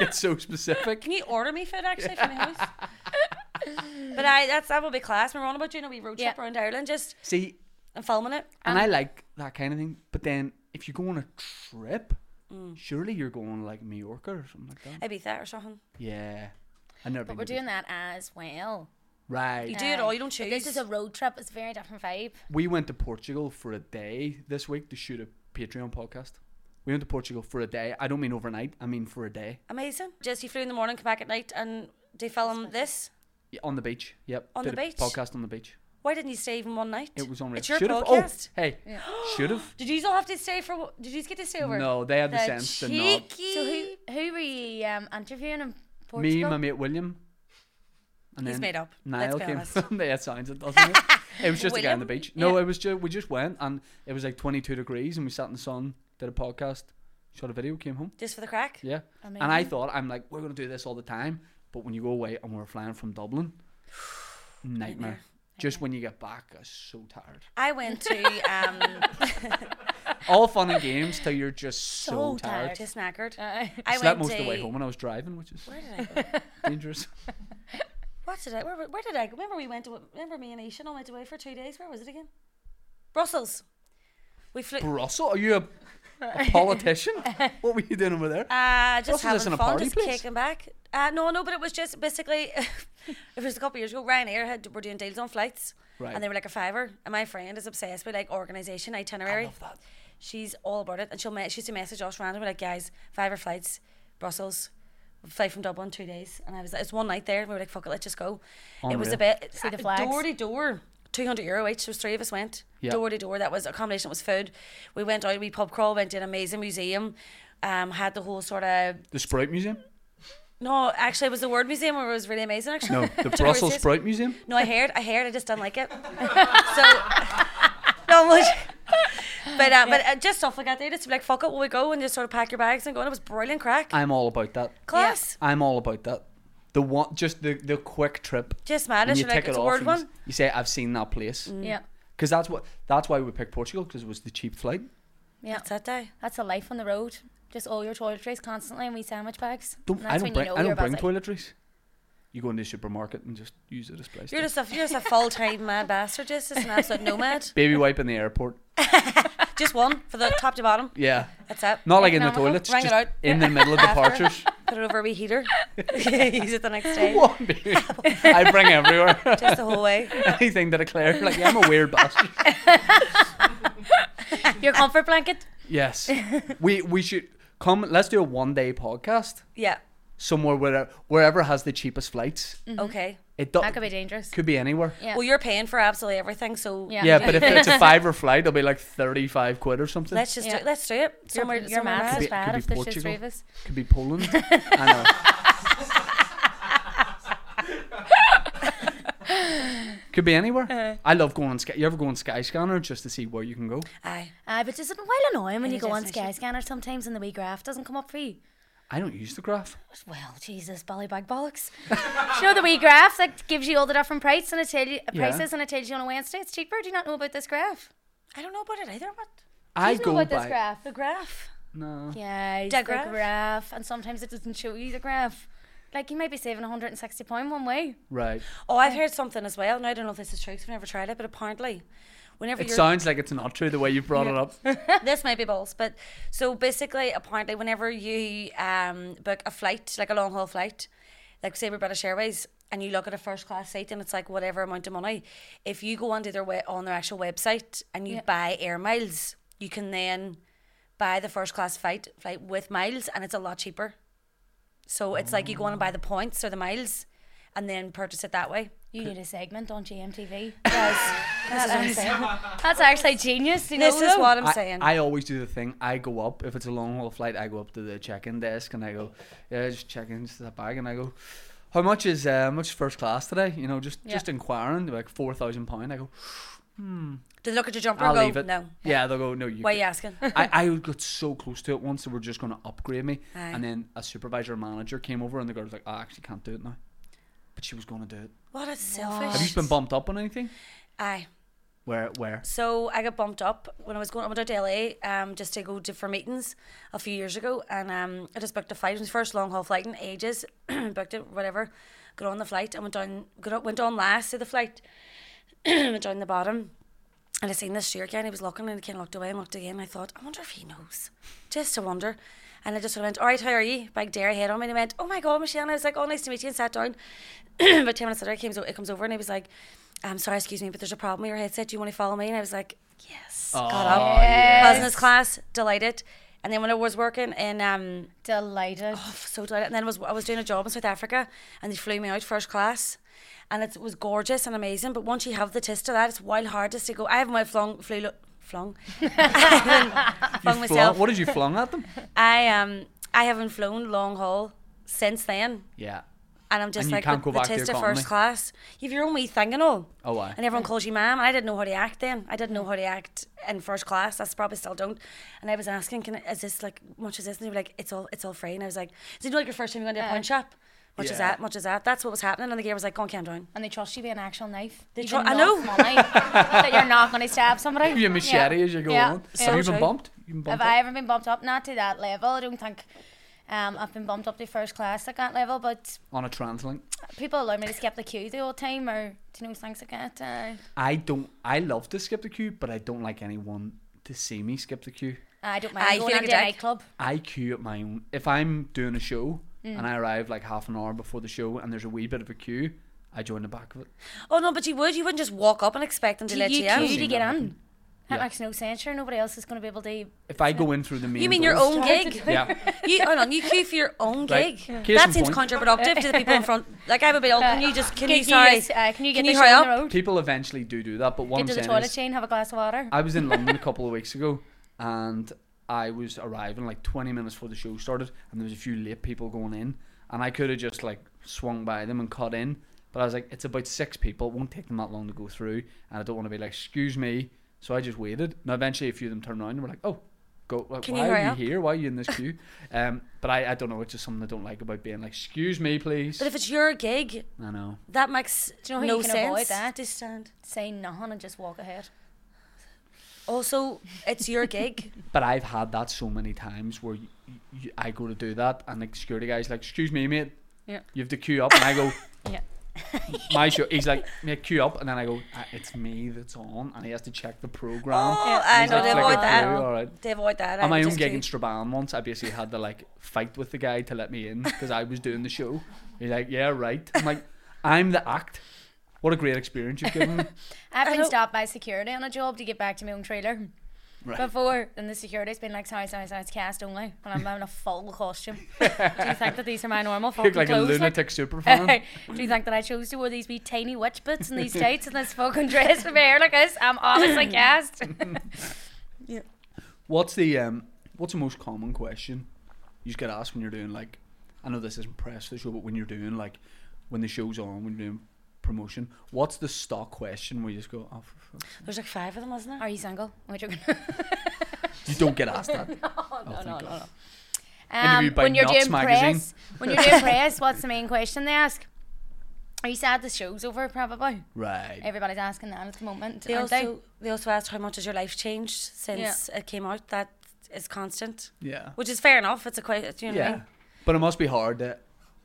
Speaker 1: It's so specific.
Speaker 2: Can you order me food actually from the house?
Speaker 3: <laughs>
Speaker 2: but I that's that will be class. We're on about doing a wee road trip
Speaker 3: Yeah.
Speaker 2: around Ireland just
Speaker 1: See,
Speaker 2: and filming it.
Speaker 1: and I like that kind of thing. But then if you go on a trip,
Speaker 2: Mm.
Speaker 1: surely you're going like Mallorca or something like that.
Speaker 2: Ibiza or something.
Speaker 1: yeah, I never.
Speaker 3: But
Speaker 1: been
Speaker 3: we're
Speaker 1: to
Speaker 3: doing that as
Speaker 1: Ibiza.
Speaker 3: well.
Speaker 1: right.
Speaker 2: You do it all, you don't
Speaker 3: But
Speaker 2: choose.
Speaker 3: This is a road trip. It's a very different vibe.
Speaker 1: We went to Portugal for a day this week to shoot a Patreon podcast. We went to Portugal for a day. I don't mean overnight. I mean for a day
Speaker 2: amazing. Just you flew in the morning, come back at night and they film this.
Speaker 1: Yeah, on the beach. Yep.
Speaker 2: On
Speaker 1: Did
Speaker 2: the
Speaker 1: a
Speaker 2: beach?
Speaker 1: Podcast on the beach.
Speaker 2: Why didn't you stay even one night?
Speaker 1: It was on.
Speaker 2: It's your
Speaker 1: should've-
Speaker 2: podcast.
Speaker 1: Oh, hey, should have.
Speaker 2: Did you all have to stay for? wh- Did you get to stay over?
Speaker 1: No, they had the,
Speaker 2: The
Speaker 1: sense to not.
Speaker 2: cheeky.
Speaker 3: So who who were you um, interviewing in Portugal?
Speaker 1: Me, my mate William, And
Speaker 2: He's
Speaker 1: then
Speaker 2: made up.
Speaker 1: Niall
Speaker 2: Let's be
Speaker 1: came
Speaker 2: honest.
Speaker 1: from <laughs> there. It sounds it doesn't it? It
Speaker 2: <laughs>
Speaker 1: was just a guy on the
Speaker 2: William?
Speaker 1: beach. No,
Speaker 2: Yeah.
Speaker 1: it was just we just went and it was like 22 degrees and we sat in the sun, did a podcast, shot a video, came home.
Speaker 2: Just for the
Speaker 1: <laughs>
Speaker 2: crack.
Speaker 1: Yeah. And I thought I'm like we're gonna do this all the time, but when you go away and we're flying from
Speaker 2: <sighs>
Speaker 1: Dublin, nightmare. Just when you get back, I'm so tired.
Speaker 2: I went to um
Speaker 1: All fun and games till you're just so,
Speaker 3: So
Speaker 1: <laughs> tired.
Speaker 3: tired.
Speaker 2: just knackered.
Speaker 3: Aye.
Speaker 2: I
Speaker 1: Slept
Speaker 2: went
Speaker 1: most
Speaker 2: to
Speaker 1: of the way home when I was driving, which is
Speaker 2: Where did I go? <laughs>
Speaker 1: dangerous.
Speaker 2: What did I? Where, where did I go? Remember we went to. Remember me and Aishan all went away for two days. Where was it again? Brussels. We flew.
Speaker 1: Brussels? Are you a,
Speaker 2: <laughs>
Speaker 1: a politician? what were you doing over there?
Speaker 2: Uh, just
Speaker 1: Brussels isn't
Speaker 2: having
Speaker 1: a
Speaker 2: fun,
Speaker 1: party
Speaker 2: just
Speaker 1: place.
Speaker 2: kicking back. Uh, no, no, but it was just basically, <laughs> it was a couple of years ago. Ryanair had were doing deals on flights,
Speaker 1: Right.
Speaker 2: and they were like a fiver. And my friend is obsessed with like organisation itinerary. She's all about it, and she'll me- she used to message us randomly like, guys, fiver flights, Brussels. Flight from Dublin, two days, and I was like, it's one night there. And we were like, fuck it, let's just go. It was a
Speaker 1: Unreal.
Speaker 2: bit
Speaker 3: See the flags.
Speaker 2: door to door, two hundred euro each. There was three of us went
Speaker 1: Yeah.
Speaker 2: door to door. That was accommodation, it was food. We went out, we pub crawl, went to an amazing museum. Um, had the whole sort of
Speaker 1: The Sprout Museum?
Speaker 2: no, actually, it was the Word Museum where it was really amazing. Actually, <laughs>
Speaker 1: No,
Speaker 2: Do you
Speaker 1: the
Speaker 2: know where
Speaker 1: Brussels
Speaker 2: it is?
Speaker 1: Sprout Museum?
Speaker 2: No, I heard, I heard, I just don't like it. <laughs> so no much. But uh, but uh, just stuff like that. They just be like, fuck it, will we go and just sort of pack your bags and go. And it was brilliant crack.
Speaker 1: I'm all about that.
Speaker 2: Class,
Speaker 1: I'm all about that. The one, just the, the quick trip.
Speaker 2: just mad.
Speaker 1: and
Speaker 2: It's
Speaker 1: you
Speaker 2: like
Speaker 1: take it
Speaker 2: it's a
Speaker 1: off
Speaker 2: word
Speaker 1: and you s-
Speaker 2: one. Mm.
Speaker 1: You say, I've seen that place.
Speaker 3: Yeah.
Speaker 1: Because that's what that's why we picked Portugal, because it was the cheap flight.
Speaker 3: Yeah.
Speaker 2: That's that day.
Speaker 3: That's a life on the road. Just all your toiletries constantly and wee sandwich bags.
Speaker 1: Don't,
Speaker 3: and
Speaker 1: I
Speaker 3: that's
Speaker 1: don't
Speaker 3: when
Speaker 1: bring,
Speaker 3: you know
Speaker 1: I
Speaker 3: you're
Speaker 1: don't bring
Speaker 3: busy.
Speaker 1: toiletries. You go into the supermarket and just use it as place.
Speaker 2: You're just a you're just a full time mad bastard. Just, just an absolute <laughs> nomad.
Speaker 1: Baby wipe in the airport.
Speaker 2: Just one for the top to bottom.
Speaker 1: Yeah.
Speaker 2: That's it.
Speaker 1: Not like in the
Speaker 3: Economical.
Speaker 1: toilets,
Speaker 2: Wring it
Speaker 1: just
Speaker 2: out.
Speaker 1: in the middle of
Speaker 2: <laughs> After.
Speaker 1: departures.
Speaker 2: Put it over a wee heater. <laughs> Use it the next
Speaker 1: <laughs>
Speaker 2: day.
Speaker 1: One baby. I bring everywhere.
Speaker 2: Just the whole way.
Speaker 1: <laughs> anything that Claire like yeah, I'm a weird bastard.
Speaker 3: <laughs> Your comfort blanket.
Speaker 1: Yes, we we should come. Let's do a one day podcast
Speaker 2: Yeah.
Speaker 1: somewhere where wherever has the cheapest flights.
Speaker 2: Okay.
Speaker 1: It do-
Speaker 3: Mm. That could be dangerous.
Speaker 1: could be anywhere.
Speaker 3: Mm-hmm. Yeah.
Speaker 2: Well, you're paying for absolutely everything, so
Speaker 3: Yeah.
Speaker 1: Yeah, but if it's
Speaker 3: <laughs>
Speaker 1: a five or flight, it'll be like thirty five quid or something.
Speaker 2: let's just
Speaker 3: Yeah.
Speaker 2: do, let's do it somewhere.
Speaker 3: your, your
Speaker 2: somewhere
Speaker 1: Could
Speaker 3: maths
Speaker 2: mad.
Speaker 1: be-
Speaker 3: is bad
Speaker 1: could be
Speaker 3: if there's just three of
Speaker 1: Portugal.
Speaker 3: us.
Speaker 1: could be Poland. I know.
Speaker 3: <laughs>
Speaker 1: Could be
Speaker 3: Uh-huh.
Speaker 1: anywhere. I love going on Sky. You ever go on Skyscanner just to see where you can go?
Speaker 2: Aye.
Speaker 3: Aye, Uh, but isn't it well annoying when you go on Skyscanner sometimes and the wee graph doesn't come up for you?
Speaker 1: I don't use the graph.
Speaker 3: Well, Jesus, ballybag bollocks. <laughs> Do you know the wee graph that gives you all the different price and it tell you,
Speaker 1: Yeah.
Speaker 3: prices and it tells you on a Wednesday it's cheaper? Do you not know about this graph?
Speaker 2: I don't know about it either. What
Speaker 1: I
Speaker 3: Do you
Speaker 1: go
Speaker 3: know about
Speaker 1: by
Speaker 3: this graph?
Speaker 2: the graph?
Speaker 1: no.
Speaker 3: Yeah, it's
Speaker 2: The
Speaker 3: the
Speaker 2: graph?
Speaker 3: graph. and sometimes it doesn't show you the graph. Like you might be saving 160 pound one way.
Speaker 1: Right.
Speaker 2: Oh, I've heard something as well. Now I don't know if this is true 'cause I've never tried it, but apparently, whenever
Speaker 1: It
Speaker 2: you're
Speaker 1: sounds like it's not true the way you brought it up.
Speaker 2: this might be balls, but so basically, apparently, whenever you um book a flight, like a long haul flight, like say with British Airways, and you look at a first class seat and it's like whatever amount of money, if you go onto their we- on their actual website and you buy air miles, you can then buy the first class flight flight with miles, and it's a lot cheaper. So it's like you go on and buy the points or the miles, and then purchase it that way.
Speaker 3: You need a segment on GMTV.
Speaker 2: This is what I'm saying.
Speaker 3: That's actually genius. You know,
Speaker 2: This is
Speaker 3: though.
Speaker 2: what I'm
Speaker 1: I-
Speaker 2: saying.
Speaker 1: I always do the thing. I go up if it's a long haul flight. I go up to the check-in desk and I go, yeah, just check in just that bag, and I go, how much is uh, how much is first class today? You know, just
Speaker 3: Yeah.
Speaker 1: just inquiring, they're like four thousand pound. I go,
Speaker 2: Do they look at your jumper
Speaker 1: I'll
Speaker 2: and
Speaker 1: leave
Speaker 2: go,
Speaker 1: it.
Speaker 2: no.
Speaker 1: Yeah, they'll go, no, you.
Speaker 2: Why are
Speaker 1: go."
Speaker 2: you asking?
Speaker 3: <laughs>
Speaker 1: I,
Speaker 2: <laughs>
Speaker 1: I got so close to it once they were just going to upgrade me,
Speaker 2: Aye.
Speaker 1: and then a supervisor manager came over and the girl was like, I actually can't do it now, but she was going to do it.
Speaker 2: What a selfish.
Speaker 1: Have you been bumped up on anything?
Speaker 2: Aye.
Speaker 1: Where where?
Speaker 2: So I got bumped up when I was going. I went out to LA um, just to go to, for meetings a few years ago, and um, I just booked a flight. It was the first long haul flight in ages. <clears throat> booked it, whatever. Got on the flight and went down. Got on, went on last to the flight. went <clears throat> down the bottom, and I seen this steer guy. and He was looking, and he kind of looked away and looked again. And I thought, I wonder if he knows, just to wonder. And I just sort of went, "All right, how are you?" Big dairy head on me. And he went, "Oh my god, Michelle!" And I was like, "Oh, nice to meet you." And sat down. <clears throat> About ten minutes later, he comes. o- He comes over, and he was like, "I'm sorry, excuse me, but there's a problem with your headset. Do you want to follow me?" And I was like, "Yes." Got up. Business class, delighted. And then when I was working in um,
Speaker 3: Delighted.
Speaker 2: so delighted. And then was I was doing a job in South Africa, and they flew me out first class, and it was gorgeous and amazing. But once you have the taste of that, it's wild hard just to go. I haven't went flung, flew, lo- flung, <laughs> I haven't flung
Speaker 1: You
Speaker 2: myself.
Speaker 1: Flung, what did you
Speaker 2: <laughs>
Speaker 1: flung at them?
Speaker 2: I um, I haven't flown long haul since then.
Speaker 1: Yeah.
Speaker 2: And I'm just
Speaker 1: And you
Speaker 2: like,
Speaker 1: can't
Speaker 2: the,
Speaker 1: go back to your
Speaker 2: taste of
Speaker 1: economy.
Speaker 2: first class. You've your own wee thing and all.
Speaker 1: Oh, aye.
Speaker 2: And everyone calls you ma'am. I didn't know how to act then. I didn't know how to act in first class. I s- probably still don't. And I was asking, can I, is this like much is this? And they were like, it's all it's all free. And I was like, so you know like your first time you go
Speaker 3: Uh-huh.
Speaker 2: into a pawn shop? Much is
Speaker 1: Yeah.
Speaker 2: that? Much is that? That's what was happening. And the guy was like, go on, calm down.
Speaker 3: And they trust you with an actual knife. They
Speaker 2: tru- I know.
Speaker 3: Money, that you're not going to stab
Speaker 1: <laughs>
Speaker 3: somebody.
Speaker 1: Give you a machete
Speaker 3: Yeah.
Speaker 1: as you go
Speaker 3: Yeah.
Speaker 1: on.
Speaker 3: Yeah.
Speaker 1: Have you been
Speaker 2: true.
Speaker 1: bumped? You've been bumped
Speaker 3: Have I
Speaker 1: up?
Speaker 3: ever been bumped up? Not to that level. I don't think um, I've been bumped up to first class at that level, but
Speaker 1: on a translink.
Speaker 3: people allow me to skip the queue the whole time or do you know things like that. Uh,
Speaker 1: I don't. I love to skip the queue, but I don't like anyone to see me skip the queue.
Speaker 3: I don't
Speaker 2: Aye,
Speaker 3: mind
Speaker 2: you
Speaker 3: going
Speaker 2: feel like
Speaker 3: into
Speaker 2: a
Speaker 3: a
Speaker 2: dick.
Speaker 3: nightclub.
Speaker 1: I queue at my own. If I'm doing a show
Speaker 3: Mm.
Speaker 1: and I arrive like half an hour before the show and there's a wee bit of a queue, I join the back of it.
Speaker 2: Oh no, but you would. You wouldn't just walk up and expect them to
Speaker 3: Do
Speaker 2: let
Speaker 3: Oh, you
Speaker 2: you
Speaker 3: queue
Speaker 2: in.
Speaker 3: to
Speaker 1: Seen
Speaker 3: get
Speaker 1: that
Speaker 3: in? That
Speaker 1: Yeah.
Speaker 3: makes no sense. Sure, nobody else is going to be able to.
Speaker 1: If I go in through the main,
Speaker 2: You mean your
Speaker 1: doors-
Speaker 2: own gig?
Speaker 1: Yeah.
Speaker 2: You hold on, you queue for your own
Speaker 1: Right.
Speaker 2: gig.
Speaker 1: Yeah. Case
Speaker 2: That
Speaker 1: in
Speaker 2: seems
Speaker 1: point.
Speaker 2: counterproductive to the people in front. Like I would be like, can you just can you sorry?
Speaker 3: get- uh, can you get
Speaker 2: can
Speaker 3: the
Speaker 2: you
Speaker 3: show
Speaker 2: hurry
Speaker 3: on the
Speaker 2: up?
Speaker 3: road?
Speaker 1: People eventually do do that, but what
Speaker 3: Get
Speaker 1: I'm
Speaker 3: to the
Speaker 1: saying
Speaker 3: toilet
Speaker 1: is,
Speaker 3: chain, have a glass of water.
Speaker 1: I was in London a couple of weeks ago, and I was arriving like 20 minutes before the show started, and there was a few late people going in, and I could have just like swung by them and cut in, but I was like, it's about six people, it won't take them that long to go through, and I don't want to be like, excuse me, so I just waited. Now eventually, a few of them turned around and were like, oh. Go, like,
Speaker 2: Can you
Speaker 1: why
Speaker 2: hurry
Speaker 1: are you
Speaker 2: up?"
Speaker 1: here? Why are you in this queue? Um, but I, I don't know. It's just something I don't like about being like, excuse me, please.
Speaker 2: But if it's your gig,
Speaker 1: I know.
Speaker 2: that makes
Speaker 3: Do you know how
Speaker 2: no
Speaker 3: you can
Speaker 2: sense.
Speaker 3: avoid that?
Speaker 2: Just stand.
Speaker 3: Say nothing and just walk ahead.
Speaker 2: Also, it's your gig.
Speaker 1: But I've had that so many times where y y I I go to do that, and the security guy's like, "Excuse me, mate,
Speaker 3: Yeah.
Speaker 1: you have to queue up," and I
Speaker 2: <laughs>
Speaker 1: go,
Speaker 3: Yeah.
Speaker 1: <laughs> "My show." He's like, "Mate, queue up," and then I go, "Ah, "It's me that's on," and he has to check the program.
Speaker 2: Oh,
Speaker 3: Yeah.
Speaker 2: I
Speaker 1: He's
Speaker 2: know
Speaker 1: like,
Speaker 2: they
Speaker 1: "Flick it
Speaker 2: avoid
Speaker 1: through,
Speaker 2: that.
Speaker 1: all right.
Speaker 2: They avoid that. I
Speaker 1: On my
Speaker 2: would
Speaker 1: own
Speaker 2: just
Speaker 1: gig in
Speaker 2: queue.
Speaker 1: Strabane once, I basically had to like fight with the guy to let me in because I was doing the show. He's like, "Yeah, right." I'm like, "I'm the act." What a great experience you've given me.
Speaker 3: I've been
Speaker 2: don't-
Speaker 3: stopped by security on a job to get back to my own trailer.
Speaker 1: Right.
Speaker 3: Before, and the security's been like, sorry, sorry, sorry, it's cast only. And I'm in a full costume. Do you think that these are my normal
Speaker 1: Look
Speaker 3: fucking
Speaker 1: like a
Speaker 3: clothes? like?
Speaker 1: lunatic
Speaker 2: <laughs>
Speaker 1: superfan.
Speaker 3: <laughs> Do you think that I chose to wear these wee tiny witch bits and these tights and this fucking dress with my hair like this? I'm
Speaker 1: <laughs>
Speaker 3: obviously cast.
Speaker 1: What's the um what's the most common question you get asked when you're doing like I know this isn't press for the show, but when you're doing like when the show's on, when you're doing promotion, what's the stock question where you just go, Oh for fuck's sake."
Speaker 2: There's like five of them, isn't there?
Speaker 3: Are you single? Am I joking?
Speaker 1: <laughs> You don't get asked that.
Speaker 3: oh, <laughs> no,
Speaker 1: thank
Speaker 3: no, no,
Speaker 1: God.
Speaker 3: no.
Speaker 1: Interviewed by
Speaker 3: Um, when you're
Speaker 1: Nuts
Speaker 3: doing
Speaker 1: magazine.
Speaker 3: press, when you're
Speaker 1: <laughs>
Speaker 3: doing press, what's the main question they ask? Are you sad the show's over? Probably.
Speaker 1: Right.
Speaker 3: Everybody's asking that at the moment.
Speaker 2: They
Speaker 3: aren't
Speaker 2: also they also asked how much has your life changed since it came out. That is constant,
Speaker 1: Yeah.
Speaker 2: which is fair enough. It's a question. You know what I
Speaker 1: Yeah.
Speaker 2: mean?
Speaker 1: But it must be hard to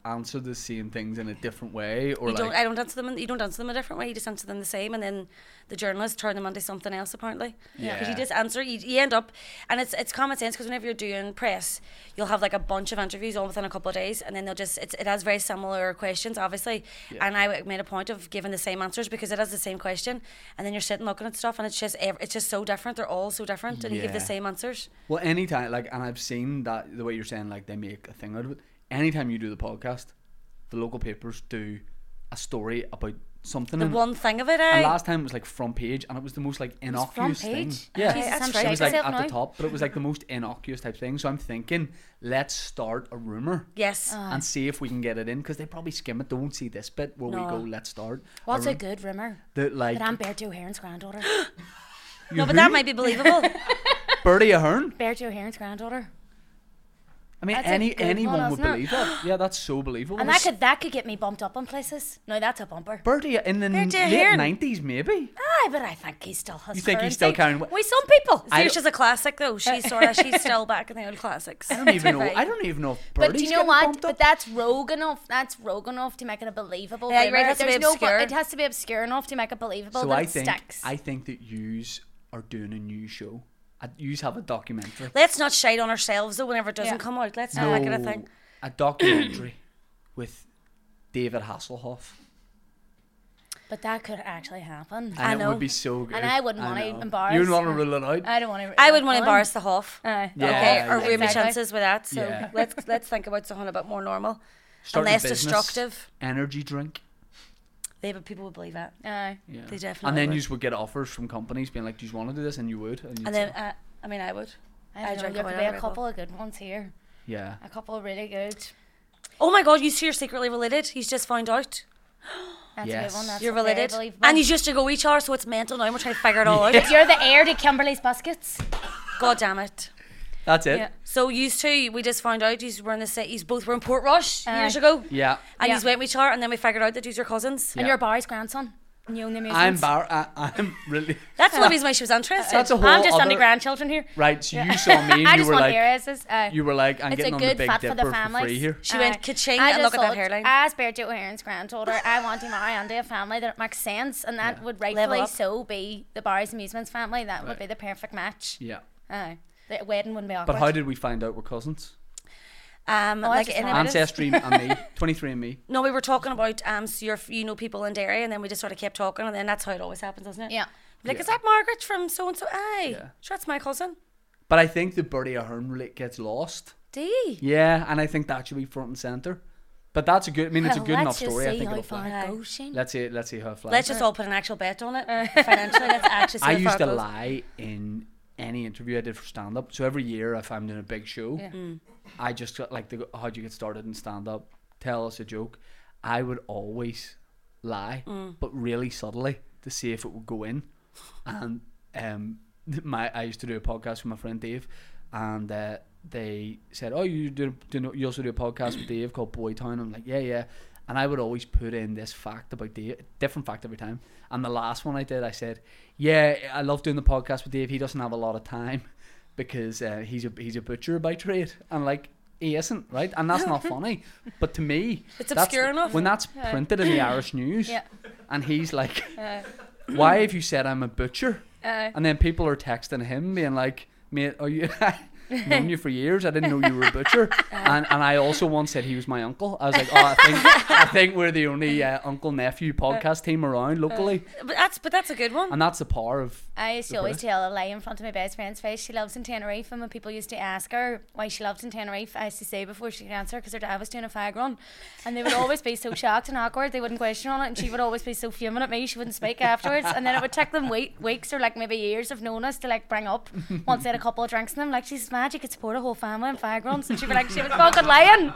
Speaker 1: answer the same things in a different way or
Speaker 2: You
Speaker 1: like
Speaker 2: don't. I don't answer them. In, you don't answer them a different way. You just answer them the same, and then the journalists turn them into something else. Apparently,
Speaker 1: Yeah.
Speaker 2: Because you just answer, you, you end up, and it's it's common sense. Because whenever you're doing press, you'll have like a bunch of interviews all within a couple of days, and then they'll just it's, it has very similar questions, obviously.
Speaker 1: Yeah.
Speaker 2: And I w- made a point of giving the same answers because it has the same question, and then you're sitting looking at stuff, and it's just ev- it's just so different. They're all so different, and you give the
Speaker 1: Yeah.
Speaker 2: same answers.
Speaker 1: Well, anytime, like, and I've seen that the way you're saying, like, they make a thing out of it. Anytime you do the podcast, the local papers do a story about something.
Speaker 2: The
Speaker 1: and-
Speaker 2: one thing of it,
Speaker 1: Hmm. And
Speaker 2: I
Speaker 1: last time it was like front page, and it was the most like
Speaker 3: front
Speaker 1: innocuous thing.
Speaker 3: page?
Speaker 1: Yeah,
Speaker 2: Jesus,
Speaker 1: it
Speaker 2: I'm shitting
Speaker 1: was like
Speaker 3: myself
Speaker 1: at the
Speaker 3: now.
Speaker 1: top, but it was like the
Speaker 3: <laughs>
Speaker 1: most innocuous type thing. So I'm thinking, let's start a rumor
Speaker 2: yes,
Speaker 1: and see if we can get it in because they probably skim it. They won't see this bit where we
Speaker 2: No.
Speaker 1: go. Let's start.
Speaker 3: they? What's a
Speaker 1: rum-
Speaker 3: good rumor?
Speaker 1: The, like
Speaker 3: That I'm Bertie O'Hearn's granddaughter.
Speaker 1: <laughs> you
Speaker 2: no, but
Speaker 1: who? <laughs>
Speaker 2: that might be believable.
Speaker 1: Bertie Ahern.
Speaker 3: Bertie O'Hearn's granddaughter.
Speaker 1: I mean,
Speaker 3: That's a
Speaker 1: any
Speaker 3: good one,
Speaker 1: anyone would
Speaker 3: isn't it?
Speaker 1: believe
Speaker 3: <gasps>
Speaker 1: that. Yeah, that's so believable.
Speaker 3: And that could that could get me bumped up on places. No, that's a bumper.
Speaker 1: Bertie in the
Speaker 2: Bertie
Speaker 1: late
Speaker 2: Ahern.
Speaker 1: nineties, maybe.
Speaker 3: Aye, but I think he still has.
Speaker 1: You think he's still
Speaker 3: currency.
Speaker 1: carrying wa-
Speaker 3: With some people.
Speaker 1: I
Speaker 2: Zeus is a classic though. She's sort
Speaker 1: <laughs>
Speaker 2: of she's still back in the old classics.
Speaker 1: I don't even know. I don't even know if Bertie's
Speaker 3: But do you know
Speaker 1: getting
Speaker 3: what?
Speaker 1: bumped
Speaker 3: But
Speaker 1: up.
Speaker 3: that's rogue enough. That's rogue enough to make it a believable.
Speaker 2: Yeah, you're
Speaker 3: rumor.
Speaker 2: right, it has to be
Speaker 3: There's no,
Speaker 2: obscure.
Speaker 3: It has to be obscure enough to make it believable.
Speaker 1: so
Speaker 3: that
Speaker 1: I
Speaker 3: it
Speaker 1: think
Speaker 3: sticks.
Speaker 1: I think that yous are doing a new show. Uh, Yous have a documentary.
Speaker 2: Let's not shade on ourselves though whenever it doesn't
Speaker 3: Yeah.
Speaker 2: come out. Let's
Speaker 3: Oh,
Speaker 2: not make it a thing.
Speaker 1: a documentary <coughs> with David Hasselhoff.
Speaker 3: But that could actually happen.
Speaker 1: And
Speaker 2: I
Speaker 1: it
Speaker 2: know.
Speaker 1: would be so good.
Speaker 3: And I wouldn't wanna
Speaker 1: know.
Speaker 3: embarrass-
Speaker 1: You wouldn't want to rule it out.
Speaker 3: I don't want to.
Speaker 2: I wouldn't want to embarrass the Hoff.
Speaker 3: Uh,
Speaker 1: Yeah,
Speaker 2: okay, or
Speaker 1: yeah,
Speaker 2: ruin my
Speaker 1: yeah.
Speaker 2: chances with that. So
Speaker 1: Yeah.
Speaker 2: let's let's think about something a bit more normal
Speaker 1: Start a
Speaker 2: and less
Speaker 1: business,
Speaker 2: destructive.
Speaker 1: Energy drink.
Speaker 2: They would people would believe that.
Speaker 3: Aye.
Speaker 1: Yeah.
Speaker 2: They definitely
Speaker 1: And then
Speaker 2: would.
Speaker 1: you would get offers from companies being like, "Do you want to do this?" And you would. And, you'd
Speaker 2: And then
Speaker 1: say,
Speaker 2: uh, I mean I would.
Speaker 3: I
Speaker 2: I
Speaker 3: don't know.
Speaker 2: drink
Speaker 3: There
Speaker 2: quite
Speaker 3: could
Speaker 2: a lot
Speaker 3: be
Speaker 2: of
Speaker 3: a
Speaker 2: Red Bull.
Speaker 3: couple of good ones here.
Speaker 1: yeah.
Speaker 3: A couple of really good.
Speaker 2: Oh my god, you two are secretly related. He's just found out.
Speaker 3: That's a
Speaker 1: Yes.
Speaker 3: good one. That's
Speaker 2: You're
Speaker 3: very
Speaker 2: related.
Speaker 3: believable. <laughs>
Speaker 2: And you just to go each other, so it's mental now. We're trying to figure it all out.
Speaker 3: You're the heir to Kimberly's biscuits.
Speaker 2: God damn it.
Speaker 1: That's it.
Speaker 3: Yeah.
Speaker 2: So you two, we just found out you were in the city. You both were in Port Rush
Speaker 3: Aye.
Speaker 2: years ago.
Speaker 1: Yeah.
Speaker 2: And
Speaker 3: Uh, Yeah.
Speaker 2: you went with each other, and then we figured out that you're your cousins.
Speaker 1: Yeah.
Speaker 3: And you're Barry's grandson. And you own the amusement.
Speaker 1: I'm bar- I, I'm really. <laughs>
Speaker 2: That's the only reason why she was interested.
Speaker 1: That's a whole
Speaker 3: I'm just on the
Speaker 1: other-
Speaker 3: grandchildren here.
Speaker 1: Right, so you saw me
Speaker 3: <laughs> I
Speaker 1: and you
Speaker 3: just
Speaker 1: were
Speaker 3: want
Speaker 1: like,
Speaker 3: hair asses. Uh,
Speaker 1: you were like, I'm
Speaker 3: it's a
Speaker 1: getting on the
Speaker 3: good
Speaker 1: Big
Speaker 3: fat
Speaker 1: Dipper
Speaker 3: for
Speaker 1: for,
Speaker 3: the families.
Speaker 1: free here.
Speaker 2: She went ka-ching and look at that hairline.
Speaker 3: As Bridget O'Haron's granddaughter, I want to marry into a family that makes sense, and that
Speaker 1: Yeah.
Speaker 3: would
Speaker 2: Level
Speaker 3: rightfully
Speaker 2: up.
Speaker 3: so be the Barry's Amusements family. That
Speaker 1: Right.
Speaker 3: would be the perfect match.
Speaker 1: Yeah.
Speaker 3: Aye. the wedding wouldn't be awkward.
Speaker 1: But how did we find out we're cousins?
Speaker 2: Um,
Speaker 3: Oh, I
Speaker 2: like
Speaker 3: just
Speaker 2: in
Speaker 3: wanted-
Speaker 2: a-
Speaker 1: Ancestry and me, 23 and me.
Speaker 2: no, we were talking about um, so you're, you know people in Derry, and then we just sort of kept talking, and then that's how it always happens, doesn't it?
Speaker 3: Yeah.
Speaker 2: Like,
Speaker 1: Yeah.
Speaker 2: is that Margaret from so and so? Aye,
Speaker 1: Yeah.
Speaker 2: sure, that's my cousin.
Speaker 1: But I think the Bertie Ahern relate gets lost.
Speaker 2: Do you?
Speaker 1: Yeah, and I think that should be front and centre. But that's a good, I mean, it's a
Speaker 3: Well,
Speaker 1: good enough
Speaker 3: let's just
Speaker 1: story. I
Speaker 3: see
Speaker 1: think
Speaker 3: how
Speaker 1: it'll
Speaker 3: far
Speaker 1: fly.
Speaker 3: it
Speaker 2: Aye.
Speaker 3: goes, Shane.
Speaker 1: Let's see, let's see how it flies.
Speaker 2: Let's just all put an actual bet on it financially. Let's actually. See
Speaker 1: I
Speaker 2: how far
Speaker 1: used
Speaker 2: it
Speaker 1: to
Speaker 2: goes.
Speaker 1: lie in any interview I did for stand up. So every year, if I'm doing a big show,
Speaker 3: Yeah.
Speaker 1: I just got like, the, how'd you get started in stand up? Tell us a joke. I would always lie, but really subtly to see if it would go in. And um, <laughs> my I used to do a podcast with my friend Dave, and uh, they said, "Oh, you do, do you know- you also do a podcast with Dave called Boy Town." I'm like, "Yeah, yeah." And I would always put in this fact about Dave, different fact every time. And the last one I did, I said, "Yeah, I love doing the podcast with Dave. He doesn't have a lot of time <laughs> because uh, he's a he's a butcher by trade, and like he isn't right, and that's not funny. But to me,
Speaker 2: It's
Speaker 1: that's-
Speaker 2: obscure enough.
Speaker 1: When that's
Speaker 3: Yeah.
Speaker 1: printed in the Irish News,
Speaker 3: Yeah.
Speaker 1: and he's
Speaker 3: <laughs>
Speaker 1: like,
Speaker 3: Uh,
Speaker 1: "Why have you said I'm a butcher?"
Speaker 3: uh,
Speaker 1: And then people are texting him, being like, "Mate, are you?" <laughs> I've known you for years. I didn't know you were a
Speaker 3: <laughs>
Speaker 1: butcher, and and I also once said he was my uncle. I was like, oh, I think I think we're the only uh, uncle nephew podcast team around locally,
Speaker 2: But that's but that's a good one.
Speaker 1: and that's the power of
Speaker 3: I used to
Speaker 1: Good
Speaker 3: always
Speaker 1: boy.
Speaker 3: tell a lie in front of my best friend's face. She lives in Tenerife, and when people used to ask her why she lived in Tenerife, I used to say before she could answer because her dad was doing a fag run, and they would always be so shocked and awkward. They wouldn't question on it, and she would always be so fuming at me. She wouldn't speak afterwards, and then it would take them wait, weeks or like maybe years of knowing us to like bring up once they had a couple of drinks in them. Like she's mad, you could support a whole family in fag runs, and she'd be like, she was fucking lying.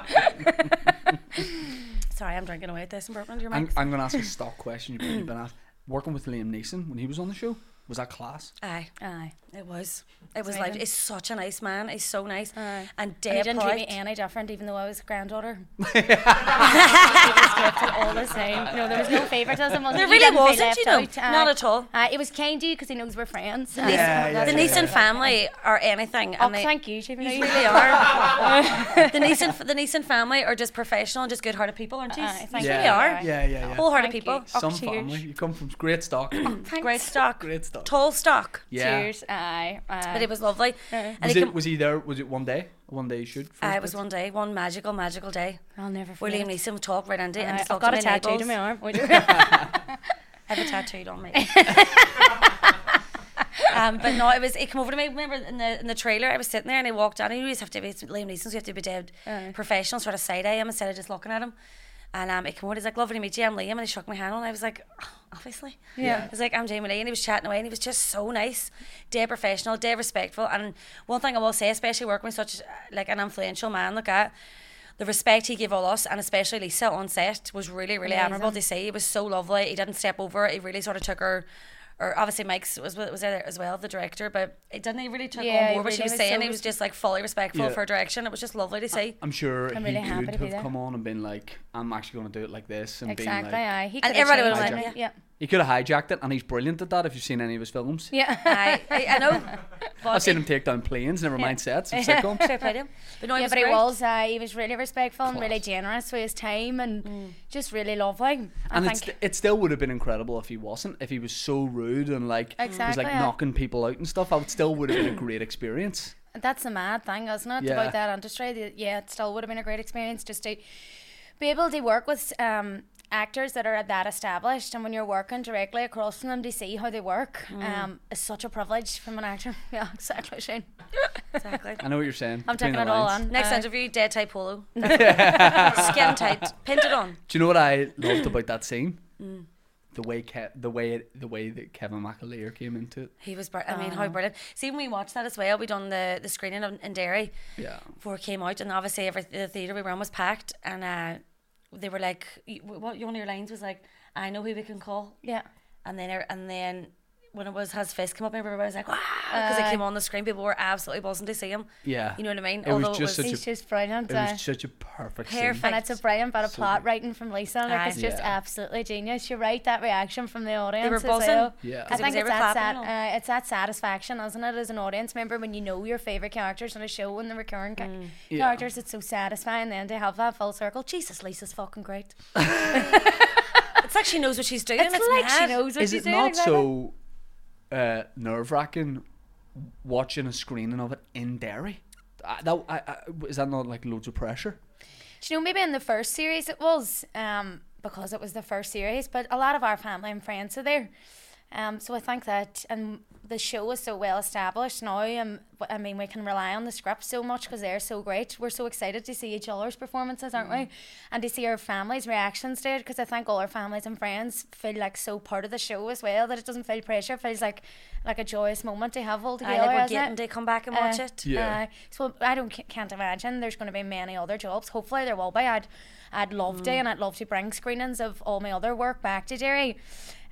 Speaker 2: Sorry, I'm drinking away at this in Portland. Your
Speaker 1: I'm,
Speaker 2: mic.
Speaker 1: I'm going to
Speaker 3: <laughs>
Speaker 1: ask a stock question you've probably been asked. Working with Liam Neeson when he was on the show, was that class?
Speaker 2: Aye,
Speaker 3: Aye.
Speaker 2: it was. It was
Speaker 3: Amazing.
Speaker 2: like he's such a nice man. He's so nice
Speaker 3: Aye.
Speaker 2: and
Speaker 3: And
Speaker 2: dead
Speaker 3: he didn't treat me
Speaker 2: polite.
Speaker 3: any different, even though I was granddaughter. <laughs> he just kept it all the same. No, there
Speaker 1: <laughs>
Speaker 3: was no favouritism. wasn't
Speaker 2: There
Speaker 3: he? He
Speaker 2: really
Speaker 3: didn't feel
Speaker 2: wasn't, you know,
Speaker 3: left out.
Speaker 2: not
Speaker 3: Uh,
Speaker 2: at all.
Speaker 3: Uh, it was kind to you because he knows we're friends. Uh,
Speaker 1: Yeah, yeah,
Speaker 2: The
Speaker 1: yeah,
Speaker 2: Neeson family are anything.
Speaker 3: Oh,
Speaker 2: and they-
Speaker 3: thank you, Jamie.
Speaker 2: You really
Speaker 3: <laughs>
Speaker 2: are. the Neeson, the Neeson family are just professional and just good-hearted people, aren't you?
Speaker 3: Aye,
Speaker 2: you
Speaker 3: Uh, thank
Speaker 2: really
Speaker 3: you.
Speaker 2: are.
Speaker 3: Aye.
Speaker 1: Yeah, yeah, yeah.
Speaker 2: Wholehearted
Speaker 3: Thank
Speaker 2: people.
Speaker 3: you.
Speaker 1: Some
Speaker 3: Oh, cheers.
Speaker 1: family. You come from great
Speaker 3: <coughs>
Speaker 1: stock.
Speaker 2: Great stock.
Speaker 1: Great stock.
Speaker 2: Tall stock.
Speaker 1: yeah.
Speaker 3: Cheers. Aye. aye.
Speaker 2: But it was lovely. And
Speaker 1: Was,
Speaker 2: he
Speaker 1: it,
Speaker 2: came-
Speaker 1: was he there? Was it one day? One day you should? first
Speaker 2: I was
Speaker 1: date?
Speaker 2: one day, one magical, magical day.
Speaker 3: I'll never forget.
Speaker 2: Where Liam Neeson would talk right into it and
Speaker 3: Aye,
Speaker 2: just
Speaker 3: Uh, I've
Speaker 2: looked
Speaker 3: got a
Speaker 2: at my
Speaker 3: tattoo to
Speaker 2: nipples.
Speaker 3: my <laughs> arm.
Speaker 1: <laughs>
Speaker 3: Would you?
Speaker 2: I have a tattooed
Speaker 3: <laughs>
Speaker 2: on me. <laughs> um, but no, it was. It came over to me. Remember in the in the trailer, I was sitting there and he walked down. And you just have to be it's Liam Neeson. So you have to be dead
Speaker 3: Aye.
Speaker 2: professional, sort of side eye him instead of just looking at him. And um, it came over. He's like, "Lovely to meet you. I'm Liam." And he shook my hand, and I was like, "Oh, "Obviously."
Speaker 3: Yeah.
Speaker 2: He's like, "I'm Jamie Lee," and he was chatting away, and he was just so nice, dead professional, dead respectful. And one thing I will say, especially working with such uh, like an influential man like that. The respect he gave all us, and especially Lisa on set, was really, really admirable to
Speaker 3: Amazing.
Speaker 2: see. He was so lovely. He didn't step over. it. He really sort of took her, or obviously Mike's was was there as well, the director. But it didn't. He really took
Speaker 3: Yeah,
Speaker 2: on
Speaker 3: he
Speaker 2: board what she
Speaker 3: really
Speaker 2: was
Speaker 3: was
Speaker 2: saying.
Speaker 3: so Oh.
Speaker 2: he was just like fully respectful
Speaker 1: Yeah.
Speaker 2: of her direction. It was just lovely to see.
Speaker 1: I'm sure
Speaker 3: I'm
Speaker 1: he
Speaker 3: really happy
Speaker 1: could
Speaker 3: to be there.
Speaker 1: have come on and been like, I'm actually going to do it like this. And
Speaker 3: exactly.
Speaker 1: Being like,
Speaker 3: Aye. He
Speaker 2: And
Speaker 3: could've
Speaker 2: everybody would've
Speaker 3: changed
Speaker 1: went,
Speaker 3: it. Yeah.
Speaker 1: he could have hijacked it, and he's brilliant at that if you've seen any of his films.
Speaker 3: <laughs> Yeah.
Speaker 2: I, I, I know. But
Speaker 1: I've seen him take down planes, never mind
Speaker 3: <laughs>
Speaker 1: sets of sitcoms.
Speaker 2: Fair play to him. But no, he
Speaker 3: yeah,
Speaker 2: was
Speaker 3: but he
Speaker 2: great.
Speaker 3: was. Uh, he was really respectful and really
Speaker 1: Class. Mm.
Speaker 3: generous with his time and just really lovely. I
Speaker 1: And
Speaker 3: think.
Speaker 1: it's, it still would have been incredible if he wasn't, if he was so rude and like was
Speaker 3: Exactly,
Speaker 1: like
Speaker 3: yeah.
Speaker 1: knocking people out and stuff. I would still would have been a great experience.
Speaker 3: That's the mad thing, isn't it,
Speaker 1: Yeah.
Speaker 3: about that industry? that- Yeah, it still would have been a great experience just to be able to work with um, actors that are that established, and when you're working directly across from them to see how they work, um, is such a privilege from an actor. <laughs> yeah, exactly, Shane.
Speaker 2: Exactly.
Speaker 1: I know what you're saying.
Speaker 3: I'm
Speaker 1: between
Speaker 3: taking
Speaker 1: the
Speaker 3: it all
Speaker 1: lines.
Speaker 3: on.
Speaker 2: Next
Speaker 3: Uh,
Speaker 2: interview, dead
Speaker 1: <laughs>
Speaker 2: tight polo, skin tight, pinned it on. <coughs> Mm.
Speaker 1: Do you know what I loved about that scene? the way Ke- the way it, the way that Kevin McAleer came into it.
Speaker 2: He was, br- I mean,
Speaker 3: Uh-huh.
Speaker 2: how brilliant. See, when we watched that as well, we done the, the screening in, in Derry
Speaker 1: Yeah.
Speaker 2: before it came out, and obviously every the theatre we were in was packed, and uh, they were like, you- what one of your lines was like, I know who we can call,
Speaker 3: Yeah.
Speaker 2: and then er, and then when it was his fist come up, everybody was like, wow, because
Speaker 3: Uh,
Speaker 2: it came on the screen. People were absolutely buzzing to see him.
Speaker 1: Yeah.
Speaker 2: You know what I mean?
Speaker 1: It was just such
Speaker 3: He's
Speaker 1: a-
Speaker 3: just brilliant.
Speaker 1: It
Speaker 3: uh,
Speaker 1: was such a perfect. scene.
Speaker 2: Perfect.
Speaker 3: and it's a brilliant bit of plot writing from Lisa. Like, it's
Speaker 2: Aye.
Speaker 3: just
Speaker 1: Yeah.
Speaker 3: absolutely genius. You're right, that reaction from the audience. as
Speaker 2: buzzing.
Speaker 3: well.
Speaker 1: Yeah. 'Cause
Speaker 3: I
Speaker 1: it
Speaker 3: think
Speaker 2: was
Speaker 3: it's
Speaker 2: every
Speaker 3: that,
Speaker 2: clapping
Speaker 3: sat- uh, it's that satisfaction, isn't it, as an audience member when you know your favourite characters on a show and the recurring ca-
Speaker 1: Yeah.
Speaker 3: characters. It's so satisfying then to have that full circle. Jesus, Lisa's fucking great.
Speaker 2: It's like she knows what she's doing.
Speaker 3: It's,
Speaker 2: It's,
Speaker 3: like
Speaker 2: mad.
Speaker 3: she knows what
Speaker 1: Is
Speaker 3: she's
Speaker 1: it
Speaker 3: doing.
Speaker 1: not
Speaker 3: exactly.
Speaker 1: so uh, nerve wracking watching a screening of it in Derry? I, that, I, I, is that not like loads of pressure?
Speaker 3: Do you know, maybe in the first series it was, um, because it was the first series, but a lot of our family and friends are there. Um, so I think that, and the show is so well established now. Um, w- I mean, we can rely on the script so much because they're so great. We're so excited to see each other's performances, aren't we?
Speaker 2: Mm-hmm.
Speaker 3: And to see our families' reactions to it, because I think all our families and friends feel like so part of the show as well that it doesn't feel pressure. It feels like like a joyous moment to have all
Speaker 2: I
Speaker 3: together.
Speaker 2: like we're
Speaker 3: isn't it?
Speaker 2: getting to come back and watch
Speaker 3: Uh,
Speaker 2: it.
Speaker 1: Yeah.
Speaker 3: uh, so I don't ca- can't imagine there's going to be many other jobs. Hopefully there will be. I'd I'd love
Speaker 1: Mm.
Speaker 3: to, and I'd love to bring screenings of all my other work back to Derry.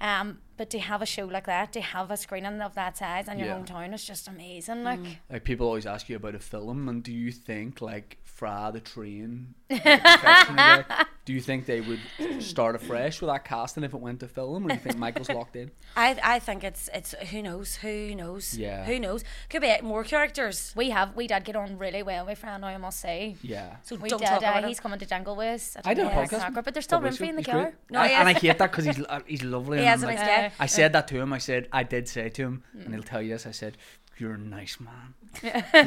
Speaker 3: Um, but to have a show like that, to have a screening of that size in your
Speaker 1: Yeah. Mm.
Speaker 3: hometown is just amazing. Like
Speaker 1: Like people always ask you about a film, and do you think like Fra the Train? like, Confession of
Speaker 2: <laughs>
Speaker 1: a- do you think they would start afresh with that casting if it went to film, or do you think Michael's locked in?
Speaker 2: I I think it's it's who knows who knows
Speaker 1: Yeah.
Speaker 2: who knows could be more characters.
Speaker 3: we have, we did get on really well with Fran. I must say.
Speaker 1: Yeah.
Speaker 2: So
Speaker 3: We
Speaker 2: don't
Speaker 3: did.
Speaker 2: talk about it.
Speaker 3: Uh, he's coming to Jungle with us.
Speaker 1: I did a
Speaker 3: don't know,
Speaker 1: podcast.
Speaker 3: Soccer,
Speaker 1: with
Speaker 3: but there's still
Speaker 1: Bobby
Speaker 3: room for you in the
Speaker 1: Sue. He's great.
Speaker 3: killer.
Speaker 2: No,
Speaker 1: I-
Speaker 2: he
Speaker 1: and I
Speaker 2: is.
Speaker 1: hate that because he's lo- he's lovely.
Speaker 3: <laughs>
Speaker 2: He
Speaker 1: and
Speaker 2: is a
Speaker 1: I'm
Speaker 2: nice
Speaker 1: like-
Speaker 2: guy.
Speaker 1: I said that to him. I said I did say to him,
Speaker 3: Mm.
Speaker 1: and he'll tell you this. I said, "You're a nice
Speaker 3: <laughs>
Speaker 1: man.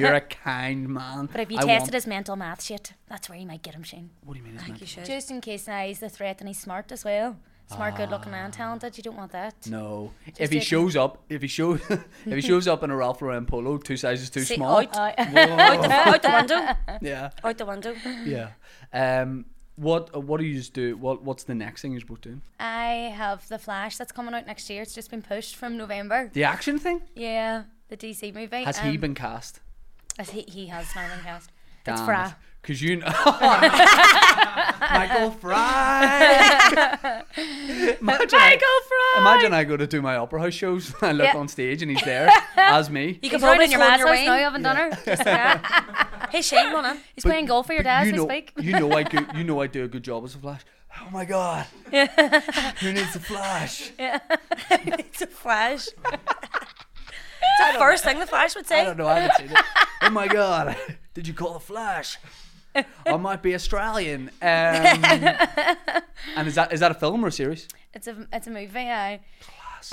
Speaker 1: You're a kind man."
Speaker 3: But if you
Speaker 1: I
Speaker 3: tested
Speaker 1: want-
Speaker 3: his mental math shit, that's where you might get him, Shane.
Speaker 1: what do you mean? His
Speaker 2: I think
Speaker 1: mental
Speaker 2: you should.
Speaker 3: Just in case now he's the threat and he's smart as well. Smart, good looking, and talented. You don't want that.
Speaker 1: Ah. No. if he
Speaker 3: take-
Speaker 1: shows up, if he shows, <laughs> if
Speaker 3: <laughs>
Speaker 1: he shows up in a Ralph Lauren polo, two sizes too
Speaker 2: See,
Speaker 1: small.
Speaker 2: out,
Speaker 3: Uh,
Speaker 2: out the, out the window,
Speaker 1: <laughs> Yeah,
Speaker 2: out the window.
Speaker 1: <laughs> yeah. Um, what uh, what do you do? What what's the next thing you're both doing?
Speaker 3: I have the Flash that's coming out next year. It's just been pushed from November.
Speaker 1: The action thing?
Speaker 3: Yeah, the DC movie.
Speaker 1: Has he
Speaker 3: Um,
Speaker 1: been cast?
Speaker 3: Has he, he has now been cast. It's
Speaker 1: Damn
Speaker 3: Fra.
Speaker 1: Because you
Speaker 3: <laughs>
Speaker 1: know. Michael Fry! imagine, I,
Speaker 3: Michael Fra.
Speaker 1: imagine I go to do my Opera House shows and I look
Speaker 3: Yeah.
Speaker 1: on stage and he's
Speaker 3: <laughs>
Speaker 1: there as me.
Speaker 2: You
Speaker 3: He's
Speaker 2: can
Speaker 3: right
Speaker 2: probably
Speaker 3: in your man's house
Speaker 2: way.
Speaker 3: now. I haven't done her. Just that.
Speaker 1: <laughs>
Speaker 3: <laughs>
Speaker 2: Hey Shane, on him.
Speaker 3: He's
Speaker 1: But-
Speaker 3: playing golf for your
Speaker 1: but
Speaker 3: dad as
Speaker 1: you
Speaker 3: we
Speaker 1: know,
Speaker 3: speak.
Speaker 1: You know, I go, you know I do a good job as a Flash. Oh my
Speaker 3: <laughs>
Speaker 1: god! Who needs a Flash?
Speaker 2: It's a <laughs> flash. it's the first thing the flash would
Speaker 1: I
Speaker 2: say.
Speaker 1: don't know. I haven't seen it. Oh my god! <laughs> Did you call the flash? I might be Australian.
Speaker 3: <laughs>
Speaker 1: Um, and is that is that a film or a series?
Speaker 3: It's a it's a movie. I.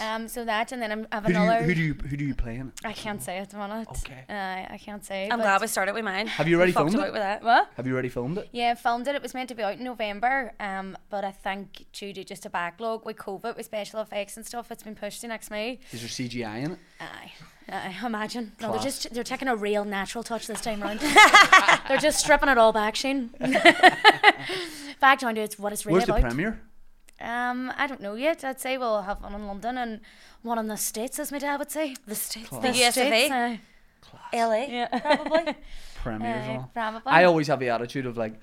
Speaker 3: Um. So that, and then I'm, I have
Speaker 1: Who do you
Speaker 3: another.
Speaker 1: who do you who do you play in it?
Speaker 3: I can't say it. I'm not.
Speaker 1: Okay.
Speaker 3: Uh, I can't say.
Speaker 2: I'm
Speaker 3: but-
Speaker 2: glad we started with mine. Have
Speaker 1: you already
Speaker 2: fucked
Speaker 1: filmed
Speaker 2: about
Speaker 1: it?
Speaker 2: with that?
Speaker 3: What?
Speaker 1: Have you already filmed it?
Speaker 3: Yeah, filmed it. It was meant to be out in November, um, but I think due to just a backlog with COVID, with special effects and stuff, it's been pushed to next May.
Speaker 1: Is there CGI in it?
Speaker 3: Aye, aye, Uh, imagine. No, they're
Speaker 1: Class.
Speaker 3: just they're taking a real natural touch this
Speaker 1: <laughs>
Speaker 3: time round. they're just stripping it all back, Shane. <laughs> back down to it's what it's really
Speaker 1: Where's the
Speaker 3: about.
Speaker 1: premiere?
Speaker 3: um, I don't know yet. I'd say we'll have one in London and one in the States, as my dad would say.
Speaker 2: The states, the,
Speaker 1: Class.
Speaker 2: US of
Speaker 3: States, uh,
Speaker 2: A,
Speaker 3: aye.
Speaker 2: LA.
Speaker 3: <laughs> probably.
Speaker 1: Premieres
Speaker 3: Aye,
Speaker 1: all.
Speaker 3: probably.
Speaker 1: I always have the attitude of like,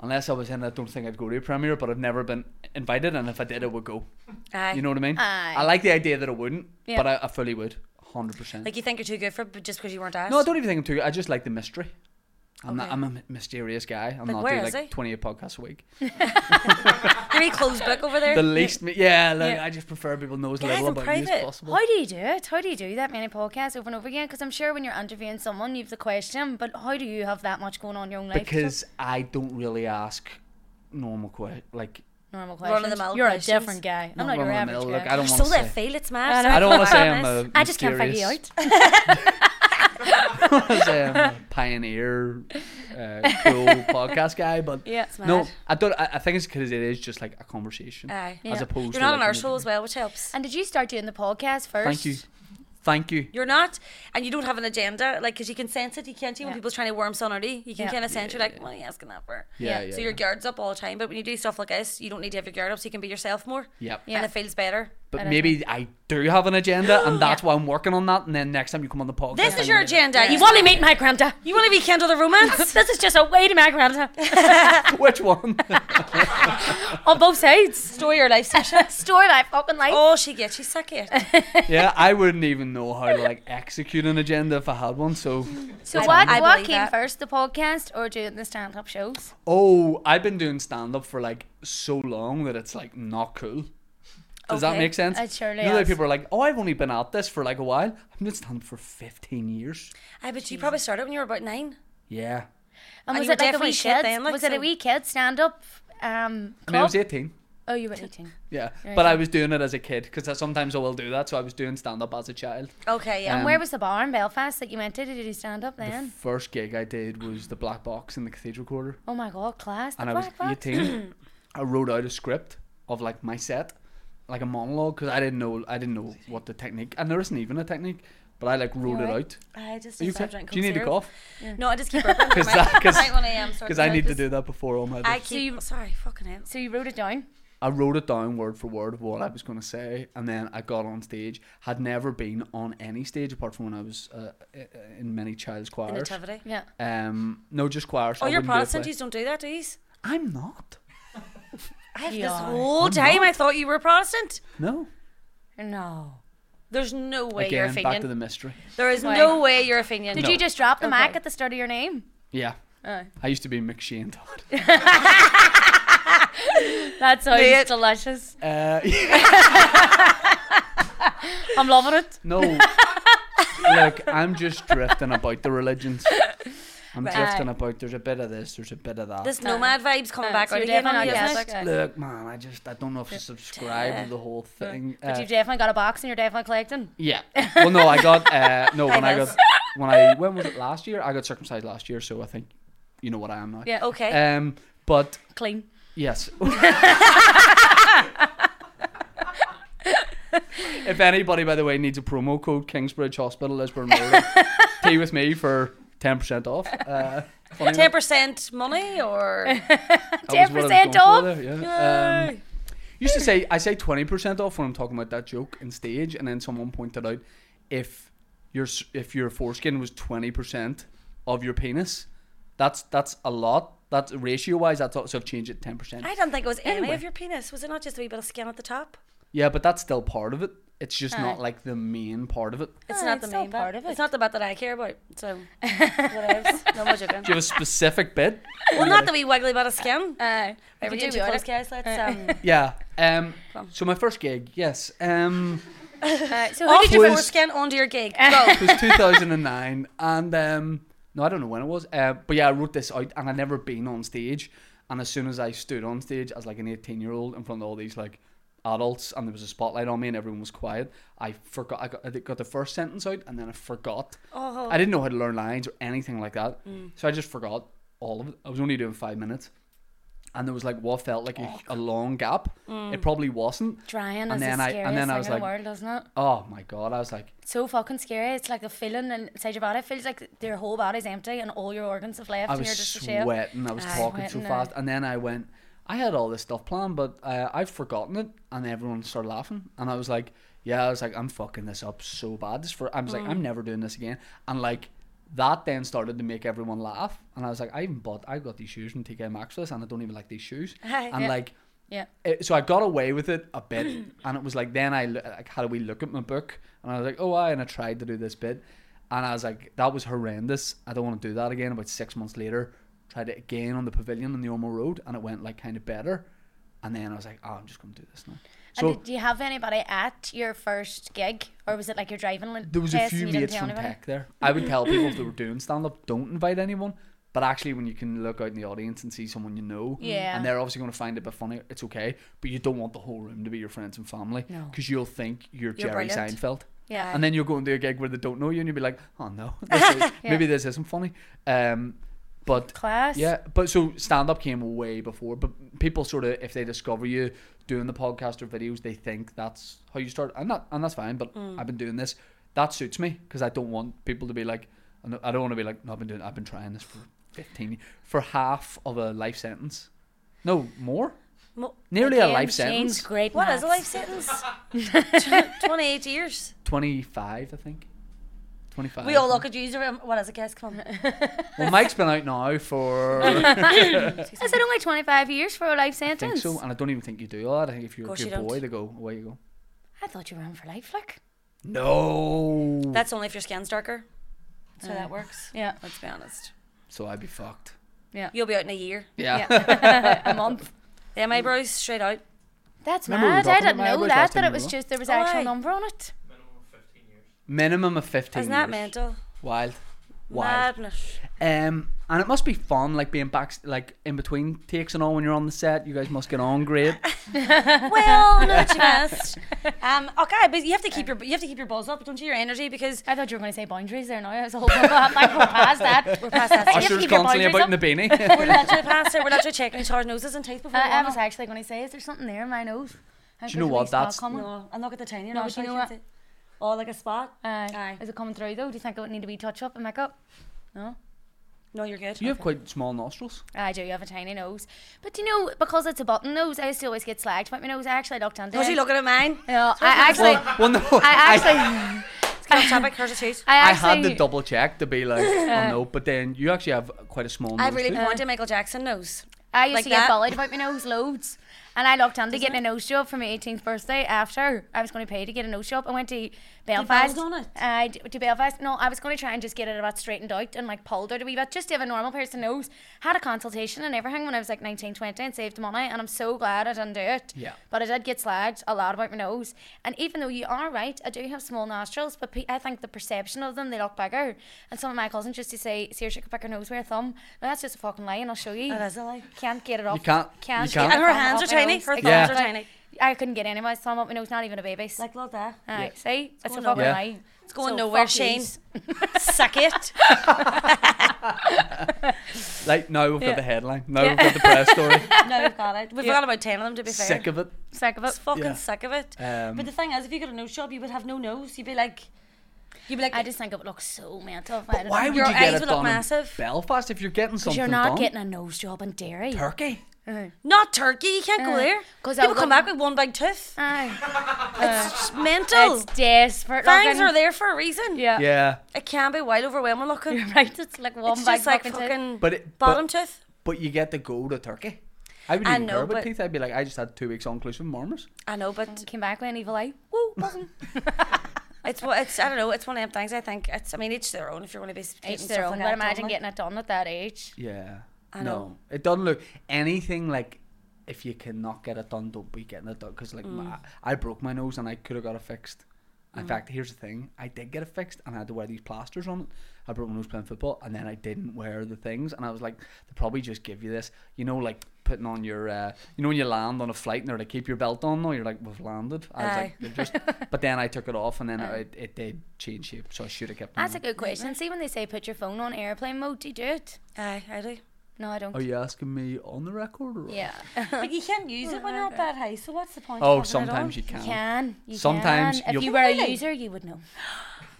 Speaker 1: unless I was in, it, I don't think I'd go to a premiere, but I've never been invited, and if I did, I would go.
Speaker 2: Aye.
Speaker 1: You know what I mean?
Speaker 3: Aye.
Speaker 1: I like the idea that I wouldn't,
Speaker 3: Yeah.
Speaker 1: but I, I fully would, hundred percent.
Speaker 2: Like you think you're too good for it, but just because you weren't asked.
Speaker 1: No, I don't even think I'm too. I just like the mystery. I'm, not,
Speaker 2: Okay.
Speaker 1: I'm a m- mysterious guy. I'm
Speaker 2: Like,
Speaker 1: not
Speaker 2: where
Speaker 1: doing
Speaker 2: is
Speaker 1: like
Speaker 2: he?
Speaker 1: 28 podcasts a week.
Speaker 2: Your wee closed book over there.
Speaker 1: The least, mi- yeah, like,
Speaker 3: Yeah.
Speaker 1: I just prefer people know as
Speaker 2: Guys,
Speaker 1: little
Speaker 2: I'm
Speaker 1: about me as
Speaker 2: private.
Speaker 1: possible.
Speaker 3: How do you do it? How do you do that many podcasts over and over again? Because I'm sure when you're interviewing someone, you've the question, but how do you have that much going on in your own life?
Speaker 1: Because I don't really ask normal questions. Like,
Speaker 3: Just normal questions.
Speaker 2: run-of-the-mill
Speaker 3: you're
Speaker 2: questions.
Speaker 3: a different guy. I'm
Speaker 1: not
Speaker 3: not your
Speaker 1: run-of-the-mill,
Speaker 3: average
Speaker 1: Look,
Speaker 3: guy.
Speaker 1: I don't
Speaker 2: so
Speaker 1: want to
Speaker 2: left
Speaker 1: say.
Speaker 2: field, it's mad.
Speaker 1: I don't want to say I'm
Speaker 2: Madness.
Speaker 1: a.
Speaker 3: I just can't figure you
Speaker 1: mysterious-
Speaker 3: out.
Speaker 1: I don't wanna <laughs> say I'm a pioneer, uh, cool podcast guy, but
Speaker 3: <laughs> Yeah.
Speaker 1: no,
Speaker 2: mad.
Speaker 1: I don't. I, I think it's because it is just like a conversation,
Speaker 2: Aye.
Speaker 1: as
Speaker 3: Yeah.
Speaker 1: opposed
Speaker 2: You're
Speaker 1: to
Speaker 2: not an
Speaker 1: like, an
Speaker 2: arsehole as well, which helps.
Speaker 3: And did you start doing the podcast first?
Speaker 1: Thank you. Thank you.
Speaker 2: You're not, and you don't have an agenda, like, because you can sense it. You can't you when
Speaker 3: Yeah.
Speaker 2: people's trying to worm someone out of you. You can
Speaker 3: Yeah.
Speaker 2: kind of sense you're like, what are you asking that for?
Speaker 1: Yeah,
Speaker 3: Yeah.
Speaker 1: yeah.
Speaker 2: so your guard's up all the time, but when you do stuff like this, you don't need to have your guard up, so you can be yourself more.
Speaker 1: Yep.
Speaker 3: Yeah.
Speaker 2: And it feels better.
Speaker 1: But
Speaker 3: I don't
Speaker 1: maybe I do have an agenda, and that's why I'm working on that. And then next time you come on the podcast,
Speaker 2: This
Speaker 1: I'm
Speaker 2: is your
Speaker 1: gonna-
Speaker 2: agenda.
Speaker 3: You
Speaker 2: You want
Speaker 3: want to meet my granda?
Speaker 2: you want to be Kendall the <laughs> romance?
Speaker 3: This is just a way to my granda
Speaker 1: <laughs> Which one?
Speaker 3: on both sides.
Speaker 2: Story or life session.
Speaker 3: <laughs> Story life, fucking life.
Speaker 2: Oh, she gets you suck <laughs> it.
Speaker 1: yeah, I wouldn't even know how to like execute an agenda if I had one. So,
Speaker 3: so
Speaker 2: I-
Speaker 3: what?
Speaker 2: I
Speaker 3: what
Speaker 2: believe
Speaker 3: came
Speaker 2: that.
Speaker 3: first, the podcast or doing the stand-up shows?
Speaker 1: oh, I've been doing stand up for like so long that it's like not cool. Does that
Speaker 2: Okay,
Speaker 1: make sense?
Speaker 3: it surely
Speaker 1: you know, like,
Speaker 3: is.
Speaker 1: people are like, "Oh, I've only been at this for like a while. I've been doing stand up for 15 years."
Speaker 2: I bet you probably started when you were about nine.
Speaker 1: Yeah,
Speaker 3: And,
Speaker 2: And
Speaker 3: was
Speaker 2: you
Speaker 3: it
Speaker 2: were
Speaker 3: like a
Speaker 2: definitely
Speaker 3: wee
Speaker 2: shit
Speaker 3: kid?
Speaker 2: then, like,
Speaker 3: was it a
Speaker 2: so-
Speaker 3: wee kid stand-up? Um,
Speaker 1: I mean, I
Speaker 3: club?
Speaker 1: was 18.
Speaker 3: oh, you were 18.
Speaker 1: Yeah,
Speaker 3: Right.
Speaker 1: but I was doing it as a kid because sometimes I will do that. So I was doing stand up as a child.
Speaker 2: Okay, yeah.
Speaker 1: Um,
Speaker 3: Where was the bar in Belfast that you went to? Did you do stand-up
Speaker 1: The
Speaker 3: then?
Speaker 1: first gig I did was the Black Box in the Cathedral Quarter,
Speaker 3: Oh my god, class. The
Speaker 1: and I was
Speaker 3: black box.
Speaker 1: 18. I wrote out a script of like my set, like a monologue, because I didn't know I didn't know what the technique, and there isn't even a technique, but I like wrote
Speaker 3: You
Speaker 1: it
Speaker 3: alright?
Speaker 1: out.
Speaker 2: I just
Speaker 1: Are you
Speaker 2: need to
Speaker 1: okay?
Speaker 2: drink Coke
Speaker 1: Do you need to
Speaker 2: syrup.
Speaker 1: cough?
Speaker 2: No, I just keep
Speaker 1: <laughs>
Speaker 2: burping.
Speaker 1: Because
Speaker 2: <laughs> I might-
Speaker 1: that- 'cause-
Speaker 2: might wanna, um, sort
Speaker 1: Because
Speaker 2: it
Speaker 1: I
Speaker 2: out,
Speaker 1: need to
Speaker 2: 'cause
Speaker 1: do that before all my.
Speaker 2: I
Speaker 1: I,
Speaker 2: keep.
Speaker 3: you-
Speaker 2: sorry, fucking hell.
Speaker 3: So you wrote it down.
Speaker 1: I wrote it down word for word of what I was going to say, and then I got on stage. Had never been on any stage apart from when I was uh, i- i- in many child's
Speaker 2: The
Speaker 1: choirs.
Speaker 2: nativity.
Speaker 3: Yeah.
Speaker 1: Um, no, just choirs.
Speaker 2: Oh,
Speaker 1: I
Speaker 2: you're
Speaker 1: wouldn't do a
Speaker 2: Protestant.
Speaker 1: play.
Speaker 2: You don't do that, do you?
Speaker 1: I'm not.
Speaker 2: I have
Speaker 3: Yeah.
Speaker 2: this whole
Speaker 1: I'm
Speaker 2: time
Speaker 1: not.
Speaker 2: I thought you were Protestant.
Speaker 1: No.
Speaker 3: No.
Speaker 2: There's no way you're
Speaker 1: Again, back
Speaker 2: Athenian.
Speaker 1: to the mystery.
Speaker 2: there is
Speaker 3: Why?
Speaker 2: no way you're Athenian.
Speaker 3: Did
Speaker 1: No.
Speaker 3: you just drop the mic
Speaker 2: Okay.
Speaker 3: at the start of your name?
Speaker 1: Yeah.
Speaker 3: Oh.
Speaker 1: I used to be McShane Todd.
Speaker 3: That sounds
Speaker 2: Mate.
Speaker 3: delicious.
Speaker 1: Uh, <laughs>
Speaker 3: I'm loving it.
Speaker 1: no. Look, I'm just drifting about the religions. I'm
Speaker 2: Right.
Speaker 1: drifting about. There's a bit of this. There's a bit of that.
Speaker 2: This nomad vibe's coming back
Speaker 3: So
Speaker 2: out
Speaker 3: you're
Speaker 2: again on
Speaker 3: definitely
Speaker 2: you,
Speaker 3: not
Speaker 2: isn't it?
Speaker 3: Catholic.
Speaker 1: Look, man, I just I don't know if I subscribe to the whole thing.
Speaker 3: But
Speaker 1: Uh,
Speaker 3: you've definitely got a box and you're definitely collecting.
Speaker 1: yeah. Well, no, I got uh, no when I
Speaker 2: Yes.
Speaker 1: got when I when was it last year? I got circumcised last year, so I think you know what I am now.
Speaker 3: Yeah.
Speaker 2: Okay.
Speaker 1: Um, but
Speaker 3: Clean.
Speaker 1: Yes. if anybody, by the way, needs a promo code, Kingsbridge Hospital, Lisburn Road, tea with me for 10% off. Uh, funny
Speaker 2: Ten
Speaker 1: enough,
Speaker 2: percent money or
Speaker 1: that was what I was
Speaker 3: 10%
Speaker 1: going for
Speaker 3: off.
Speaker 1: there, yeah. Um, used to say, I say 20% off when I'm talking about that joke in stage, and then someone pointed out if your s- if your foreskin was 20% of your penis, that's that's a lot. That's ratio wise, that's also I've changed it 10%.
Speaker 2: I don't think it was any
Speaker 1: Anyway.
Speaker 2: of your penis. Was it not just a wee bit of skin at the top?
Speaker 1: Yeah, but that's still part of it. It's just
Speaker 3: Aye.
Speaker 1: not like the main part of it.
Speaker 2: It's
Speaker 3: Ah,
Speaker 2: not
Speaker 3: it's
Speaker 2: the
Speaker 3: still
Speaker 2: main
Speaker 3: part
Speaker 2: bit.
Speaker 3: of it.
Speaker 2: It's not the bit that I care about. So
Speaker 3: <laughs>
Speaker 2: whatevs. No more joking.
Speaker 1: Do you have a specific bit?
Speaker 2: Well, not the wee wiggly bit of skin.
Speaker 3: Uh,
Speaker 2: We
Speaker 3: we
Speaker 2: could
Speaker 3: do Uh,
Speaker 2: do
Speaker 3: we
Speaker 2: close
Speaker 3: oughta-
Speaker 2: guys. Let's um.
Speaker 3: <laughs>
Speaker 1: Yeah. Um. So my first gig, yes, um,
Speaker 3: uh, so who
Speaker 2: Off
Speaker 3: did
Speaker 2: your
Speaker 3: you
Speaker 1: was-
Speaker 2: foreskin onto your
Speaker 3: <laughs>
Speaker 2: gig. Go.
Speaker 1: was 2009, and um, no, I don't know when it was. Uh, but yeah, I wrote this out, and I'd never been on stage. And as soon as I stood on stage as like an 18 year old in front of all these like adults, and there was a spotlight on me, and everyone was quiet, I forgot. I got, I got the first sentence out, and then I forgot.
Speaker 2: Oh.
Speaker 1: I didn't know how to learn lines or anything like that. So I just forgot all of it. I was only doing five minutes. And there was like what felt like a, a long gap. It probably wasn't.
Speaker 3: Drying
Speaker 1: And
Speaker 3: is
Speaker 1: then
Speaker 3: the
Speaker 1: I- and
Speaker 3: scariest
Speaker 1: then I
Speaker 3: thing
Speaker 1: was
Speaker 3: in
Speaker 1: like-
Speaker 3: the world, isn't it?
Speaker 1: Oh my god! I was like,
Speaker 3: It's so fucking scary. It's like a feeling inside your body. It feels like your whole body's empty and all your organs have left
Speaker 1: I
Speaker 3: and
Speaker 1: was
Speaker 3: you're just ashamed.
Speaker 1: sweating. I was
Speaker 3: Aye.
Speaker 1: talking so
Speaker 3: Sweating,
Speaker 1: fast, and then I went. I had all this stuff planned, but uh, I've forgotten it, and everyone started laughing, and I was like, "Yeah," I was like, "I'm fucking this up so bad." This for I was like,
Speaker 3: Mm.
Speaker 1: "I'm never doing this again," and like that then started to make everyone laugh, and I was like, "I even bought, I got these shoes from TK Maxx for this, and I don't even like these shoes,"
Speaker 2: Aye.
Speaker 1: and
Speaker 3: <laughs> Yeah.
Speaker 1: like
Speaker 3: Yeah.
Speaker 1: it, Eh, so I got away with it a bit, <clears throat> and it was like then I lo- like how do we look at my book, and I was like, oh, I and I tried to do this bit, and I was like, that was horrendous. I don't want to do that again. About six months later, tried it again on the pavilion on the Ormo Road, and it went like kind of better, and then I was like, oh, I'm just gonna do this now. So
Speaker 3: and did you have anybody at your first gig, or was it like your driving? li-
Speaker 1: there was a
Speaker 3: test
Speaker 1: few
Speaker 3: and you didn't
Speaker 1: mates
Speaker 3: tell
Speaker 1: from
Speaker 3: anybody? Mm.
Speaker 1: tech there. I would tell people if they were doing stand up, don't invite anyone. But actually, when you can look out in the audience and see someone you know,
Speaker 3: Yeah.
Speaker 1: and they're obviously going to find it a bit funny, it's okay. But you don't want the whole room to be your friends and family
Speaker 3: No.
Speaker 1: because you'll think you're, Jerry
Speaker 2: brilliant.
Speaker 1: Seinfeld.
Speaker 3: Yeah.
Speaker 1: And then you'll go and do a gig where they don't know you, and you'll be like, "Oh
Speaker 3: <laughs>
Speaker 1: no, this is, maybe this isn't funny." Um, but
Speaker 3: Class.
Speaker 1: yeah, but so stand up came way before. But people sort of, if they discover you
Speaker 2: Mm.
Speaker 1: doing the podcast or videos, they think that's how you start, and that and that's fine. But I've been doing this. that suits me because I don't want people to be like, I don't- I don't want to be like, no, I've been doing, I've been trying this for 15 years, for half of a life sentence. No, more?
Speaker 2: Mo-
Speaker 1: Nearly a
Speaker 3: Again,
Speaker 1: life
Speaker 3: Shane's
Speaker 1: sentence.
Speaker 3: Great
Speaker 2: What is a
Speaker 3: maths.
Speaker 2: life
Speaker 3: <laughs>
Speaker 2: sentence? 28 years.
Speaker 1: 25, I think. 25.
Speaker 2: We all look at you. and- What is it, guys? Come
Speaker 3: <laughs>
Speaker 2: on.
Speaker 1: Well, Mike's been out now
Speaker 2: <laughs>
Speaker 1: for,
Speaker 3: I said only 25 years for a life
Speaker 1: I think
Speaker 3: sentence.
Speaker 1: so, and I don't even think you do that. I think if you're a
Speaker 2: Course you
Speaker 1: good
Speaker 2: don't.
Speaker 1: boy, they go, away you go.
Speaker 3: I thought you were on for life, like.
Speaker 1: No!
Speaker 2: That's only if your skin's darker. That's
Speaker 3: Uh,
Speaker 2: how that works.
Speaker 3: Yeah.
Speaker 2: Let's be honest.
Speaker 1: so I'd be fucked.
Speaker 2: You'll be out in a year.
Speaker 1: Yeah.
Speaker 3: <laughs> a month.
Speaker 2: Them eyebrows straight out.
Speaker 3: That's
Speaker 1: Remember we were
Speaker 3: mad. I
Speaker 1: talking
Speaker 3: didn't
Speaker 1: about
Speaker 3: know
Speaker 1: eyebrows
Speaker 3: that,
Speaker 1: last
Speaker 3: that
Speaker 1: time
Speaker 3: it
Speaker 1: you
Speaker 3: was
Speaker 1: were
Speaker 3: just there was
Speaker 2: Oh,
Speaker 3: actual
Speaker 2: aye.
Speaker 3: number on it.
Speaker 4: minimum of 15 years.
Speaker 1: <laughs> Minimum of 15
Speaker 2: Isn't that
Speaker 1: years.
Speaker 2: mental?
Speaker 1: Wild. Wild.
Speaker 2: Madness.
Speaker 3: <laughs>
Speaker 1: Um, and it must be fun, like being back, like in between takes and all when you're on the set. You guys must get on great.
Speaker 2: well, no
Speaker 3: <laughs>
Speaker 2: chest. Um, okay, but you have to keep your you have to keep your balls up, don't you? Your energy because
Speaker 3: I thought you were going to say boundaries there now. I was all <laughs> about like, we're past that. We're <laughs> past that. You have to
Speaker 1: Usher's
Speaker 3: keep your
Speaker 1: constantly
Speaker 3: boundaries
Speaker 1: about in the
Speaker 3: up.
Speaker 1: beanie.
Speaker 2: we're literally past it. We're literally checking each other's noses and teeth before.
Speaker 3: Uh, I-
Speaker 2: we
Speaker 3: I
Speaker 2: go
Speaker 3: was
Speaker 2: on.
Speaker 3: actually going to say, is there something there in my nose?
Speaker 1: Do you know what? That's-
Speaker 3: Uh,
Speaker 2: No, and look at the tiny.
Speaker 3: No,
Speaker 2: No,
Speaker 3: but you
Speaker 2: you
Speaker 3: know
Speaker 2: know
Speaker 3: what?
Speaker 2: Oh, like a spot.
Speaker 3: Aye.
Speaker 2: Aye.
Speaker 3: Is it coming through though? Do you think it would need to be touch up and makeup? No.
Speaker 2: No, you're good.
Speaker 1: you have quite small nostrils.
Speaker 3: I do have a tiny nose, but you know because it's a button nose, I used to always get slagged about my nose. I actually looked into
Speaker 2: Was
Speaker 3: it.
Speaker 2: you looking at mine?
Speaker 3: Yeah, I actually,
Speaker 1: Well, well, no,
Speaker 3: I actually,
Speaker 2: Can I tap it? Here's a
Speaker 3: <laughs>
Speaker 2: tooth.
Speaker 3: I
Speaker 1: I had
Speaker 3: actually
Speaker 1: to double check to be like, oh no, but then you actually have quite a small nose.
Speaker 2: I really
Speaker 1: too.
Speaker 2: pointed Michael Jackson nose.
Speaker 3: I used
Speaker 2: like
Speaker 3: to
Speaker 2: that.
Speaker 3: get bullied about my nose loads. And I looked into getting a nose job for my 18th birthday after I was going to pay to get a nose job. I went to Belfast.
Speaker 2: done it?
Speaker 3: I d- to Belfast. No, I was going to try and just get it about straightened out and like pulled out a wee bit just to have a normal person nose. Had a consultation and everything when I was like 19, 20 and saved money. And I'm so glad I didn't do it.
Speaker 1: Yeah.
Speaker 3: But I did get slagged a lot about my nose. And even though you are right, I do have small nostrils, but pe- I think the perception of them, they look bigger. And some of my cousins used to say, seriously, I could pick her nose with a thumb. No, that's just a fucking lie and I'll show you.
Speaker 2: That is a lie.
Speaker 3: Can't get it off.
Speaker 1: can't- you can't.
Speaker 2: And her
Speaker 3: get it
Speaker 2: hands
Speaker 3: off
Speaker 2: are
Speaker 3: my
Speaker 2: tiny.
Speaker 3: nose.
Speaker 2: Her
Speaker 3: I
Speaker 2: thumbs
Speaker 3: can't.
Speaker 2: are tiny.
Speaker 3: I couldn't get any of my thumb up my nose, not even a baby's. Like,
Speaker 2: Like love that.
Speaker 3: Aye, see, it's a
Speaker 2: going
Speaker 3: fucking
Speaker 1: nowhere.
Speaker 3: lie.
Speaker 2: It's going
Speaker 3: So
Speaker 2: nowhere,
Speaker 3: fuck
Speaker 2: Shane.
Speaker 3: yous. <laughs>
Speaker 2: Suck it.
Speaker 1: <laughs> Like now we've got
Speaker 3: Yeah.
Speaker 1: the headline. Now we've got the press story.
Speaker 2: No, we've got it. We've
Speaker 3: Yeah.
Speaker 2: got about ten of them to be fair.
Speaker 1: Sick of it.
Speaker 3: Sick of
Speaker 2: It's
Speaker 3: it.
Speaker 2: fucking
Speaker 1: Yeah.
Speaker 2: sick of it.
Speaker 1: Um,
Speaker 2: but the thing is, if you got a nose job, you would have no nose. You'd be like, you'd be like,
Speaker 3: I just think it would look so mental. If I
Speaker 1: but
Speaker 3: had a
Speaker 1: why
Speaker 3: thumb.
Speaker 1: would
Speaker 2: Your
Speaker 1: you get
Speaker 2: eyes
Speaker 1: it
Speaker 2: would look
Speaker 1: done
Speaker 2: massive.
Speaker 1: in Belfast if you're getting something
Speaker 3: you're not
Speaker 1: done?
Speaker 3: getting a nose job in Derry?
Speaker 1: Turkey.
Speaker 2: not turkey. You can't go
Speaker 3: Uh,
Speaker 2: there.
Speaker 3: 'cause I
Speaker 2: People come
Speaker 3: wouldn't-
Speaker 2: back with one big tooth.
Speaker 3: Aye,
Speaker 2: It's mental.
Speaker 3: it's desperate.
Speaker 2: Fangs
Speaker 3: looking.
Speaker 2: are there for a reason.
Speaker 3: Yeah.
Speaker 1: Yeah,
Speaker 2: It can be wild overwhelming looking.
Speaker 3: You're <laughs> right. It's like one
Speaker 2: It's
Speaker 3: big
Speaker 2: just like
Speaker 3: fucking tooth.
Speaker 2: fucking
Speaker 1: but it,
Speaker 2: bottom
Speaker 1: but,
Speaker 2: tooth.
Speaker 1: but you get to go to Turkey. I wouldn't
Speaker 2: I
Speaker 1: even
Speaker 2: know,
Speaker 1: care about
Speaker 2: but-
Speaker 1: teeth. I'd be like, I just had two weeks on inclusive Mormons.
Speaker 2: I know, but
Speaker 3: Came back with an evil eye.
Speaker 2: woo, buzzing. <laughs> it's what it's. I don't know. It's one of them things. I think it's. I mean, each their own. If you're going to be eating
Speaker 3: Each
Speaker 2: stuff
Speaker 3: their own.
Speaker 2: like
Speaker 3: But
Speaker 2: that,
Speaker 3: imagine
Speaker 2: don't
Speaker 3: getting it done at that age.
Speaker 1: Yeah. no,
Speaker 2: I know.
Speaker 1: it doesn't look anything like. If you cannot get it done, don't be getting it done. Because like my,
Speaker 2: Mm.
Speaker 1: I broke my nose and I could have got it fixed. In fact, here's the thing: I did get it fixed, and I had to wear these plasters on it. I broke my nose playing football, and then I didn't wear the things, and I was like, they probably just give you this, you know, like putting on your, uh, you know, when you land on a flight and they're like, keep your belt on. No, you're like, we've landed. I was
Speaker 2: Aye.
Speaker 1: like, they're just. but then I took it off, and
Speaker 2: <laughs>
Speaker 1: then it, it did change shape, so I should have kept. them
Speaker 3: That's a
Speaker 1: on.
Speaker 3: good question. See when they say put your phone on airplane mode, do you do it?
Speaker 2: Aye, I <laughs> do.
Speaker 3: No, I don't.
Speaker 1: Are Oh, you asking me on the record? Or
Speaker 3: yeah.
Speaker 2: But you can't use it when you're up that high. So what's the point? of
Speaker 1: Oh,
Speaker 2: having it on?
Speaker 1: sometimes you
Speaker 3: You
Speaker 1: can.
Speaker 3: can. You
Speaker 1: Sometimes
Speaker 3: can.
Speaker 1: you'll-
Speaker 3: if you were a
Speaker 2: Really?
Speaker 3: user, you would know.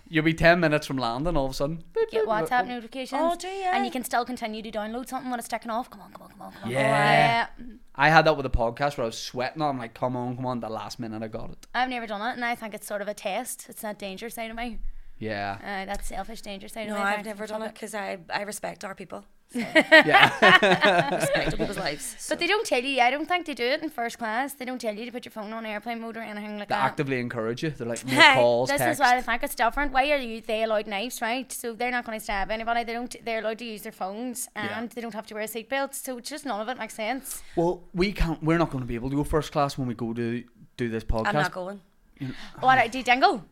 Speaker 1: You'll be 10 minutes from landing all of a sudden. Boop,
Speaker 3: Get
Speaker 1: boop, boop,
Speaker 3: WhatsApp
Speaker 1: boop.
Speaker 3: notifications.
Speaker 2: Oh, do you?
Speaker 3: And you can still continue to download something when it's ticking off. Come on, come on, come on, come on.
Speaker 1: Yeah.
Speaker 3: Oh, I-
Speaker 1: I had that with a podcast where I was sweating. I'm like, come on, come on. The last minute I got it.
Speaker 3: I've never done it, and I think it's sort of a test. It's that danger side of me.
Speaker 1: Yeah.
Speaker 3: Uh, that selfish danger side
Speaker 2: No,
Speaker 3: of me.
Speaker 2: I've never done it because I I respect our people.
Speaker 3: <laughs>
Speaker 1: Yeah.
Speaker 2: Respect people's lives. So.
Speaker 3: But they don't tell you. I don't think they do it in first class. They don't tell you to put your phone on airplane mode or anything like
Speaker 1: they
Speaker 3: that.
Speaker 1: actively encourage you. They're like, more
Speaker 2: Hey,
Speaker 1: calls,
Speaker 3: This
Speaker 1: text.
Speaker 3: is why I think it's different. Why are you they allowed knives, right? So they're not going to stab anybody. They don't. They're allowed to use their phones, and they don't have to wear seatbelts. So it's just none of it makes sense.
Speaker 1: well, we can't, we're not going to be able to go first class when we go to do this podcast.
Speaker 2: I'm not going.
Speaker 1: <sighs>
Speaker 3: What I
Speaker 1: <laughs>
Speaker 3: do, Dingle?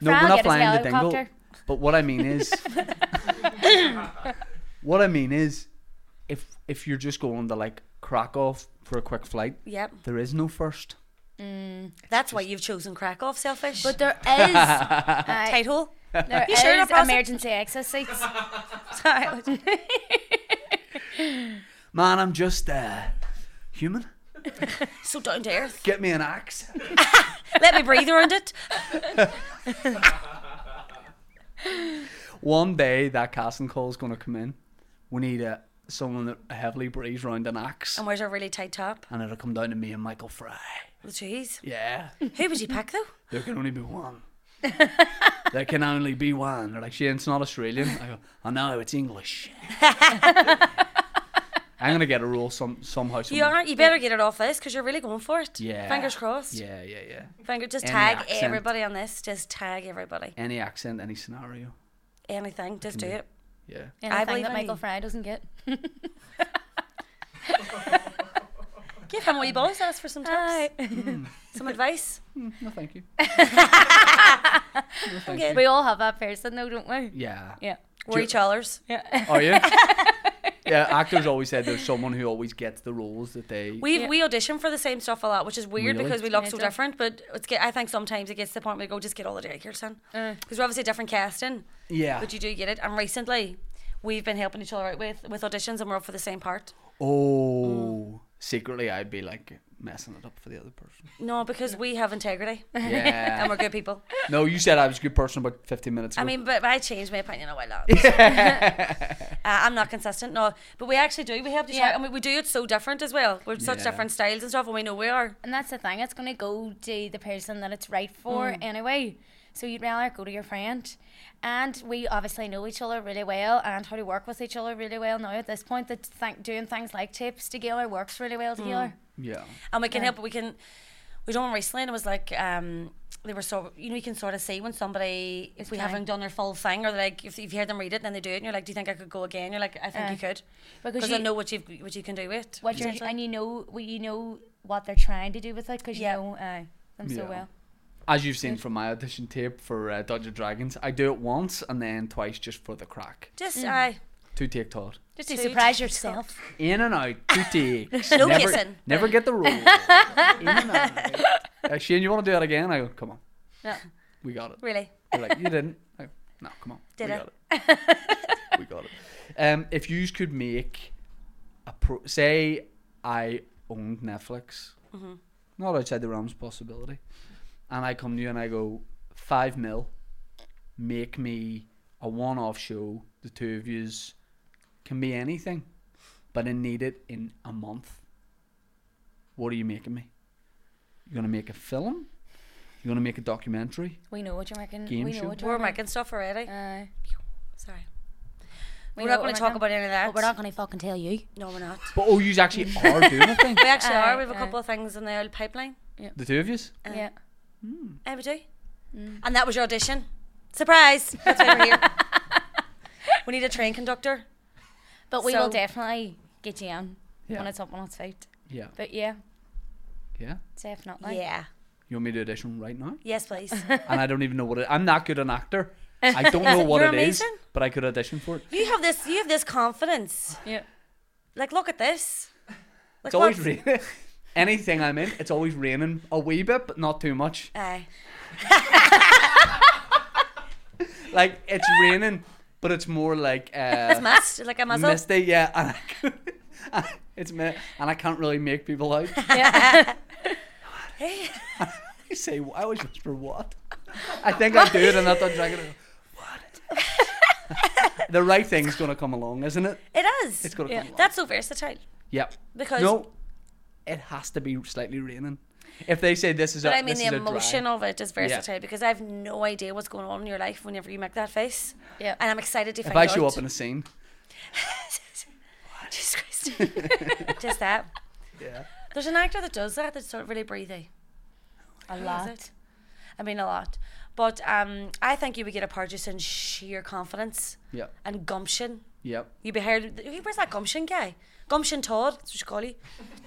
Speaker 1: No,
Speaker 3: Fran,
Speaker 1: we're not
Speaker 3: get us a
Speaker 1: flying to Dingle.
Speaker 3: helicopter.
Speaker 1: But what I mean
Speaker 3: <laughs>
Speaker 1: is, what I mean is, if if you're just going to like Krakow for a quick flight,
Speaker 2: Yep.
Speaker 1: there is no first.
Speaker 2: That's why you've chosen crack off, selfish.
Speaker 3: But there
Speaker 1: <laughs>
Speaker 3: is. uh,
Speaker 2: tight hole.
Speaker 3: There
Speaker 2: You sure
Speaker 3: is
Speaker 2: you're not frozen?
Speaker 3: emergency
Speaker 2: <laughs>
Speaker 3: exit seats.
Speaker 1: Man, I'm just uh, human.
Speaker 2: so down to <laughs> earth.
Speaker 1: Get me an axe.
Speaker 2: Let me breathe around it.
Speaker 1: One day that casting call is going to come in. We need a someone that heavily breathes round an axe,
Speaker 2: And wears a really tight top.
Speaker 1: and it'll come down to me and Michael Fry.
Speaker 2: Oh, jeez.
Speaker 1: Yeah,
Speaker 2: Who would you pick though?
Speaker 1: there can only be
Speaker 2: <laughs>
Speaker 1: one. there can only be one. They're like, Shane, it's not Australian. I go, I know, it's
Speaker 2: <laughs>
Speaker 1: English. I'm gonna get a role some somehow.
Speaker 2: You
Speaker 1: somehow.
Speaker 2: are. You better get it off this because you're really going for it.
Speaker 1: Yeah.
Speaker 2: Fingers crossed.
Speaker 1: Yeah, yeah, yeah.
Speaker 2: Finger. Just
Speaker 1: Any
Speaker 2: tag
Speaker 1: accent.
Speaker 2: everybody on this. Just tag everybody.
Speaker 1: Any accent, any scenario.
Speaker 2: Anything. Just do it.
Speaker 1: Yeah.
Speaker 3: Anything
Speaker 2: believe
Speaker 3: that
Speaker 2: in
Speaker 3: Michael
Speaker 2: you.
Speaker 3: Fry doesn't get.
Speaker 2: Give him a wee buzz. Ask for some tips. Some advice.
Speaker 1: No, thank
Speaker 2: <laughs>
Speaker 1: you.
Speaker 3: we all have that person though, don't we?
Speaker 1: Yeah.
Speaker 3: Yeah.
Speaker 2: We're each other's.
Speaker 3: <laughs> Yeah.
Speaker 1: Are
Speaker 2: <laughs>
Speaker 1: you? yeah, actors always said there's someone who always gets the roles that they.
Speaker 2: We
Speaker 3: Yeah.
Speaker 2: we audition for the same stuff a lot, which is weird
Speaker 1: Really?
Speaker 2: because we look
Speaker 3: Yeah, it
Speaker 2: so
Speaker 3: does.
Speaker 2: different. But it's get, I think sometimes it gets to the point where we go, just get all the directors in
Speaker 3: Uh.
Speaker 2: because we're obviously different casting,
Speaker 1: yeah.
Speaker 2: but you do get it. And recently, we've been helping each other out with with auditions, and we're up for the same part. Mm.
Speaker 1: oh, secretly I'd be like messing it up for the other
Speaker 2: <laughs>
Speaker 1: person.
Speaker 2: No, because we have integrity <laughs> and
Speaker 1: Yeah.
Speaker 2: we're good people.
Speaker 1: no, you said I was a good person about 15 minutes ago.
Speaker 2: I mean, but I changed my opinion a while ago. so. <laughs> uh, I'm not consistent, no. But we actually do. We help each
Speaker 3: Yeah.
Speaker 2: other, and we, we do it so different as well. We're such
Speaker 1: Yeah.
Speaker 2: different styles and stuff, and we know we are.
Speaker 3: And that's the thing, it's going to go to the person that it's right for anyway. So you'd rather go to your friend. And we obviously know each other really well and how to work with each other really well now at this point that th- doing things like tips together works really well together.
Speaker 1: yeah.
Speaker 2: and we can help. We can. We done one recently, and it was like um, they were so you know you can sort of see when somebody if we
Speaker 3: trying.
Speaker 2: haven't done their full thing or like if, if you hear them read it, then they do it, and you're like, do you think I could go again? You're like, I think
Speaker 3: Aye.
Speaker 2: you could
Speaker 3: Because
Speaker 2: because I
Speaker 3: you know
Speaker 2: know what you what you can do with it.
Speaker 3: what you're,
Speaker 2: essentially.
Speaker 3: and you know what you know what they're trying to do with it because
Speaker 2: Yeah.
Speaker 3: you know uh, them so
Speaker 1: Yeah.
Speaker 3: well.
Speaker 1: As you've seen from my audition tape for uh, Dungeons and Dragons, I do it once and then twice just for the crack.
Speaker 2: just
Speaker 3: Mm.
Speaker 2: aye,
Speaker 1: Two take Todd.
Speaker 3: Just to
Speaker 2: Two
Speaker 3: surprise
Speaker 2: times
Speaker 3: yourself.
Speaker 1: In and out,
Speaker 2: <laughs>
Speaker 1: two takes.
Speaker 2: No
Speaker 1: never,
Speaker 2: kissing.
Speaker 1: Never get
Speaker 2: <laughs>
Speaker 1: the role. In and out. Uh, Shane, you want to do that again? I go, come on.
Speaker 3: No.
Speaker 1: We got it.
Speaker 2: really.
Speaker 1: They're like, you didn't. I go, no, come on.
Speaker 2: Did
Speaker 1: we
Speaker 2: I?
Speaker 1: got it. we got it. Um, if you could make a pro, say I owned Netflix,
Speaker 2: Mm-hmm.
Speaker 1: not outside the realms of possibility, and I come to you and I go five mil, make me a one-off show. The two of yous can be anything, but I need it in a month. What are you making me? You're gonna make a film. You're gonna make a documentary.
Speaker 3: We know what you're making.
Speaker 1: Game
Speaker 3: we know
Speaker 1: show.
Speaker 3: what you're
Speaker 2: We're making stuff already.
Speaker 3: Uh,
Speaker 2: Sorry, we
Speaker 3: we
Speaker 2: are not
Speaker 3: know what
Speaker 2: going
Speaker 3: we're
Speaker 2: to talk
Speaker 3: making.
Speaker 2: about any of that.
Speaker 3: But we're not going to fucking tell you.
Speaker 2: No, we're
Speaker 3: <laughs>
Speaker 2: not.
Speaker 1: But oh, you actually are doing a thing.
Speaker 2: We actually
Speaker 3: Aye,
Speaker 2: are. We have a
Speaker 3: aye.
Speaker 2: couple of things in the old pipeline.
Speaker 1: The two of yous?
Speaker 2: Uh,
Speaker 3: yeah. Mm.
Speaker 2: aye, we do. And that was your audition.
Speaker 3: <laughs>
Speaker 2: Surprise! That's why we're here. we need a train conductor.
Speaker 3: But we will
Speaker 2: So-
Speaker 3: definitely get you on
Speaker 1: Yeah.
Speaker 3: when it's up on its feet.
Speaker 1: Yeah.
Speaker 3: But yeah,
Speaker 1: Yeah.
Speaker 3: definitely.
Speaker 2: yeah.
Speaker 1: You want me to audition right now?
Speaker 2: Yes,
Speaker 3: <laughs>
Speaker 2: please.
Speaker 1: And I don't even know what it I'm not good an actor. I
Speaker 2: <laughs>
Speaker 1: don't know what
Speaker 2: You're
Speaker 1: it is,
Speaker 2: amazing.
Speaker 1: but I could audition for it.
Speaker 2: You have this. You have this confidence.
Speaker 3: Yeah.
Speaker 2: Like, look at this. Like,
Speaker 1: It's always
Speaker 2: what-
Speaker 1: raining. <laughs> Anything I'm in, it's always raining a wee bit, but not too much.
Speaker 2: Aye.
Speaker 1: Like it's raining, but it's more like
Speaker 2: <laughs> It's
Speaker 1: uh, <laughs>
Speaker 2: mist. Like a muzzle.
Speaker 1: misty. Yeah, and I <laughs> could- it's me, and I can't really make people out.
Speaker 2: Hey.
Speaker 1: You say I always whisper what? I think I do it, and I thought dragon. What? <laughs> the right thing's gonna come along, isn't it?
Speaker 2: <laughs> It is.
Speaker 1: It's gonna
Speaker 3: Yeah.
Speaker 1: come along.
Speaker 2: That's so versatile.
Speaker 1: Yep.
Speaker 2: Because-
Speaker 1: no, it has to be slightly raining. If they say this is,
Speaker 2: But
Speaker 1: a,
Speaker 2: I mean,
Speaker 1: this
Speaker 2: the
Speaker 1: is a dry-
Speaker 2: emotion of it is versatile because I have no idea what's going on in your life whenever you make that face.
Speaker 3: Yeah.
Speaker 2: And I'm excited to
Speaker 1: If
Speaker 2: find
Speaker 1: I
Speaker 2: out.
Speaker 1: show up in a scene,
Speaker 2: <laughs> Jesus Christ. <laughs> Just that.
Speaker 1: yeah,
Speaker 2: There's an actor that does that. That's sort of really breathy.
Speaker 3: a
Speaker 2: Is
Speaker 3: lot.
Speaker 2: it? I mean, a lot. But um, I think you would get a part just in sheer confidence
Speaker 1: yep,
Speaker 2: and gumption.
Speaker 1: yep.
Speaker 2: You'd be hired. who- Where's that gumption guy? Gumption Todd, that's what you call you.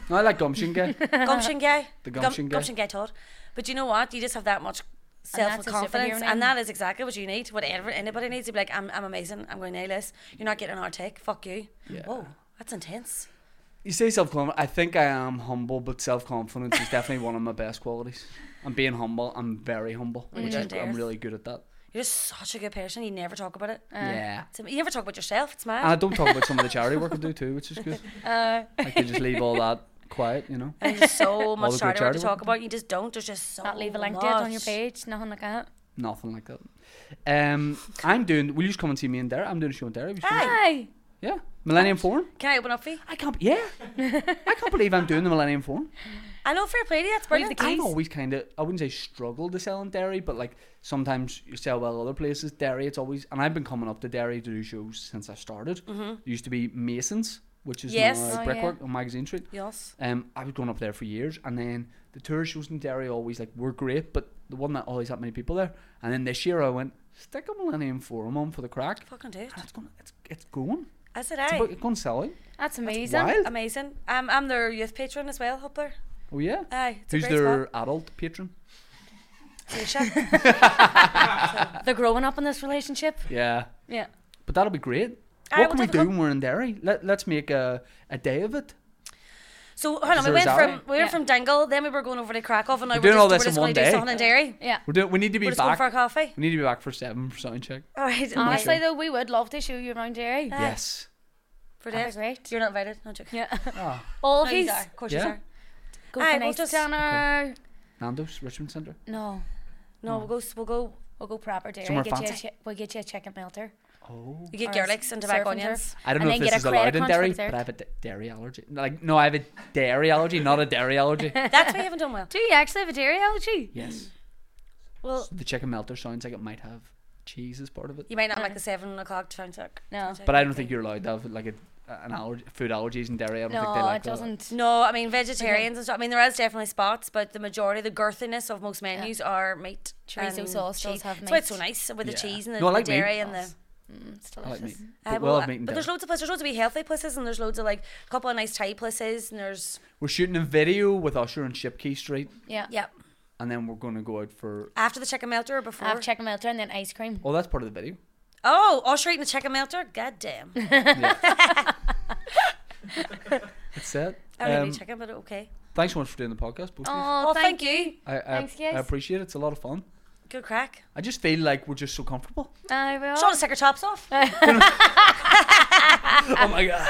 Speaker 1: No, I like gumption guy.
Speaker 2: Gumption guy.
Speaker 1: <laughs> The
Speaker 2: Gum-
Speaker 1: gumption guy.
Speaker 2: Gumption guy Todd. But you know what? You just have that much self
Speaker 3: that's a superhero
Speaker 2: confidence,
Speaker 3: name.
Speaker 2: and that is exactly what you need. Whatever anybody needs, you'd be like, I'm, I'm amazing. I'm going to nail this. You're not getting an hard take. Fuck you.
Speaker 1: Yeah.
Speaker 2: Whoa, that's intense.
Speaker 1: You say self confident. I think I am humble, but self confidence is definitely one of my best qualities. I'm being humble. I'm very humble, which is,
Speaker 2: Mm, Yeah.
Speaker 1: I'm really good at that.
Speaker 2: You're just such a good person. You never talk about it.
Speaker 1: Yeah.
Speaker 2: It's am- you never talk about yourself. It's
Speaker 1: And I
Speaker 2: mad.
Speaker 1: don't talk about some of the charity work I do too, which is good.
Speaker 3: Uh,
Speaker 1: I could just leave all that quiet, you know.
Speaker 2: And there's so
Speaker 1: the <laughs>
Speaker 2: much
Speaker 1: good
Speaker 2: charity work
Speaker 1: charity
Speaker 2: to
Speaker 1: work.
Speaker 2: talk about. You just don't. There's just so
Speaker 3: not leave a link to it
Speaker 2: much.
Speaker 3: on your page, nothing like that.
Speaker 1: Nothing like that. Um, I'm doing. Will you just come and see me and Derek? I'm doing a show in Derry. Will you come?
Speaker 3: Hi.
Speaker 1: Yeah, Millennium Forum.
Speaker 2: Can I open up for you?
Speaker 1: I can't. Yeah, <laughs> I can't believe I'm doing the Millennium Forum.
Speaker 2: I know fair play to you. That's
Speaker 3: Leave
Speaker 2: brilliant.
Speaker 3: the
Speaker 1: I've
Speaker 3: Please.
Speaker 1: always kind of, I wouldn't say struggle to sell in Derry, but like sometimes you sell well other places. Derry, it's always, and I've been coming up to Derry to do shows since I started. It used to be Masons, which is
Speaker 2: Yes.
Speaker 1: now
Speaker 3: Oh, yeah.
Speaker 1: Brickwork on Magazine Street.
Speaker 2: Yes.
Speaker 1: Um, I was going up there for years, and then the tour shows in Derry always like were great, but the one that always had many people there. And then this year I went stick a Millennium Forum on for the crack.
Speaker 2: Fucking do it.
Speaker 1: And it's going, it's it's going,
Speaker 2: I said,
Speaker 1: it's,
Speaker 2: aye.
Speaker 1: about, it's going selling.
Speaker 3: That's amazing.
Speaker 1: Wild.
Speaker 2: Amazing. Um, I'm their youth patron as well, up there.
Speaker 1: Oh yeah.
Speaker 2: Aye. It's
Speaker 1: Who's
Speaker 2: a great
Speaker 1: their adult patron?
Speaker 2: spot.
Speaker 1: <laughs>
Speaker 2: Taoiseach.
Speaker 3: They're growing up in this relationship.
Speaker 1: Yeah.
Speaker 3: Yeah.
Speaker 1: But that'll be great. what
Speaker 2: Aye, we'll
Speaker 1: can we
Speaker 2: have
Speaker 1: do
Speaker 2: a go.
Speaker 1: when we're in Derry? Let, let's make a, a day of it.
Speaker 2: So hold on, we
Speaker 1: there
Speaker 2: went
Speaker 1: a
Speaker 2: from
Speaker 1: Zara?
Speaker 2: we went
Speaker 3: Yeah.
Speaker 2: from Dingle, then we were going over to Krakow, and
Speaker 1: We're
Speaker 2: now we're,
Speaker 1: doing
Speaker 2: just,
Speaker 1: all this
Speaker 2: we're
Speaker 1: in
Speaker 2: just
Speaker 1: one
Speaker 2: going to
Speaker 1: day.
Speaker 2: do something in Derry.
Speaker 3: Yeah.
Speaker 1: We're doing, we need to be
Speaker 2: We're just going
Speaker 1: back.
Speaker 2: for a coffee. <laughs>
Speaker 1: we need to be back for seven for sound check. <laughs>
Speaker 2: All right,
Speaker 3: Honestly,
Speaker 1: sure.
Speaker 3: though, we would love to show you around Derry.
Speaker 2: Aye.
Speaker 1: Yes.
Speaker 2: for
Speaker 3: That'd
Speaker 2: days.
Speaker 3: be great.
Speaker 2: You're not invited. No joke.
Speaker 3: Yeah.
Speaker 1: Ah,
Speaker 3: All
Speaker 2: No,
Speaker 3: of
Speaker 2: you
Speaker 3: these.
Speaker 2: are. Of course
Speaker 1: Yeah.
Speaker 2: you are.
Speaker 3: Go
Speaker 2: Aye,
Speaker 3: for
Speaker 2: we'll
Speaker 3: nice
Speaker 2: just-
Speaker 3: dinner.
Speaker 1: Nando's Richmond Centre.
Speaker 3: No.
Speaker 2: No, we'll go. s- We'll go.
Speaker 3: We'll go proper Derry.
Speaker 1: Somewhere
Speaker 3: Get you a
Speaker 1: fancy.
Speaker 3: chi- we'll get you a chicken melter.
Speaker 1: Oh.
Speaker 2: You get
Speaker 3: Or a
Speaker 2: garlics and
Speaker 3: surf
Speaker 2: tobacco
Speaker 3: and turf.
Speaker 2: onions.
Speaker 1: I don't
Speaker 3: And
Speaker 1: know if
Speaker 3: then get
Speaker 1: this
Speaker 3: a
Speaker 1: is allowed
Speaker 3: credit
Speaker 1: in
Speaker 3: crunch for
Speaker 1: Derry,
Speaker 3: dessert.
Speaker 1: but I have a d- dairy allergy. Like, no, I have a dairy allergy, not a dairy
Speaker 3: <laughs>
Speaker 1: allergy.
Speaker 2: That's
Speaker 1: <laughs>
Speaker 2: why you haven't done well.
Speaker 3: Do you actually have a dairy allergy?
Speaker 1: yes.
Speaker 2: Well,
Speaker 1: The chicken melter sounds like it might have cheese as part of it.
Speaker 2: you might not like the seven o'clock sound check.
Speaker 3: No.
Speaker 1: Uh-huh. But I don't think you're allowed to have like a, an allergy, food allergies in dairy. I don't think they
Speaker 3: No,
Speaker 1: like uh,
Speaker 3: it
Speaker 1: that.
Speaker 3: doesn't. Mm,
Speaker 2: No, I mean vegetarians and stuff. I mean there is definitely spots, but the majority, the girthiness of most menus are meat.
Speaker 3: Chorizo
Speaker 2: and
Speaker 3: sauce does
Speaker 2: cheese.
Speaker 3: have
Speaker 2: That's why it's so
Speaker 3: meat.
Speaker 2: nice with
Speaker 1: Yeah.
Speaker 2: the cheese and the,
Speaker 1: No, I like
Speaker 2: the
Speaker 1: meat.
Speaker 2: dairy and the.
Speaker 3: It's
Speaker 1: I like meat.
Speaker 3: delicious.
Speaker 2: Aye,
Speaker 1: But we'll have
Speaker 2: uh,
Speaker 1: meat in
Speaker 2: but
Speaker 1: Derry.
Speaker 2: there's loads of places. There's loads of wee healthy places, and there's loads of like a couple of nice Thai places, and there's
Speaker 1: We're shooting a video with Usher and Shipkey Street,
Speaker 3: Yeah.
Speaker 2: yeah.
Speaker 1: and then we're going to go out for.
Speaker 2: After the chicken melter or before?
Speaker 3: I have chicken melter and then ice cream.
Speaker 1: <laughs> Oh, that's part of the
Speaker 3: <laughs>
Speaker 1: video.
Speaker 2: oh, Usher eating the chicken melter. God damn.
Speaker 1: That's it.
Speaker 2: I don't
Speaker 1: Um,
Speaker 2: need chicken, but okay.
Speaker 1: Thanks so much for doing the podcast, both of you.
Speaker 3: Oh,
Speaker 2: Oh, thank
Speaker 3: thank, you.
Speaker 1: I, I,
Speaker 3: thanks, guys.
Speaker 1: I appreciate it. It's a lot of fun.
Speaker 2: Good crack.
Speaker 1: I just feel like we're just so <laughs> comfortable.
Speaker 3: I will.
Speaker 2: Sean, take her tops off. oh
Speaker 1: oh my <laughs> god.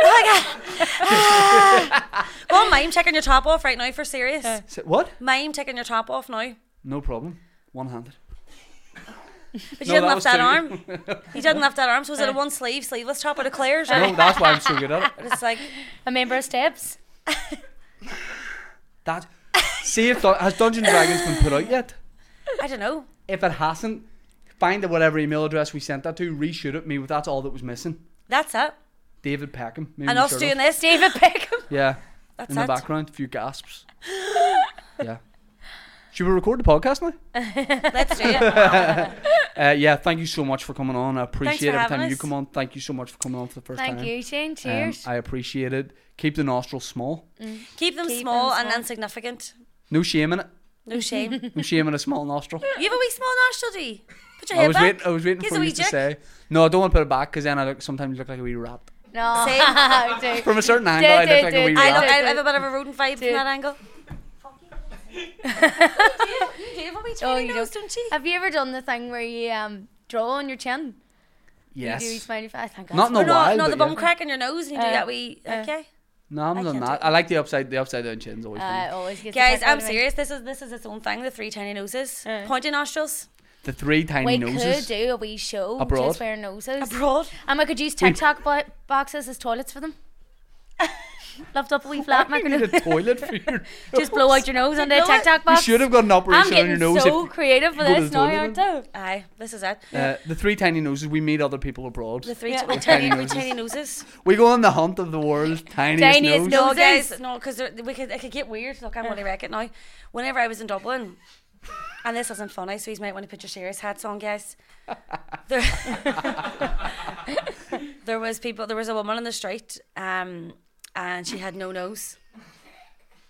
Speaker 2: my god. Go on, mime, taking your top off right now for serious.
Speaker 1: So- what?
Speaker 2: Mime, taking your top off now.
Speaker 1: No problem. One handed.
Speaker 2: But you
Speaker 1: No, that
Speaker 2: didn't lift
Speaker 1: was
Speaker 2: that
Speaker 1: two.
Speaker 2: arm. You didn't lift that arm. So is it a one sleeve, sleeveless top or a clears? Or
Speaker 1: No, that's why I'm so good at it.
Speaker 2: it's like
Speaker 3: A member of steps.
Speaker 1: <laughs> That. See if Dun- has Dungeons and Dragons been put out yet?
Speaker 2: I don't know.
Speaker 1: If it hasn't, find out whatever email address we sent that to. Reshoot it. Me, with that's all that was missing.
Speaker 2: That's it.
Speaker 1: David Peckham. me
Speaker 2: And
Speaker 1: my
Speaker 2: us
Speaker 1: shirt
Speaker 2: doing
Speaker 1: off.
Speaker 2: this, David Beckham.
Speaker 1: Yeah.
Speaker 2: That's
Speaker 1: in the
Speaker 2: it.
Speaker 1: background, a few
Speaker 2: <laughs>
Speaker 1: gasps. yeah. Should we record the podcast now?
Speaker 2: Let's do it.
Speaker 1: Uh, yeah, thank you so much for coming on. I appreciate every
Speaker 2: having
Speaker 1: time you
Speaker 2: us.
Speaker 1: come on. Thank you so much for coming on for the first
Speaker 3: Thank
Speaker 1: time.
Speaker 3: you, Shane.
Speaker 1: Um,
Speaker 3: Cheers.
Speaker 1: I appreciate it. Keep the nostrils small.
Speaker 2: Keep them
Speaker 3: Keep them
Speaker 2: small and
Speaker 3: small.
Speaker 2: insignificant.
Speaker 1: No shame in it.
Speaker 2: No shame. you
Speaker 1: No shame in a small nostril.
Speaker 2: have a wee small nostril, do you? Put your
Speaker 1: I
Speaker 2: head
Speaker 1: was
Speaker 2: back.
Speaker 1: waiting. I was waiting
Speaker 2: Gives
Speaker 1: for
Speaker 2: a
Speaker 1: you
Speaker 2: wee
Speaker 1: to
Speaker 2: jick.
Speaker 1: say. No, I don't want to put it back because then I look sometimes look like a wee rat.
Speaker 3: no.
Speaker 1: <laughs>
Speaker 3: <laughs>
Speaker 2: Same.
Speaker 3: I do.
Speaker 1: From a certain angle, I
Speaker 3: do,
Speaker 1: look like
Speaker 3: do,
Speaker 1: a wee
Speaker 3: do.
Speaker 2: I,
Speaker 1: rat.
Speaker 2: look, I
Speaker 3: Yeah.
Speaker 2: have a bit of a rodent vibe from
Speaker 3: Dude.
Speaker 2: that angle. <laughs> you do have a wee
Speaker 3: Oh,
Speaker 2: tiny
Speaker 3: you
Speaker 2: nose,
Speaker 3: don't.
Speaker 2: don't you?
Speaker 3: Have you ever done the thing where you um, draw on your chin? You do a
Speaker 1: yes.
Speaker 3: smiley face. Thank God.
Speaker 1: Not in a
Speaker 2: Or
Speaker 1: while.
Speaker 2: not, not the
Speaker 1: but
Speaker 2: bum
Speaker 1: yeah.
Speaker 2: crack in your nose and you do
Speaker 3: Uh,
Speaker 2: that wee. Okay.
Speaker 1: No, I'm not
Speaker 2: can't
Speaker 1: that.
Speaker 2: do
Speaker 1: I like the upside. The upside down chin's always.
Speaker 3: I
Speaker 1: fun.
Speaker 3: always get the
Speaker 2: Guys,
Speaker 3: fuck out
Speaker 2: I'm
Speaker 3: of it.
Speaker 2: serious. This is this is its own thing. The three tiny noses,
Speaker 3: Uh.
Speaker 2: pointy nostrils.
Speaker 1: the three tiny
Speaker 3: We could
Speaker 1: noses. <laughs>
Speaker 3: do a wee show
Speaker 1: Abroad.
Speaker 3: just wearing noses.
Speaker 2: Abroad.
Speaker 3: And we could use TikTok bo- boxes as toilets
Speaker 2: <laughs>
Speaker 3: for them. Left up a wee flat
Speaker 1: You need
Speaker 3: microphone. <laughs>
Speaker 1: a toilet for your.
Speaker 3: Just blow out your nose onto a
Speaker 2: blow it.
Speaker 1: <laughs>
Speaker 3: TikTok
Speaker 1: You
Speaker 3: box.
Speaker 1: should have got an
Speaker 3: I'm
Speaker 1: operation on your
Speaker 3: getting
Speaker 1: nose.
Speaker 3: so
Speaker 1: if-
Speaker 3: creative for
Speaker 1: go to
Speaker 3: this
Speaker 1: the
Speaker 3: now,
Speaker 1: toilet
Speaker 3: aren't I?
Speaker 2: Aye, this is it.
Speaker 1: uh, the three tiny noses. We meet other people abroad.
Speaker 2: The three
Speaker 3: Yeah.
Speaker 2: ti- wee
Speaker 1: Tiny
Speaker 2: tiny, wee
Speaker 1: noses.
Speaker 2: tiny noses.
Speaker 1: We go on the hunt of the world's tiniest, nose.
Speaker 3: Tiniest
Speaker 2: No,
Speaker 3: Noses.
Speaker 2: guys, no, because we could it could get weird. Look, I'm only wrecking now. Whenever I was in Dublin, and this isn't funny, so you might want to put your serious hats on, guys. There, <laughs> there was people. There was a woman on the street, um, and she had no nose.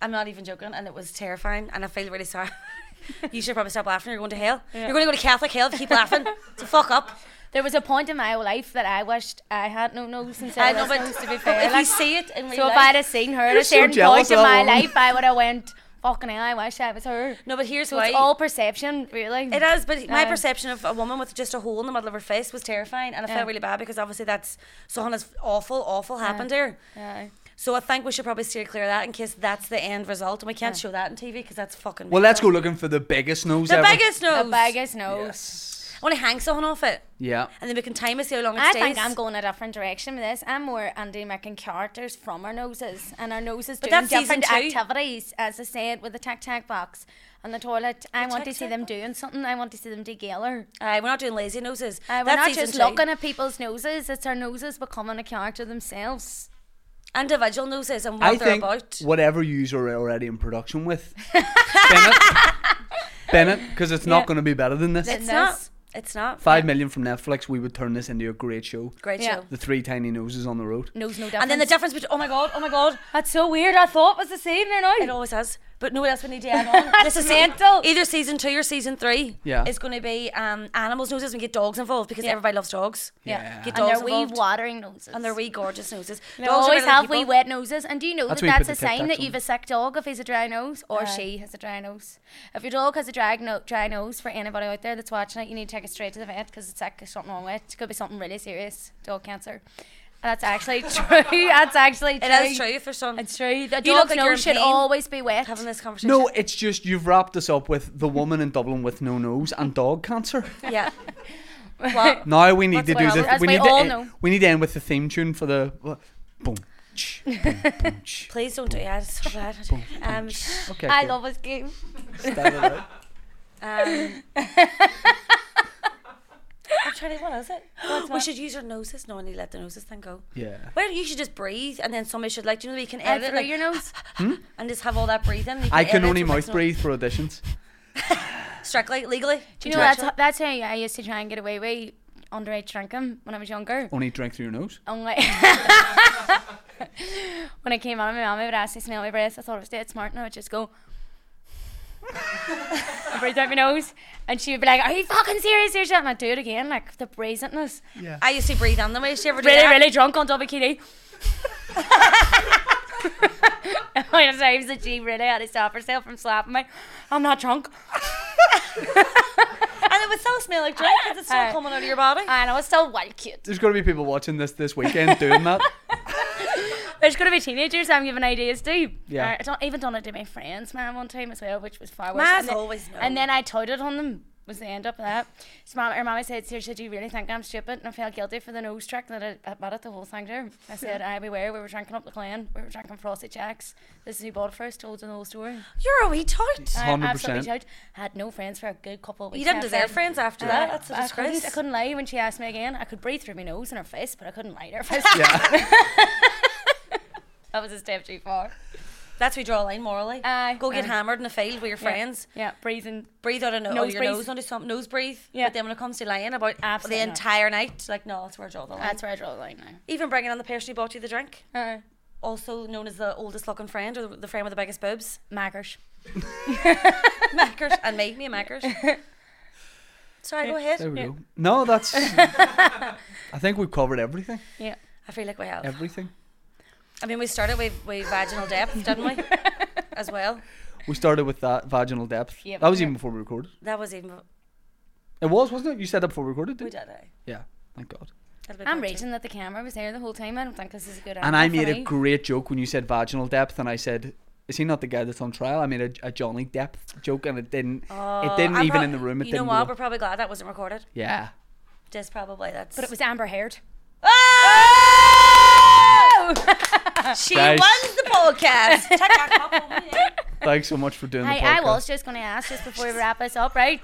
Speaker 2: I'm not even joking, and it was terrifying, and I feel really sorry. <laughs> you should probably stop laughing. You're going to hell. You're going to go to Catholic hell if you keep laughing. so fuck up.
Speaker 3: There was a point in my life that I wished I had no nose and
Speaker 2: I
Speaker 3: said
Speaker 2: know,
Speaker 3: no
Speaker 2: Uh, but
Speaker 3: nose to be fair.
Speaker 2: if you
Speaker 3: Like,
Speaker 2: see it in real
Speaker 3: so if
Speaker 2: life,
Speaker 3: I'd have seen her at a
Speaker 1: so
Speaker 3: certain
Speaker 1: jealous of
Speaker 3: point in
Speaker 1: that
Speaker 3: my
Speaker 1: woman.
Speaker 3: life, I would have went, fucking hell, I wish I was her.
Speaker 2: no, but here's
Speaker 3: So
Speaker 2: why.
Speaker 3: it's all perception, really.
Speaker 2: It is, but my
Speaker 3: Aye.
Speaker 2: perception of a woman with just a hole in the middle of her face was terrifying, and I
Speaker 3: Yeah.
Speaker 2: felt really bad because obviously that's something that's awful, awful happened here.
Speaker 3: Aye.
Speaker 2: So I think we should probably steer clear of that in case that's the end result, and we can't show that on TV because that's fucking.
Speaker 1: Well, let's go
Speaker 2: mental.
Speaker 1: looking for the biggest nose
Speaker 2: The
Speaker 1: ever.
Speaker 2: biggest nose.
Speaker 3: The biggest nose.
Speaker 1: Yes.
Speaker 2: I want to hang someone off it,
Speaker 1: Yeah.
Speaker 2: and then we can time it see how long it
Speaker 3: I
Speaker 2: stays.
Speaker 3: think I'm going a different direction with this. I'm more anti making characters from our noses and our noses
Speaker 2: But
Speaker 3: doing
Speaker 2: that's season
Speaker 3: different
Speaker 2: two.
Speaker 3: activities. As I said, with the tac tac box and the toilet, I want to see
Speaker 2: tic-tac
Speaker 3: them
Speaker 2: box.
Speaker 3: doing something. I want to see them together.
Speaker 2: Aye, we're not doing lazy noses.
Speaker 3: Uh, we're
Speaker 2: That's
Speaker 3: not
Speaker 2: season
Speaker 3: just
Speaker 2: two.
Speaker 3: looking at people's noses; it's our noses becoming a character themselves.
Speaker 2: individual noses and what
Speaker 1: I
Speaker 2: they're
Speaker 1: think
Speaker 2: about.
Speaker 1: whatever you are already in production with, Bennett, Bennett, because it's
Speaker 3: Yeah.
Speaker 1: not going to be better than this.
Speaker 3: Let's-
Speaker 2: It's
Speaker 3: This.
Speaker 2: not. It's not.
Speaker 1: Five million from Netflix, we would turn this into a great show.
Speaker 2: Great
Speaker 3: Yeah.
Speaker 2: show.
Speaker 1: The three tiny noses on the road.
Speaker 3: Knows no difference.
Speaker 2: And then the difference between oh my god, oh my god,
Speaker 3: That's so weird. I thought it was the same there now.
Speaker 2: it always is. But no, <laughs> that's we need to add on. this
Speaker 3: That's
Speaker 2: is
Speaker 3: mental.
Speaker 2: Either season two or season three.
Speaker 1: Yeah.
Speaker 2: It's going to be um, animals' noses and get dogs involved because everybody loves dogs.
Speaker 1: Yeah.
Speaker 2: Get
Speaker 3: and
Speaker 2: dogs
Speaker 3: their wee
Speaker 2: involved.
Speaker 3: watering noses.
Speaker 2: and their wee gorgeous <laughs> noses.
Speaker 3: They always
Speaker 2: better than
Speaker 3: have wee
Speaker 2: people.
Speaker 3: wet noses. And do you know
Speaker 1: That's
Speaker 3: that
Speaker 1: where you put
Speaker 3: that's a
Speaker 1: the Tic Tacs
Speaker 3: sign that you've
Speaker 1: on.
Speaker 3: a sick dog if he's a dry nose or
Speaker 2: Aye.
Speaker 3: she has a dry nose? If your dog has a dry, no- dry nose, for anybody out there that's watching it, you need to take it straight to the vet because it's sick. There's something wrong with it. It could be something really serious. Dog cancer. And that's
Speaker 2: <laughs>
Speaker 3: actually true. That's actually true.
Speaker 2: It is true for some.
Speaker 3: It's true. The
Speaker 2: You look
Speaker 3: dog's
Speaker 2: like you're in
Speaker 3: nose should
Speaker 2: pain
Speaker 3: always be wet.
Speaker 2: having this conversation.
Speaker 1: No, it's just you've wrapped us up with the woman in Dublin with no nose and dog cancer.
Speaker 2: Yeah. What?
Speaker 1: Now we need
Speaker 3: That's
Speaker 1: to
Speaker 3: why
Speaker 1: do
Speaker 3: I-
Speaker 1: the
Speaker 3: that's
Speaker 1: we
Speaker 3: why
Speaker 1: need
Speaker 3: all
Speaker 1: to,
Speaker 3: know.
Speaker 1: end, we need to end with the theme tune for the boom. tch, boom, boom,
Speaker 2: <laughs>
Speaker 1: tch.
Speaker 2: Please don't do that. It's so bad. Um,
Speaker 1: <laughs> Okay.
Speaker 3: I
Speaker 1: cool.
Speaker 3: love this game.
Speaker 1: Start it out.
Speaker 2: um, <laughs> I'm trying to. What is it? we should use our noses. No, I need to let the noses thing go.
Speaker 1: Yeah.
Speaker 2: Well, you should just breathe, and then somebody should like you know we can
Speaker 3: Out
Speaker 2: edit
Speaker 3: through
Speaker 2: like,
Speaker 3: your nose.
Speaker 2: and just have all that breathing. You
Speaker 1: Hmm? I can
Speaker 2: edit
Speaker 1: only
Speaker 2: so it's
Speaker 1: mouth
Speaker 2: not-
Speaker 1: breathe for auditions.
Speaker 2: Strictly legally.
Speaker 3: Do you know that's that's how I used to try and get away with underage drinking when I was younger.
Speaker 1: Only drink through your nose.
Speaker 3: Only <laughs> when I came out of my mum, I would ask me to smell my breath. I thought it was dead smart, and I would just go. <laughs> and breathe out my nose, and she would be like, "Are you fucking serious or something?" I'd do it again, like the brazenness.
Speaker 1: Yeah.
Speaker 2: I used to breathe on them. I used to ever do
Speaker 3: <laughs> Really,
Speaker 2: that.
Speaker 3: really drunk on WKD. <laughs> When I was a G, really had to stop herself from slapping me. I'm not drunk.
Speaker 2: And it would still smell like drink because it's still
Speaker 3: Aye.
Speaker 2: coming out of your body.
Speaker 3: And I was still wild cute.
Speaker 1: There's gonna be people watching this this weekend doing <laughs> that.
Speaker 3: There's gonna be teenagers I'm giving ideas to.
Speaker 1: Yeah.
Speaker 3: Uh, I don't even done it to my friends, man, one time as well, which was far worse.
Speaker 2: Ma's
Speaker 3: and then,
Speaker 2: always known.
Speaker 3: And then I toted on them. Was the end up of that? So mom, her mommy said, "Seriously, do you really think I'm stupid?" And I felt guilty for the nose trick that I admitted the whole thing to. her. I said, "I beware. We were drinking up the Glen. We were drinking Frosty Jacks. This is who bought it first. Told the whole story.
Speaker 2: You're a wee tot.
Speaker 3: I
Speaker 1: 100%.
Speaker 3: absolutely shout. Had no friends for a good couple of weeks.
Speaker 2: You didn't
Speaker 3: after
Speaker 2: deserve
Speaker 3: that.
Speaker 2: friends after that. That's a
Speaker 3: I couldn't, I
Speaker 2: disgrace.
Speaker 3: couldn't lie when she asked me again. I could breathe through my nose and her face, but I couldn't lie to her face.
Speaker 1: Yeah.
Speaker 3: <laughs> that was a step too far.
Speaker 2: That's where you draw a line morally.
Speaker 3: Aye,
Speaker 2: Go get
Speaker 3: aye.
Speaker 2: hammered in a field with your friends.
Speaker 3: Uh, Yeah, breathing.
Speaker 2: Breathe out of no- out
Speaker 3: Nose
Speaker 2: of your
Speaker 3: breathe.
Speaker 2: nose onto something. Nose breathe.
Speaker 3: Yeah.
Speaker 2: But then when it comes to lying about
Speaker 3: Absolutely
Speaker 2: the
Speaker 3: not.
Speaker 2: entire night, like no, that's where I draw the line.
Speaker 3: That's where I draw the line now.
Speaker 2: Even bringing on the person who bought you the drink,
Speaker 3: Uh,
Speaker 2: also known as the oldest looking friend or the friend with the biggest boobs, <laughs>
Speaker 3: Maggers.
Speaker 2: Mackers and me, me and
Speaker 3: <laughs>
Speaker 2: Mackers. Sorry, go ahead.
Speaker 1: There we go. No,
Speaker 2: <laughs>
Speaker 1: that's. I think we've covered everything.
Speaker 3: Yeah.
Speaker 2: I feel like we have.
Speaker 1: Everything.
Speaker 2: I mean, we started with, with vaginal depth, didn't
Speaker 3: <laughs>
Speaker 2: we? As well.
Speaker 1: We started with that vaginal depth.
Speaker 3: Yep.
Speaker 1: That was even
Speaker 3: Yep.
Speaker 1: before we recorded.
Speaker 2: That was even.
Speaker 1: It was, wasn't it? You said that before we recorded,
Speaker 2: We
Speaker 1: didn't
Speaker 2: did it.
Speaker 1: you? Yeah. Thank God.
Speaker 2: That'll be
Speaker 3: I'm
Speaker 2: part two.
Speaker 3: raging that the camera was there the whole time. I don't think this is a good
Speaker 1: And
Speaker 3: angle
Speaker 1: I made
Speaker 3: for
Speaker 1: a
Speaker 3: me.
Speaker 1: great joke when you said vaginal depth, and I said, "Is he not the guy that's on trial?" I made a, a Johnny Depth joke, and it didn't.
Speaker 2: Oh,
Speaker 1: it didn't
Speaker 2: I'm
Speaker 1: even
Speaker 2: prob-
Speaker 1: in the room. It
Speaker 2: you
Speaker 1: didn't.
Speaker 2: know what?
Speaker 1: go.
Speaker 2: We're probably glad that wasn't recorded.
Speaker 1: Yeah.
Speaker 2: Just probably that's.
Speaker 3: But it was Amber Heard. <laughs>
Speaker 2: Oh! she
Speaker 1: Guys.
Speaker 2: runs the <laughs> podcast. Tuck, tuck, tuck, tuck, yeah.
Speaker 1: Thanks so much for doing the
Speaker 3: I,
Speaker 1: podcast.
Speaker 3: I was just going to ask, just before we wrap this up, right?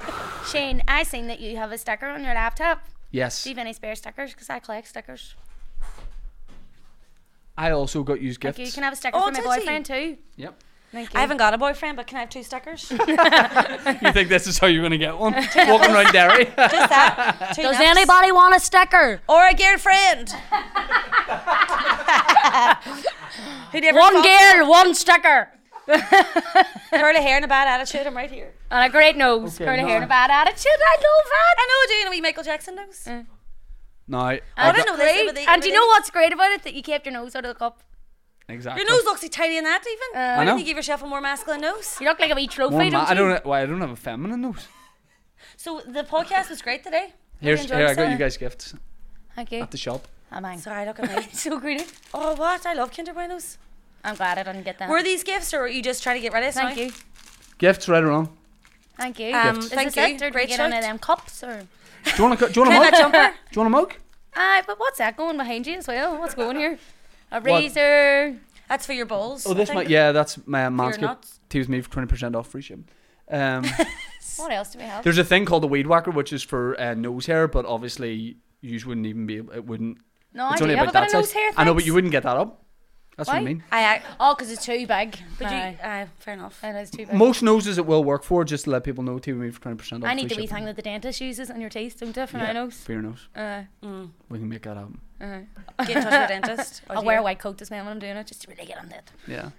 Speaker 3: Shane, I seen that you have a sticker on your laptop.
Speaker 1: Yes.
Speaker 3: Do you have any spare stickers? Because I collect stickers.
Speaker 1: I also got used
Speaker 3: Like
Speaker 1: gifts.
Speaker 3: you can have a sticker
Speaker 2: Oh,
Speaker 3: for my
Speaker 2: did you?
Speaker 3: boyfriend too.
Speaker 1: yep. <laughs>
Speaker 3: Thank you.
Speaker 2: I haven't got a boyfriend, but can I have two
Speaker 3: <laughs>
Speaker 2: stickers? Just
Speaker 1: you think this is how you're gonna get
Speaker 2: <laughs>
Speaker 1: one? Walking around Derry.
Speaker 2: that. Two
Speaker 3: Does
Speaker 2: nips.
Speaker 3: anybody want a sticker?
Speaker 2: Or a
Speaker 3: <laughs>
Speaker 2: girlfriend. Who never
Speaker 3: One
Speaker 2: fucked,
Speaker 3: girl, one sticker.
Speaker 2: curly hair and a bad attitude. I'm right here.
Speaker 3: And a great nose,
Speaker 1: Okay,
Speaker 3: curly
Speaker 1: no.
Speaker 3: hair, and a bad attitude. I love that.
Speaker 2: I know, doing a wee Michael Jackson nose.
Speaker 1: no. I,
Speaker 3: I
Speaker 1: got-
Speaker 3: don't know
Speaker 2: this,
Speaker 3: great.
Speaker 2: but they-
Speaker 3: Mm. and
Speaker 2: but
Speaker 3: do you
Speaker 2: they-
Speaker 3: know what's great about it? That you kept your nose out of the cup.
Speaker 1: Exactly.
Speaker 2: Your nose looks like tidy in that even.
Speaker 3: I
Speaker 2: Why
Speaker 1: know.
Speaker 2: didn't you give yourself a more masculine nose?
Speaker 3: You look like a wee trophy,
Speaker 1: More
Speaker 3: don't
Speaker 1: ma-
Speaker 3: you?
Speaker 1: I don't. Why I don't have a feminine nose.
Speaker 2: So the podcast was great today.
Speaker 1: Here's
Speaker 3: enjoyed
Speaker 1: here. I got
Speaker 3: yourself.
Speaker 1: you guys gifts
Speaker 3: Thank you.
Speaker 1: at the shop.
Speaker 3: I'm angry.
Speaker 2: Sorry, look <laughs> at me.
Speaker 3: so greedy.
Speaker 2: oh, what? I love Kinder Buenos.
Speaker 3: I'm glad I didn't get that.
Speaker 2: Were these gifts, or are you just trying to get rid of us?
Speaker 3: Thank
Speaker 2: now?
Speaker 3: you.
Speaker 1: Gifts, right or wrong?
Speaker 3: Thank you.
Speaker 2: Um,
Speaker 3: Is
Speaker 2: thank
Speaker 3: this it,
Speaker 2: you.
Speaker 3: or do we
Speaker 2: Great
Speaker 3: get any
Speaker 2: shout.
Speaker 3: of them cups or?
Speaker 1: Do you want a, do
Speaker 3: <laughs>
Speaker 1: you want a
Speaker 2: Can I
Speaker 1: mug?
Speaker 2: have that jumper?
Speaker 1: Do you want a mug?
Speaker 3: Aye, but what's that going behind you as well? What's going here? A
Speaker 1: What?
Speaker 3: razor.
Speaker 2: That's for your bowls.
Speaker 1: Oh,
Speaker 2: I
Speaker 1: this
Speaker 2: think.
Speaker 1: might. Yeah, that's my manscape.
Speaker 2: nuts.
Speaker 1: Tease me for twenty percent off free shipping. Um, <laughs>
Speaker 3: What else do we have?
Speaker 1: there's a thing called a weed whacker, which is for uh, nose hair, but obviously you just wouldn't even be. able It wouldn't.
Speaker 3: No,
Speaker 1: it's
Speaker 3: I do.
Speaker 1: only
Speaker 3: Have I
Speaker 1: about
Speaker 3: got
Speaker 1: that
Speaker 3: a nose
Speaker 1: size.
Speaker 3: hair?
Speaker 1: I know, but you
Speaker 3: thanks?
Speaker 1: wouldn't get that up. That's what I
Speaker 3: Why?
Speaker 1: mean.
Speaker 2: I, I,
Speaker 3: Oh, because it's too big.
Speaker 2: but
Speaker 3: Aye.
Speaker 2: you, aye, fair enough.
Speaker 3: It is too big.
Speaker 1: Most noses it will work for. Just to let people know, tease me for twenty percent off.
Speaker 3: I need
Speaker 1: free
Speaker 3: the wee
Speaker 1: shipping.
Speaker 3: thing that the dentist uses on your teeth, don't they, for
Speaker 1: Yeah,
Speaker 3: my nose?
Speaker 1: For your nose,
Speaker 3: Uh,
Speaker 2: <laughs> Mm.
Speaker 1: we can make that happen.
Speaker 3: uh.
Speaker 2: Get in touch with a dentist. or
Speaker 3: I'll
Speaker 2: do
Speaker 3: wear
Speaker 2: you?
Speaker 3: a white coat this man when I'm doing it, just to really get
Speaker 1: <laughs>
Speaker 3: on that.
Speaker 1: Yeah,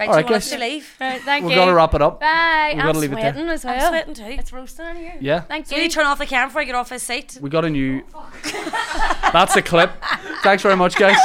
Speaker 2: Right,
Speaker 1: All
Speaker 2: do
Speaker 1: right,
Speaker 2: you want us
Speaker 1: guys.
Speaker 2: to leave?
Speaker 3: Right, thank
Speaker 1: we're
Speaker 3: you.
Speaker 1: gonna wrap it up.
Speaker 3: Bye.
Speaker 1: We've
Speaker 3: I'm
Speaker 1: gotta leave it there.
Speaker 3: sweating as well.
Speaker 2: I'm sweating too.
Speaker 3: It's roasting in here.
Speaker 1: Yeah,
Speaker 3: Thank
Speaker 2: So
Speaker 3: you.
Speaker 2: you turn off the cam before I get off his seat.
Speaker 1: we <laughs> got a new. That's a clip. Thanks very much, guys.